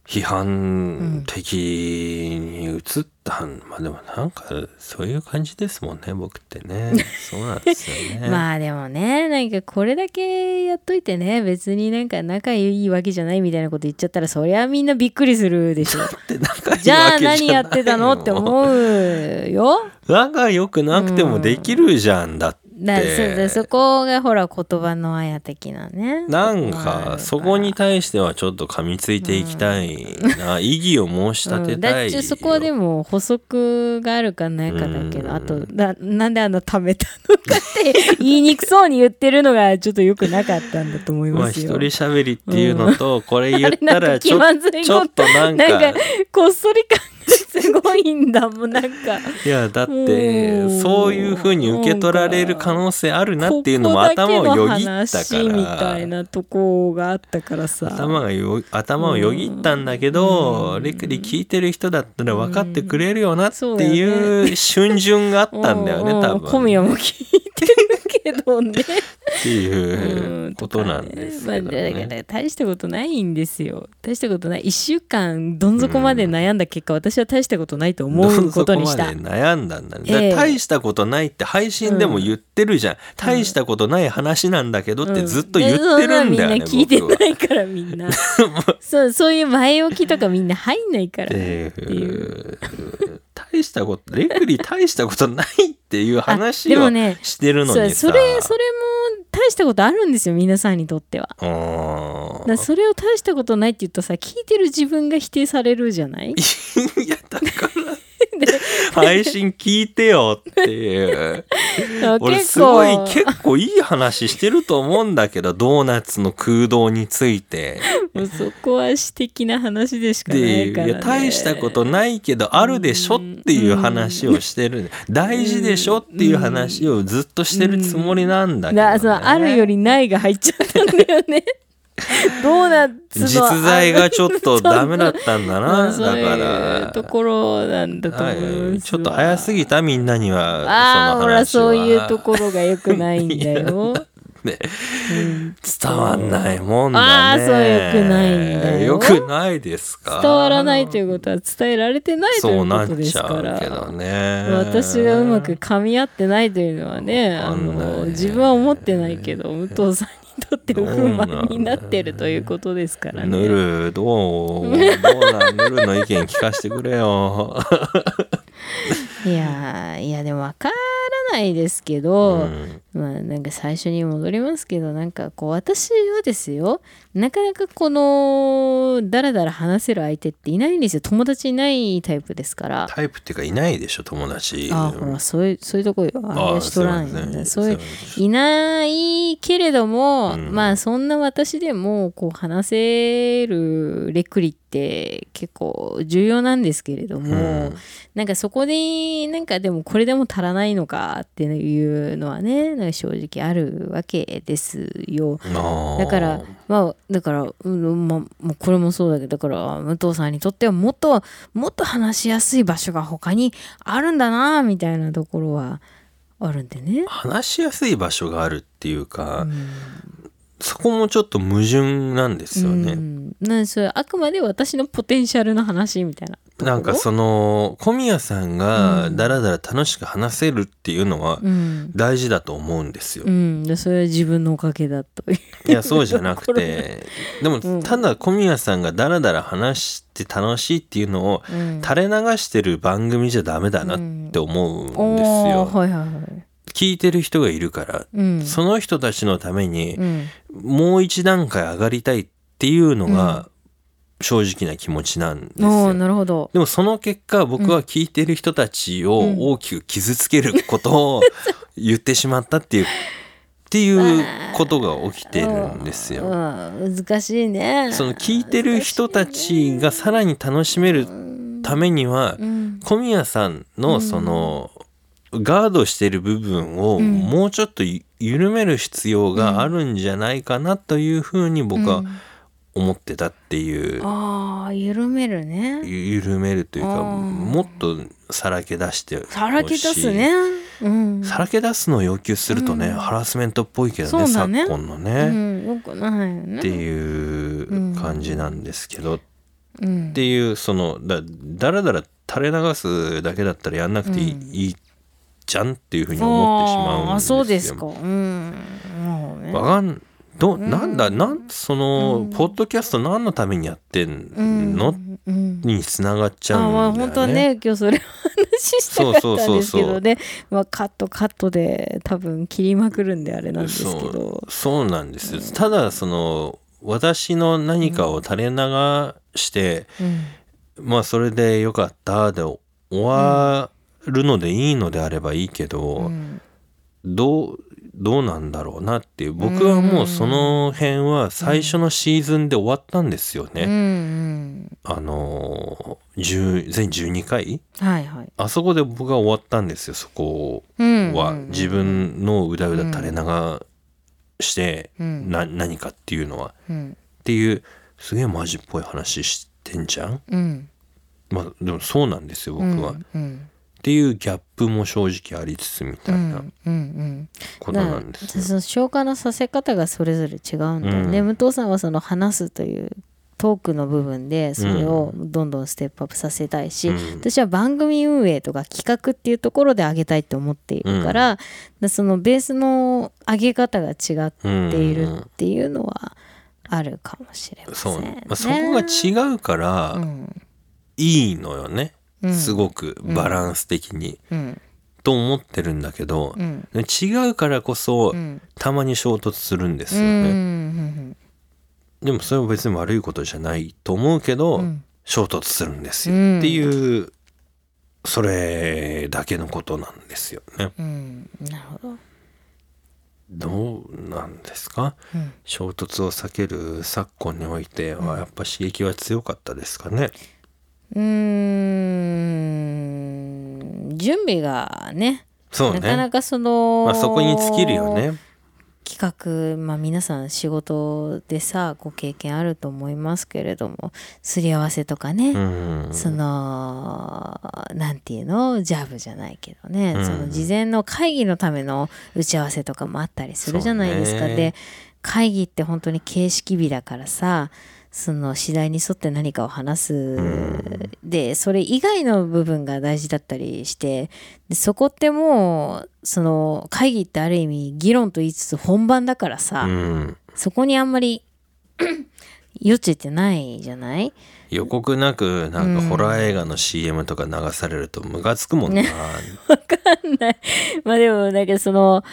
Speaker 1: 批判的に移ったん、まあでもなんかそういう感じですもんね僕ってねそうなんですよ ね、
Speaker 2: まあでもねなんかこれだけやっといてね別になんか仲いいわけじゃないみたいなこと言っちゃったらそりゃみんなびっくりするでしょ
Speaker 1: で 仲いいわけ
Speaker 2: じゃあ
Speaker 1: ない
Speaker 2: 何やってた のって思うよ
Speaker 1: 仲良くなくてもできるじゃんだって、
Speaker 2: だそうだそこがほら言葉のあや的なね
Speaker 1: なん
Speaker 2: とこもあるら
Speaker 1: かそこに対してはちょっと噛みついていきたいな、意義を申し
Speaker 2: う
Speaker 1: 立てたい、
Speaker 2: ん、だってそこはでも補足があるかないかだけ
Speaker 1: うん
Speaker 2: どあとななんであのためたのかって言いにくそうに言ってるのがちょっとよくなかったんだと思い
Speaker 1: まあ
Speaker 2: ます
Speaker 1: 一
Speaker 2: よ。
Speaker 1: 人喋りっていうのと、これ言っ
Speaker 2: な
Speaker 1: た
Speaker 2: んから気
Speaker 1: ちょ
Speaker 2: まずいこと
Speaker 1: ちょっとなんか
Speaker 2: なんかこっそり感がすごいんだもんなんか
Speaker 1: いやだっ
Speaker 2: う
Speaker 1: て
Speaker 2: ん
Speaker 1: そういうふうに受け取られる可能性あるなっていうのも頭をよぎ
Speaker 2: ここだけ
Speaker 1: った
Speaker 2: の話みたい
Speaker 1: から
Speaker 2: なとこがあったからさ
Speaker 1: 頭がよ頭をよぎったんだけどレクリ聞いてる人だったら分かってくれるよなって
Speaker 2: そうだよ
Speaker 1: いう瞬瞬があったんだよ
Speaker 2: う
Speaker 1: ね
Speaker 2: う小
Speaker 1: 多分。
Speaker 2: 宮も聞いてるけどね
Speaker 1: っていううん
Speaker 2: 分とか
Speaker 1: ことなんですけ
Speaker 2: ま
Speaker 1: どね
Speaker 2: あだから大したことないんですよ大したことない1週間どん底まで悩んだ結果、私は大したことないと思うことにした
Speaker 1: どん底まで悩んだんだね。だから
Speaker 2: ええ
Speaker 1: 大したことないって配信でも言ってるじゃん。大したことない話なんだけどってずっと言ってるんだよね。
Speaker 2: うそんなみんな聞いて
Speaker 1: 僕は
Speaker 2: ないからみんな そうそういう前置きとかみんな入んない からねっていう
Speaker 1: うん大したこと、レクリ大したことないっていう話
Speaker 2: あで
Speaker 1: を
Speaker 2: もね
Speaker 1: してるの
Speaker 2: そう
Speaker 1: にさ。
Speaker 2: それそれも大したことあるんですよ皆さんにとっては。
Speaker 1: うーん
Speaker 2: だ からそれを大したことないって言うとさ聞いてる自分が否定されるじゃない
Speaker 1: いやだから配信聞いてよって いう俺すごい結構いい話してると思うんだけどドーナツの空洞について
Speaker 2: もうそこは私的な話でしか
Speaker 1: って
Speaker 2: ないいうから、
Speaker 1: い
Speaker 2: ね、
Speaker 1: や大したことないけどあるでしょっていう話をしてる大事でしょっていう話をずっとしてるつもりなんだけど、
Speaker 2: だ
Speaker 1: ね、
Speaker 2: そのあるよりないが入っちゃったんだよ ねドーナツの
Speaker 1: 実在がちょっとダメだっ たんだ
Speaker 2: あの
Speaker 1: な
Speaker 2: そうそうい
Speaker 1: だ
Speaker 2: う
Speaker 1: か
Speaker 2: ところなんだと
Speaker 1: ら、
Speaker 2: 思いますわ、
Speaker 1: はい、ちょっと早すぎたみんなには
Speaker 2: あ
Speaker 1: そ
Speaker 2: あ
Speaker 1: の
Speaker 2: ほら
Speaker 1: 話は
Speaker 2: そういうところが良くないん だよ、
Speaker 1: ね
Speaker 2: うん
Speaker 1: 伝わんないもんだね。
Speaker 2: あーそう良くないんだよ
Speaker 1: 良くないですか。
Speaker 2: 伝わらないということは伝えられてないとい
Speaker 1: そう
Speaker 2: う
Speaker 1: な
Speaker 2: こ
Speaker 1: っ
Speaker 2: とで
Speaker 1: ち
Speaker 2: す
Speaker 1: ゃ
Speaker 2: か
Speaker 1: う
Speaker 2: ら
Speaker 1: けどね。
Speaker 2: 私がうまく噛み合ってないというのはねあ
Speaker 1: わかんない
Speaker 2: の自分は思ってないけど武藤さんにとって不満になってるということですから
Speaker 1: ぬ
Speaker 2: ね。
Speaker 1: るどうどうなんぬるの意見聞かせてくれよ。
Speaker 2: いやーいやでも分からないですけ
Speaker 1: う
Speaker 2: ど、
Speaker 1: ん
Speaker 2: まあなんか最初に戻りますけどなんかこう私はですよなかなかこのダラダラ話せる相手っていないんですよ友達いないタイプですから。
Speaker 1: タイプっていうかいないでしょ友達。
Speaker 2: あほらそういうそういうとこよあれはしとらんよね
Speaker 1: す
Speaker 2: そうい
Speaker 1: ませ
Speaker 2: うんいないけれども、
Speaker 1: うん
Speaker 2: まあそんな私でもこう話せるレクリって結構重要なんですけれども、
Speaker 1: うん
Speaker 2: なんかそこでなんかでもこれでも足らないのかっていうのはねなんか正直あるわけですよ。
Speaker 1: あー
Speaker 2: だからまあだから、うんまあ、もうこれもそうだけどだから武藤さんにとってはもっともっと話しやすい場所が他にあるんだなみたいなところはあるんでね。
Speaker 1: 話しやすい場所があるっていうか、
Speaker 2: うん
Speaker 1: そこもちょっと矛盾なんですよね。
Speaker 2: うん、なんそれあくまで私のポテンシャルの話みたいなところ。
Speaker 1: なんかその小宮さんが
Speaker 2: うん
Speaker 1: だらだら楽しく話せるっていうのは
Speaker 2: うん。
Speaker 1: 大事だと思うんですよ
Speaker 2: う。ん、でそれは自分のおかげだという。
Speaker 1: いやそうじゃなく
Speaker 2: ところ
Speaker 1: てでも
Speaker 2: うん
Speaker 1: ただ小宮さんがだらだら話して楽しいっていうのを
Speaker 2: うん、
Speaker 1: 垂れ流してる番組じゃダメだなって思うんです
Speaker 2: おー
Speaker 1: よ。
Speaker 2: はいはいはい。
Speaker 1: 聞いてる人がいるから
Speaker 2: うん。
Speaker 1: その人たちのために
Speaker 2: うん
Speaker 1: もう一段階上がりたいっていうのが正直な気持ちなんで
Speaker 2: お
Speaker 1: す
Speaker 2: ー
Speaker 1: よ。
Speaker 2: なるほど。
Speaker 1: でもその結果僕は聞いてる人たちを
Speaker 2: うん
Speaker 1: 大きく傷つけるこ とを言ってしまったっていうっていうことが起きてるんですよ。
Speaker 2: うん、難しいね。
Speaker 1: その聞いてる人たちがさらに楽しめるためには
Speaker 2: うん、
Speaker 1: 小宮さん
Speaker 2: う
Speaker 1: の
Speaker 2: ん
Speaker 1: そのガードしてる部分を
Speaker 2: うん
Speaker 1: もうちょっとゆ緩める必要があるんじゃないかなというふうに僕
Speaker 2: う
Speaker 1: は
Speaker 2: ん
Speaker 1: 思ってたっていう
Speaker 2: ああ緩めるね。
Speaker 1: ゆ緩めるというか
Speaker 2: あー
Speaker 1: もっとさらけ出してほしい
Speaker 2: さらけ出すね。うん。
Speaker 1: さらけ出すのを要求するとね、
Speaker 2: うん
Speaker 1: ハラスメントっぽいけど
Speaker 2: そ
Speaker 1: ね
Speaker 2: うだね
Speaker 1: 昨今のね、
Speaker 2: う
Speaker 1: っ
Speaker 2: ん、よくないよね。
Speaker 1: ていう感じなんですけど、
Speaker 2: うん
Speaker 1: っていうそのだだらだら垂れ流すだけだったらやんなくていい,、
Speaker 2: うん
Speaker 1: いいじゃんっていうふうに思ってしまうんですよ。
Speaker 2: あーそうですか。うん。もうね
Speaker 1: わかんど
Speaker 2: ん
Speaker 1: なんだなんそ
Speaker 2: う
Speaker 1: の、
Speaker 2: ん
Speaker 1: ポッドキャスト何のためにやってんの、
Speaker 2: うんうん
Speaker 1: につながっちゃ
Speaker 2: あまあ
Speaker 1: うんだよね。
Speaker 2: 本当はね今日それを話したかったんですけどねまあカットカットで多分切りまくるんであれなんですけど
Speaker 1: そうそうなんですよ、ただその私の何かを垂れ流して、
Speaker 2: うん
Speaker 1: まあそれでよかったで終わるのでいいのであればいいけど、
Speaker 2: うん
Speaker 1: どうどうなんだろうなっていう僕はもうその辺は最初のシーズンで終わったんですよ
Speaker 2: うんう
Speaker 1: ね、
Speaker 2: ん
Speaker 1: あの10全12回
Speaker 2: はいはい
Speaker 1: あそこで僕は終わったんですよそこ
Speaker 2: うん
Speaker 1: は、
Speaker 2: うん
Speaker 1: 自分のうだうだ垂れ流して、
Speaker 2: うん
Speaker 1: な何かっていうのは
Speaker 2: うん
Speaker 1: っていうすげえマジっぽい話してんじゃん
Speaker 2: うん
Speaker 1: まあでもそうなんですよ僕は、
Speaker 2: うんうん
Speaker 1: っていうギャップも正直ありつつみたい
Speaker 2: うん
Speaker 1: な
Speaker 2: うん
Speaker 1: ことなんですね。
Speaker 2: その消化のさせ方がそれぞれ違うんだよね、
Speaker 1: うん
Speaker 2: 武藤さんはその話すというトークの部分でそれをどんどんステップアップさせたいし、
Speaker 1: うん
Speaker 2: 私は番組運営とか企画っていうところで上げたいって思っているから、でそのベースの上げ方が違っ
Speaker 1: うん
Speaker 2: ているっていうのはあるかもしれませ
Speaker 1: そ
Speaker 2: ん
Speaker 1: う
Speaker 2: ね
Speaker 1: ね。まあ、そこが違うか
Speaker 2: う
Speaker 1: ら
Speaker 2: ん
Speaker 1: いいのよね、
Speaker 2: うん
Speaker 1: すごくバランス的に、
Speaker 2: うん
Speaker 1: と思ってるんだけど
Speaker 2: う、ん
Speaker 1: 違うからこそ、
Speaker 2: うん
Speaker 1: たまに衝突するんです
Speaker 2: う
Speaker 1: よ
Speaker 2: んう
Speaker 1: ね、
Speaker 2: ん
Speaker 1: でもそれは別に悪いことじゃないと思うけど、
Speaker 2: うん
Speaker 1: 衝突するんですよ、
Speaker 2: うん
Speaker 1: っていうそれだけのことなんですよね
Speaker 2: うんなるほど
Speaker 1: どうなんですか
Speaker 2: うん
Speaker 1: 衝突を避ける昨今においてはやっぱ刺激は強かったですかね、
Speaker 2: うーん準備がね
Speaker 1: そうね
Speaker 2: なかなかその、
Speaker 1: まあ、そこに尽きるよね
Speaker 2: 企画、まあ、皆さん仕事でさご経験あると思いますけれどもすり合わせとかね、
Speaker 1: うん
Speaker 2: そのなんていうのジャブじゃないけどね、
Speaker 1: うん
Speaker 2: その事前の会議のための打ち合わせとかもあったりするじゃないですか、
Speaker 1: そうね
Speaker 2: で会議って本当に形式美だからさその次第に沿って何かを話す、
Speaker 1: ん
Speaker 2: でそれ以外の部分が大事だったりしてでそこってもうその会議ってある意味議論と言いつつ本番だからさ、
Speaker 1: うん
Speaker 2: そこにあんまり 余地ってないじゃない
Speaker 1: 予告なくなんかホラー映画の CM とか流されるとムカつくもんな、
Speaker 2: まあでもなんかその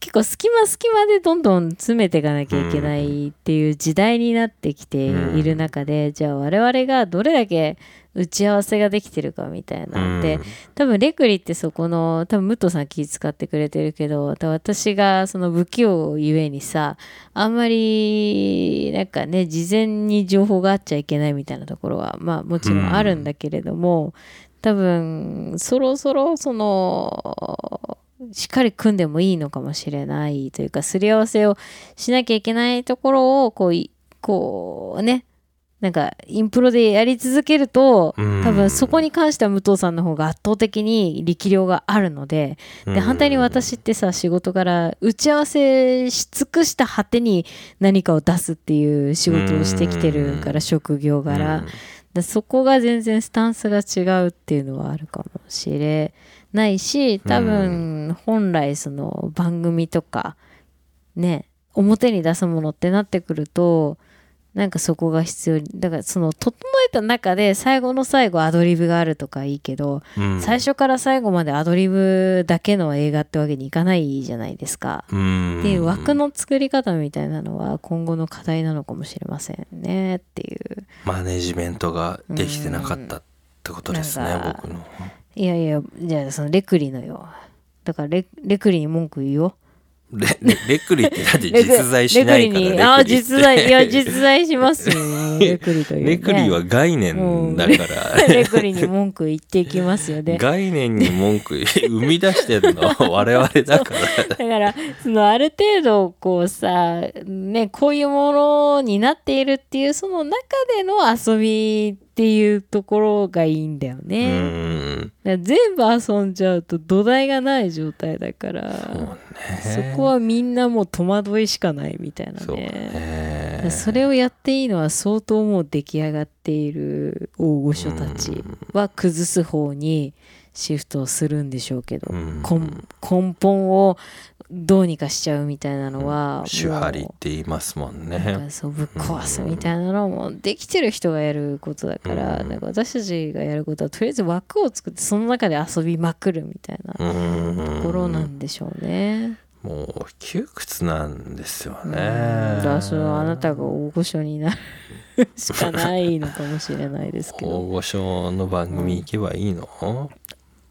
Speaker 2: 結構隙間隙間でどんどん詰めていかなきゃいけないっていう時代になってきている中で、じゃあ我々がどれだけ打ち合わせができてるかみたいなって、
Speaker 1: うん
Speaker 2: 多分レクリってそこの多分武藤さん気使ってくれてるけど多分私がその不器用ゆえにさあんまりなんかね事前に情報があっちゃいけないみたいなところはまあもちろんあるんだけれども、多分そろそろそのしっかり組んでもいいのかもしれないというかすり合わせをしなきゃいけないところをこういこうねなんかインプロでやり続けると
Speaker 1: うん
Speaker 2: 多分そこに関しては武藤さんの方が圧倒的に力量があるので
Speaker 1: うん
Speaker 2: で反対に私ってさ仕事から打ち合わせし尽くした果てに何かを出すっていう仕事をしてきてるか
Speaker 1: う
Speaker 2: ら職業柄。だそこが全然スタンスが違うっていうのはあるかもしれないし多分本来その番組とかね表に出すものってなってくるとなんかそこが必要にだからその整えた中で最後の最後アドリブがあるとかいいけど、
Speaker 1: うん
Speaker 2: 最初から最後までアドリブだけの映画ってわけにいかないじゃないですか。
Speaker 1: うん
Speaker 2: で枠の作り方みたいなのは今後の課題なのかもしれませんねっていう
Speaker 1: マネジメントができてなかったってことです
Speaker 2: うん
Speaker 1: ね
Speaker 2: なんか
Speaker 1: 僕の
Speaker 2: いやいや、じゃあそのレクリのよ。だからレレクリに文句言うよ。
Speaker 1: レレレクリってだって
Speaker 2: レク
Speaker 1: 実在しな
Speaker 2: レ
Speaker 1: いから
Speaker 2: クリ
Speaker 1: レクリっ
Speaker 2: に、
Speaker 1: て
Speaker 2: ああ、実在、いや、実在しますよ。レクリという、ね。
Speaker 1: レクリは概念だか
Speaker 2: レクリに文句言っていきますよ
Speaker 1: ら
Speaker 2: ね。 だ
Speaker 1: 概念に文句 生み出してるのは我々だから
Speaker 2: から、そのある程度、こうさ、ね、こういうものになっているっていう、その中での遊びっていうところがいいんだよ
Speaker 1: う
Speaker 2: ね。
Speaker 1: ん
Speaker 2: だから全部遊んじゃうと土台がない状態だから。そこはみんなもう戸惑いしかないみたいな
Speaker 1: そう
Speaker 2: ね。
Speaker 1: ね
Speaker 2: それをやっていいのは相当もう出来上がっている大御所たちは崩す方にシフトをするんでしょうけど、
Speaker 1: うん
Speaker 2: 根根本をどうにかしちゃうみたいなのは
Speaker 1: 手張りって言いますもん
Speaker 2: なん
Speaker 1: ね
Speaker 2: かそうぶっ壊すみたいなのはもうできてる人がやることだから、
Speaker 1: うん
Speaker 2: なんか私たちがやることはとりあえず枠を作ってその中で遊びまくるみたいな
Speaker 1: うん
Speaker 2: ところなんでしょうね。
Speaker 1: もう窮屈なんですよね
Speaker 2: うんだからそれはあなたが大御所になるしかないのかもしれないですけ
Speaker 1: 大
Speaker 2: ど
Speaker 1: 御所の番組行けばいいの、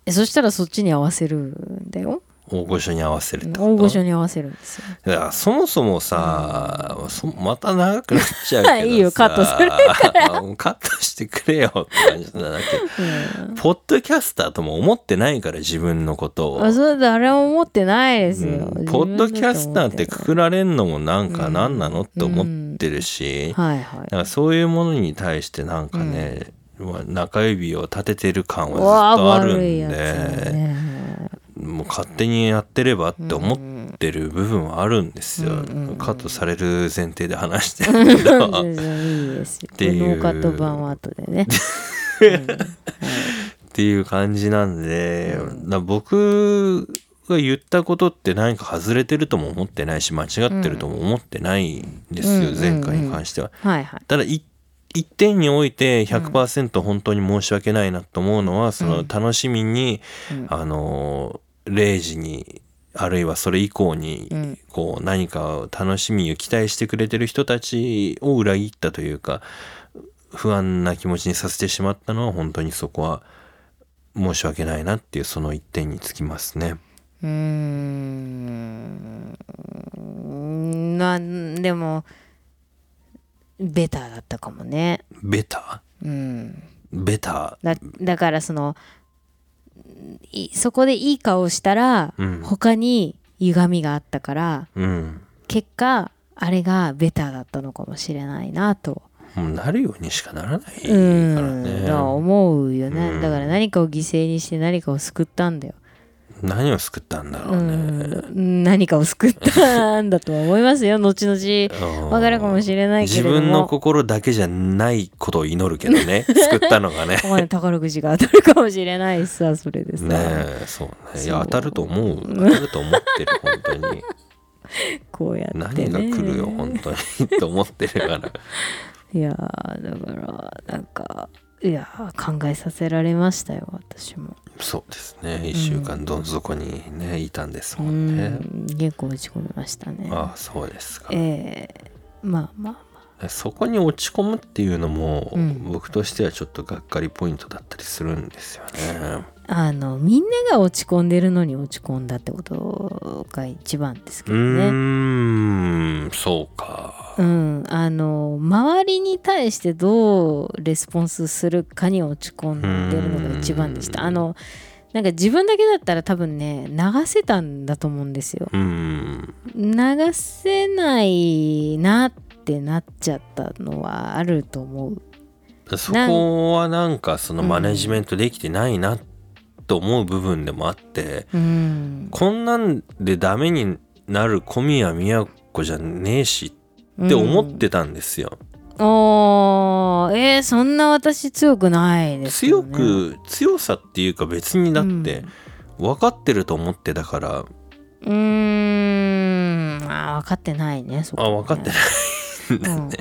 Speaker 2: えそしたらそっちに合わせるんだよ
Speaker 1: 大御所に合わせるってこと
Speaker 2: 大御所に合わせるんですよ
Speaker 1: いやそもそもさ、そまた長くなっちゃうけどさ
Speaker 2: いいよカットする
Speaker 1: もう カットしてくれよって感じなんだけどポッドキャスターとも思ってないから自分のことを
Speaker 2: あそれ誰も思ってないですよ、
Speaker 1: うんポッドキャスターってくくられんのもなんか何なのって思ってるし、
Speaker 2: はいはい
Speaker 1: だからそういうものに対してなんかね、は中指を立ててる感
Speaker 2: うわ
Speaker 1: は
Speaker 2: あ
Speaker 1: ずっとあるん
Speaker 2: 悪い
Speaker 1: で、
Speaker 2: やつだね
Speaker 1: もう勝手にやってればって思ってる部分はあるんですよ、
Speaker 2: うんうんうん
Speaker 1: カットされる前提で話してるけど っ
Speaker 2: 全然 いいですよ
Speaker 1: ていう
Speaker 2: ノーカット版は後で ね、うんはい
Speaker 1: ていう感じなんで、な僕が言ったことって何か外れてるとも思ってないし間違ってるとも思ってないんですよ、
Speaker 2: うん
Speaker 1: 前回に関しては。
Speaker 2: はいはい
Speaker 1: ただい一点において100%本当に申し訳ないなと思うのは、その楽しみに、あのー0時にあるいはそれ以降に、
Speaker 2: ん
Speaker 1: こう何かを楽しみを期待してくれてる人たちを裏切ったというか不安な気持ちにさせてしまったのは本当にそこは申し訳ないなっていうその一点につきますね。
Speaker 2: うーんなんでもベターだったかもね
Speaker 1: ベタ
Speaker 2: うん
Speaker 1: ベタ
Speaker 2: だだからそのいそこでいい顔したら、
Speaker 1: うん
Speaker 2: 他に歪みがあったから
Speaker 1: うん。
Speaker 2: 結果あれがベターだったのかもしれないなと
Speaker 1: もうなるようにしかならないから
Speaker 2: う
Speaker 1: ね。
Speaker 2: んだから思うよね、
Speaker 1: うん
Speaker 2: だから何かを犠牲にして何かを救ったんだよ、
Speaker 1: 何を救ったんだろ
Speaker 2: う
Speaker 1: うね。
Speaker 2: ん、何かを救ったんだとは思います よ後々
Speaker 1: うん
Speaker 2: わかるかもしれないけれ
Speaker 1: 自
Speaker 2: ども
Speaker 1: 分の心だけじゃないことを祈るけど ね救ったのがね
Speaker 2: ここまで宝くじが当たるかもしれないしさそれでさ、
Speaker 1: ねえそうねいや
Speaker 2: そう
Speaker 1: 当たると思う当たると思ってる本 当に
Speaker 2: こうやって、ね、
Speaker 1: 何が来るよ本当にと思ってるから
Speaker 2: いやーだからなんかいやー考えさせられましたよ私も、
Speaker 1: そうですね1週間どん底にねいたんです
Speaker 2: う
Speaker 1: もんね
Speaker 2: ん結構落ち込みましたね
Speaker 1: ああそうですか
Speaker 2: ええまあまあま
Speaker 1: そこに落ち込むっていうのも
Speaker 2: うん
Speaker 1: 僕としてはちょっとがっかりポイントだったりするんですよね
Speaker 2: ああのみんなが落ち込んでるのに落ち込んだってことが一番ですけ
Speaker 1: う
Speaker 2: どね
Speaker 1: ーんそうか
Speaker 2: うん、あの周りに対してどうレスポンスするかに落ち込んでるのが一番でした
Speaker 1: うん
Speaker 2: あのなんか自分だけだったら多分ね流せたんだと思うんですよ
Speaker 1: うん
Speaker 2: 流せないなってなっちゃったのはあると思う
Speaker 1: そこはなんかそのマネジメントできてないなと思う部分でもあって、
Speaker 2: うん
Speaker 1: こんなんでダメになる小宮宮子じゃねえしって思ってたんですよ。
Speaker 2: うんおーえーそんな私強くないですよ
Speaker 1: 強
Speaker 2: ね
Speaker 1: く強さっていうか別にだっ
Speaker 2: う
Speaker 1: て分かってると思ってたから、
Speaker 2: うーんあー分かってないねそこね
Speaker 1: あ分かってない。
Speaker 2: うん分かってな
Speaker 1: だか
Speaker 2: い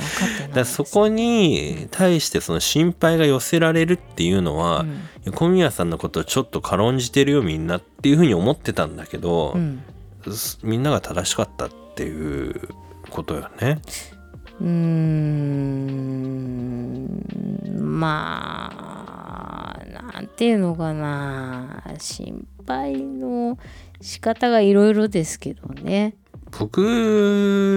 Speaker 1: らそこに対してその心配が寄せられるっていうのは、
Speaker 2: うん
Speaker 1: 小宮さんのことをちょっと軽んじてるよみんなっていうふうに思ってたんだけど。
Speaker 2: うん
Speaker 1: みんなが正しかったっていうことよね。
Speaker 2: うーんまあなんていうのかな心配の仕方がいろいろですけどね
Speaker 1: 僕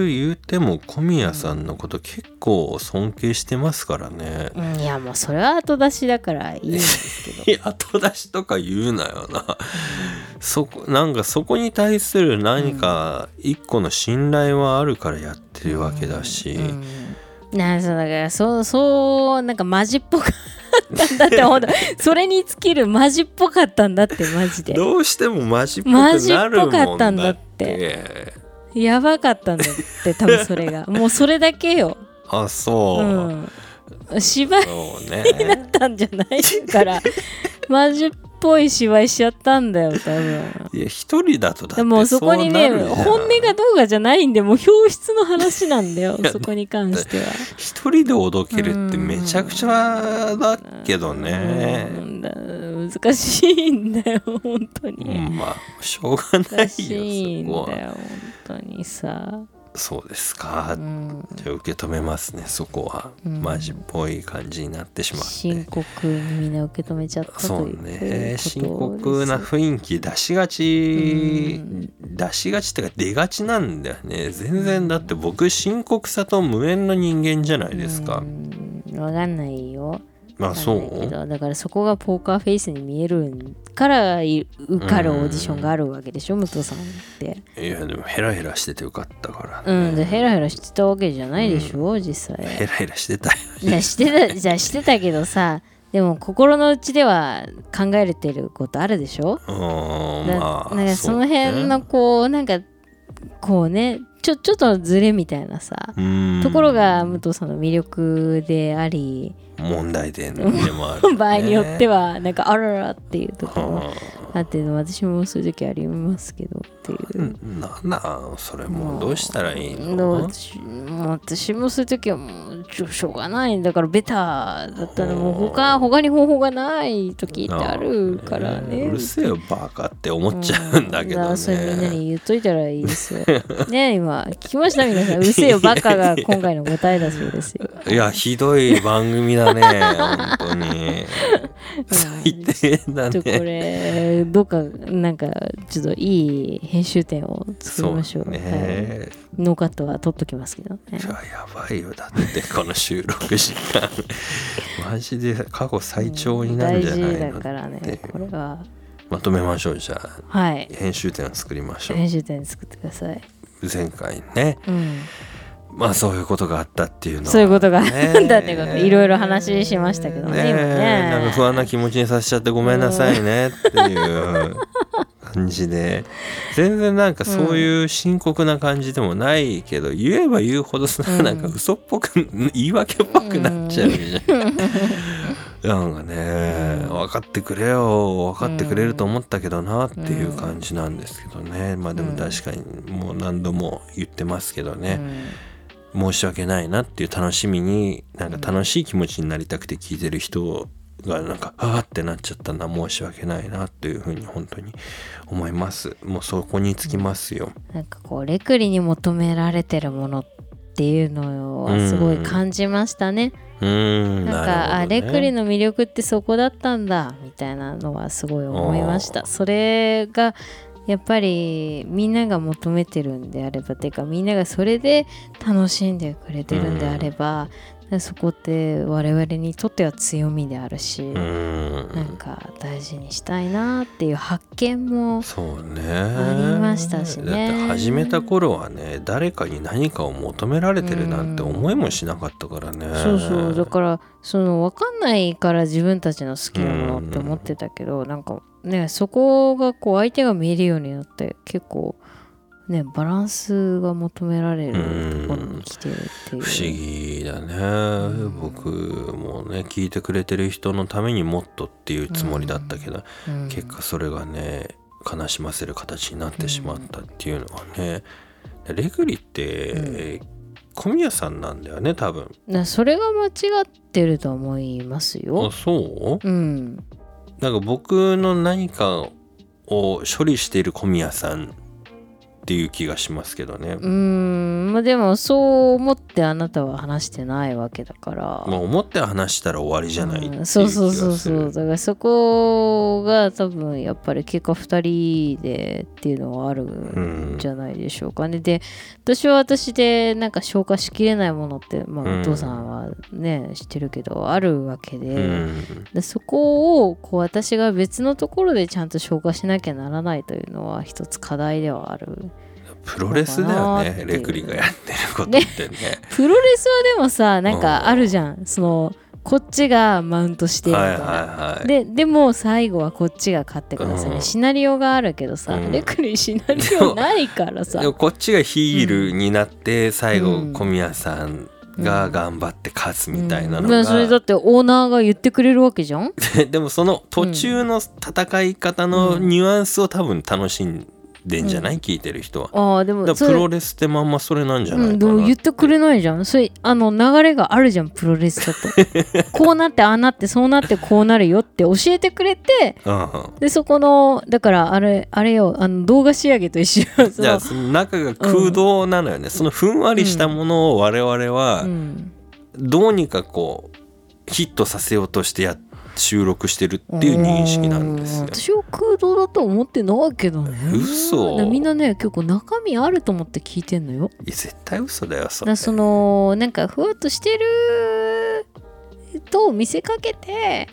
Speaker 1: 言うても小宮さんのこと結構尊敬してますからね。
Speaker 2: うんいやもうそれは後出しだからい いんですけど
Speaker 1: いや後出しとか言うなよな。そこなんかそこに対する何か一個の信頼はあるからやってるわけだし、
Speaker 2: うんなんそうだからそうそうなんかマジっぽかったんだって思ったそれに尽きるマジっぽかったんだってマジで
Speaker 1: どうしてもマジっぽく
Speaker 2: マジっ
Speaker 1: なる
Speaker 2: ぽか
Speaker 1: も
Speaker 2: っ
Speaker 1: ん
Speaker 2: たんだ
Speaker 1: だ
Speaker 2: っ
Speaker 1: って
Speaker 2: てやばかったんだって多分それがもうそれだけよ
Speaker 1: あそう、
Speaker 2: うん、芝居
Speaker 1: そうね。
Speaker 2: だ ったんじゃない からマジっぽい芝居しちゃったんだよ多分
Speaker 1: いや一人だとだって
Speaker 2: でもそこにね
Speaker 1: うなるじゃん
Speaker 2: 本音がどうかじゃないんでもう表出の話なんだよ
Speaker 1: や
Speaker 2: そこに関しては。
Speaker 1: 一人でおどけるってめちゃくちゃだけどね
Speaker 2: うんだ難しいんだよ本当に。
Speaker 1: まあしょうがない
Speaker 2: 難
Speaker 1: よ
Speaker 2: しい
Speaker 1: そ
Speaker 2: ん
Speaker 1: こ
Speaker 2: だ
Speaker 1: は
Speaker 2: よ本当にさ。
Speaker 1: そうですか
Speaker 2: うん
Speaker 1: じゃあ受け止めますねそこは
Speaker 2: うん
Speaker 1: マジっぽい感じになってしま
Speaker 2: 深
Speaker 1: って
Speaker 2: 刻にみんな受け止めちゃった
Speaker 1: そ
Speaker 2: といううこと
Speaker 1: ね
Speaker 2: です
Speaker 1: 深刻な雰囲気出しがち出しがちってか出がちなんだよね全然だって僕深刻さと無縁の人間じゃないですか
Speaker 2: うんわかんないよ。
Speaker 1: まあそ
Speaker 2: わかんないうけどだからそこがポーカーフェイスに見えるからい受かるオーディションがあるわけでしょ武藤さんって。
Speaker 1: いやでもヘラヘラしててよかったから
Speaker 2: うん、
Speaker 1: ね
Speaker 2: でヘラヘラしてたわけじゃないでしょ、実際。
Speaker 1: ヘラヘラしてたよ
Speaker 2: いやしてたじゃあしてたけどさでも心の内では考えれてることあるでしょ
Speaker 1: うーん
Speaker 2: な
Speaker 1: まあ
Speaker 2: なんかその辺の
Speaker 1: そ
Speaker 2: こうなんかこうねちょちょっとズレみたいなさ
Speaker 1: うねうん
Speaker 2: ところが武藤さんの魅力であり
Speaker 1: 問題点でもあるよ ね
Speaker 2: 場合によってはなんかあららっていうところも
Speaker 1: う
Speaker 2: あって私もそういう時ありますけどっていう。
Speaker 1: んなんなんそれもうどうしたらいい
Speaker 2: どう
Speaker 1: の
Speaker 2: しもう私もそういう時はもうちょしょうがないだからベタだったらもう
Speaker 1: うん
Speaker 2: 他他に方法がない時ってあるから
Speaker 1: う
Speaker 2: ね。
Speaker 1: るせえよバカって思っちゃうんだけ
Speaker 2: う
Speaker 1: ど
Speaker 2: んそれみんな
Speaker 1: ね
Speaker 2: に言っといたらいい ですよ。ねえ今聞きました皆さん「うるせえよバカ」が今回の答えだそうですよ。
Speaker 1: いやひどい番組だね本当 に最低だ
Speaker 2: ちょっとこ
Speaker 1: ね
Speaker 2: れどうかなんかちょっといい編集点を作りましょう。はい
Speaker 1: ね
Speaker 2: ノーカットは取っときますけどね
Speaker 1: じ。ゃあやばいよだってこの収録時 間マジで過去最長になるんじゃない
Speaker 2: 大事
Speaker 1: の
Speaker 2: だからねこれは
Speaker 1: まとめましょうじゃあ
Speaker 2: はい
Speaker 1: 編集点を作りましょう
Speaker 2: 編集点作ってください、
Speaker 1: 前回ね
Speaker 2: うん、
Speaker 1: まあそういうことがあったっていうのは
Speaker 2: そういうことがあっ
Speaker 1: ね
Speaker 2: たってこといろいろ話しましたけどね
Speaker 1: ね
Speaker 2: 今ね
Speaker 1: なんか不安な気持ちにさせちゃってごめんなさいねっていう感じで全然なんかそういう深刻な感じでもないけど、言えば言うほどさ、
Speaker 2: うん
Speaker 1: なんか嘘っぽく言い訳っぽくなっちゃうじゃん。なんかね分かってくれよ分かってくれると思ったけどなっていう感じなんですけどねまあでも確かにもう何度も言ってますけどね、申し訳ないなっていう楽しみになんか楽しい気持ちになりたくて聞いてる人がなんかああってなっちゃったな申し訳ないなっていうふうに本当に思いますもうそこにつきますよ、
Speaker 2: うんなんかこうレクリに求められてるものっていうのはすごい感じましたね、
Speaker 1: うーん
Speaker 2: なんか、あ
Speaker 1: る
Speaker 2: レ
Speaker 1: ほどね
Speaker 2: クリの魅力ってそこだったんだみたいなのはすごい思いまし
Speaker 1: あ
Speaker 2: たそれがやっぱりみんなが求めてるんであればてかみんながそれで楽しんでくれてるんであれば、そこって我々にとっては強みであるし、
Speaker 1: う
Speaker 2: なん
Speaker 1: ーん
Speaker 2: か大事にしたいなっていう発見も
Speaker 1: そうね
Speaker 2: ありましたしね
Speaker 1: だって始めた頃はね誰かに何かを求められてるなんて思いもしなかったからね
Speaker 2: そうそうだからその分かんないから自分たちの好きなものって思ってたけど、なんかねそこがこう相手が見えるようになって結構ねバランスが求められるところに来てるっていう。
Speaker 1: 不思議だね、
Speaker 2: ん
Speaker 1: 僕もね聞いてくれてる人のためにもっとっていうつもりだったけど、
Speaker 2: うん
Speaker 1: 結果それがね悲しませる形になってしまったっていうのはね、でレグリって、
Speaker 2: うん
Speaker 1: えー小宮さんなんだよね多分
Speaker 2: なそれが間違ってると思います
Speaker 1: あ
Speaker 2: よ。
Speaker 1: そう
Speaker 2: うん、
Speaker 1: なんか僕の何かを処理している小宮さんっていう気がしますけどね、
Speaker 2: うーんまあでもそう思ってあなたは話してないわけだから。
Speaker 1: まあ、思って話したら終わりじゃないっていう気
Speaker 2: う
Speaker 1: が
Speaker 2: ん
Speaker 1: す
Speaker 2: そ
Speaker 1: る、
Speaker 2: うそうそうそうだからそこが多分やっぱり結果2人でっていうのはあるんじゃないでしょうかね、で私は私でなんか消化しきれないものって、ま
Speaker 1: うん
Speaker 2: あ、お父さんはね、知ってるけどあるわけで,、
Speaker 1: うん
Speaker 2: でそこをこう私が別のところでちゃんと消化しなきゃならないというのは一つ課題ではある
Speaker 1: プロレスだよ
Speaker 2: のかなってい
Speaker 1: ね
Speaker 2: う
Speaker 1: レクリがやってることってね。
Speaker 2: プロレスはでもさなんかあるじゃん、そのこっちがマウントしてみ
Speaker 1: は
Speaker 2: た
Speaker 1: い
Speaker 2: い
Speaker 1: はい
Speaker 2: な。
Speaker 1: はい。
Speaker 2: ででも最後はこっちが勝ってくださいね、
Speaker 1: うん
Speaker 2: シナリオがあるけどさ、
Speaker 1: うん
Speaker 2: レクリシナリオないからさ
Speaker 1: でもこっちがヒールになって最後
Speaker 2: うん
Speaker 1: 小宮さんが頑張って勝つみたいな
Speaker 2: う
Speaker 1: の
Speaker 2: んまあそれだ
Speaker 1: が
Speaker 2: っ、てオーナーが言ってくれるわけじゃん
Speaker 1: でもその途中の戦い方のニュアンスを多分楽しんでんじゃない、聞いてる人は。
Speaker 2: ああでも
Speaker 1: だか
Speaker 2: そ
Speaker 1: らプ
Speaker 2: れ
Speaker 1: ロレスってまんまそれなんじゃ
Speaker 2: う
Speaker 1: ない
Speaker 2: ん、で
Speaker 1: かな、
Speaker 2: も言ってくれないじゃんそれあの流れがあるじゃんプロレスだ とこうなってああなってそうなってこうなるよって教えてくれて
Speaker 1: うん
Speaker 2: でそこのだからあれあれよあの動画仕上げと一緒よそ
Speaker 1: じゃ
Speaker 2: の
Speaker 1: あその中が空洞なのよね、そのふんわりしたものを我々
Speaker 2: う
Speaker 1: は
Speaker 2: ん
Speaker 1: どうにかこうヒットさせようとしてや収録してるっていう認識なんです
Speaker 2: う
Speaker 1: よ。
Speaker 2: 私は空洞だと思ってないけどねだ
Speaker 1: 嘘
Speaker 2: からみんなね結構中身あると思って聞いてんのよ
Speaker 1: いや絶対嘘だよ
Speaker 2: だか
Speaker 1: それ
Speaker 2: らそのなんかふわっとしてると見せかけて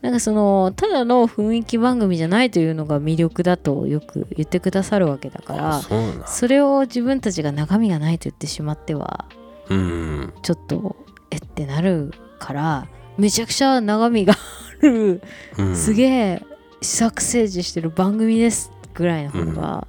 Speaker 2: なんかそのただの雰囲気番組じゃないというのが魅力だとよく言ってくださるわけだか
Speaker 1: あ
Speaker 2: ら
Speaker 1: そうなん
Speaker 2: それを自分たちが中身がないと言ってしまっては
Speaker 1: うん
Speaker 2: ちょっとえってなるからめちゃくちゃ中身がる、
Speaker 1: うん
Speaker 2: すげえ試作政治してる番組ですぐらいの方が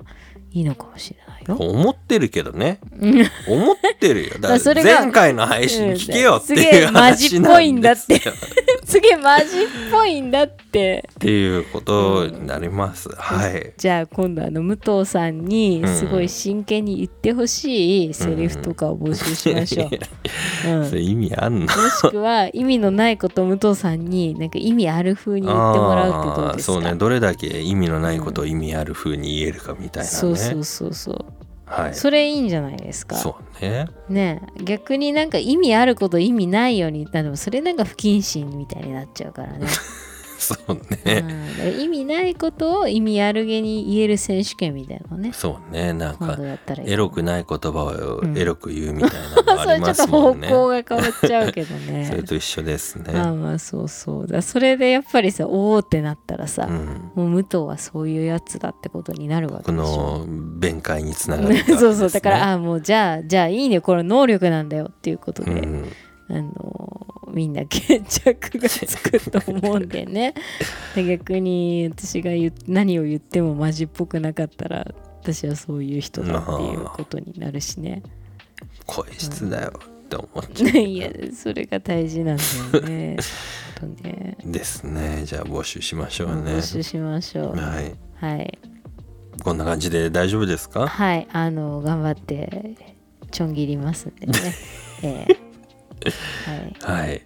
Speaker 2: いいのかもしれないよ。
Speaker 1: 思ってるけどね
Speaker 2: うん
Speaker 1: 思ってるよだ
Speaker 2: そ
Speaker 1: から
Speaker 2: れが
Speaker 1: 前回の配信聞けよって
Speaker 2: うんすげ
Speaker 1: いう
Speaker 2: えマジ
Speaker 1: 話
Speaker 2: っ
Speaker 1: な
Speaker 2: ぽい
Speaker 1: ん
Speaker 2: んだっ
Speaker 1: です
Speaker 2: て
Speaker 1: よ
Speaker 2: すげえマジっぽいんだって。
Speaker 1: っていうことになります、はい
Speaker 2: じゃあ今度あの武藤さんにすごい真剣に言ってほしいセリフとかを募集しましょ う。うん
Speaker 1: それ意味あんの
Speaker 2: もしくは意味のないことを武藤さんになんか意味ある風に言ってもらうってどう
Speaker 1: あー
Speaker 2: ですか
Speaker 1: そうねどれだけ意味のないことを意味ある風に言えるかみたいなね
Speaker 2: そうそうそうそう、
Speaker 1: はい
Speaker 2: それいいんじゃないですか
Speaker 1: そうね
Speaker 2: ねえ逆になんか意味あること意味ないようにあでもそれなんか不謹慎みたいになっちゃうからね、
Speaker 1: そう
Speaker 2: うん だ
Speaker 1: ね、
Speaker 2: から意味ないことを意味あるげに言える選手権みたいなのね
Speaker 1: そうねなん
Speaker 2: 今
Speaker 1: か
Speaker 2: 度やったらいい
Speaker 1: エロくない言葉を
Speaker 2: うん
Speaker 1: エロく言うみたいなの
Speaker 2: まあ
Speaker 1: が
Speaker 2: そ
Speaker 1: あり
Speaker 2: れちょ
Speaker 1: ま
Speaker 2: っと
Speaker 1: すも
Speaker 2: 方
Speaker 1: んね、
Speaker 2: 向が変わっちゃうけど
Speaker 1: それ
Speaker 2: ね
Speaker 1: と一緒ですね、
Speaker 2: まあまあそうそうだそれでやっぱりさおおってなったらさ、
Speaker 1: うん、
Speaker 2: もう武藤はそういうやつだってことになるわけ
Speaker 1: こ
Speaker 2: でしょ
Speaker 1: の弁解につながるわけです、ね、
Speaker 2: そうそうだからあもうじゃあじゃあいいねこれ能力なんだよっていうことで、
Speaker 1: うん
Speaker 2: あのみんな決着がつくと思うんで ねで逆に私が言う何を言ってもマジっぽくなかったら私はそういう人だっていうことになるしね
Speaker 1: 声質だよって思っちゃ
Speaker 2: いやそれが大事なんだよねほんとね
Speaker 1: うですねじゃあ募集しましょうね
Speaker 2: 募集しましょう
Speaker 1: はい
Speaker 2: はい
Speaker 1: こんな感じで大丈夫ですか
Speaker 2: はいあの頑張ってちょん切りますんで ね、ええはい
Speaker 1: はい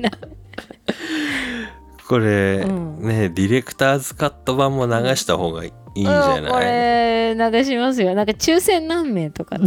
Speaker 2: な
Speaker 1: これ、
Speaker 2: うん
Speaker 1: ねディレクターズカット版も流した方がいいんじゃ
Speaker 2: こ
Speaker 1: ない
Speaker 2: れ流しますよなんか抽選何名とかって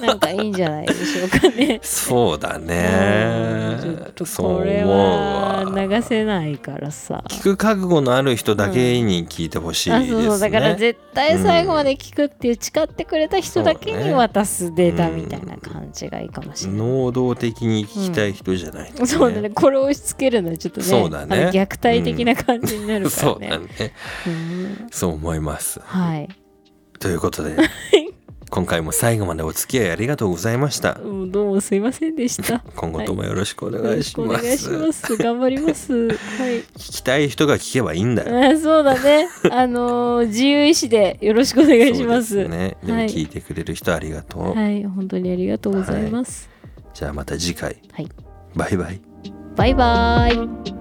Speaker 2: ね なんかいいんじゃないでしょうかね
Speaker 1: そうだ
Speaker 2: うんちょ
Speaker 1: ね
Speaker 2: っと
Speaker 1: そう
Speaker 2: これ
Speaker 1: 思う
Speaker 2: は
Speaker 1: わ
Speaker 2: 流せないからさ
Speaker 1: 聞く覚悟のある人だけに聞いてほしいです
Speaker 2: あ
Speaker 1: ね、
Speaker 2: そうそうだから絶対最後まで聞くっていう誓ってくれた人だけに渡すデータみたいな感じがいいかもしれない。
Speaker 1: 能動的に聞きたい人じゃないと、
Speaker 2: そうだね、これを押し付けるのはちょっとね
Speaker 1: そうだね
Speaker 2: あの虐待的な感じになるか
Speaker 1: そ
Speaker 2: ら
Speaker 1: う
Speaker 2: ね。
Speaker 1: だね
Speaker 2: うん
Speaker 1: そう思います
Speaker 2: はい、
Speaker 1: ということで今回も最後までお付き合いありがとうございました
Speaker 2: もうどうもすいませんでした。
Speaker 1: 今後ともよろしくお
Speaker 2: よ
Speaker 1: 願
Speaker 2: ろ
Speaker 1: い
Speaker 2: し
Speaker 1: し
Speaker 2: くお
Speaker 1: ま
Speaker 2: 願いし
Speaker 1: す,、
Speaker 2: ます。頑張ります。はい。
Speaker 1: 聞きたい人が聞けばいいんだよ
Speaker 2: あそうだね。あのー自由意志でよろしくお願いします。
Speaker 1: そうですねでも
Speaker 2: はい
Speaker 1: 聞いてくれる人ありがとう、
Speaker 2: はい、本当にありがとうございます。
Speaker 1: じゃあまた次回
Speaker 2: はい、
Speaker 1: バイバイ
Speaker 2: バイバイ。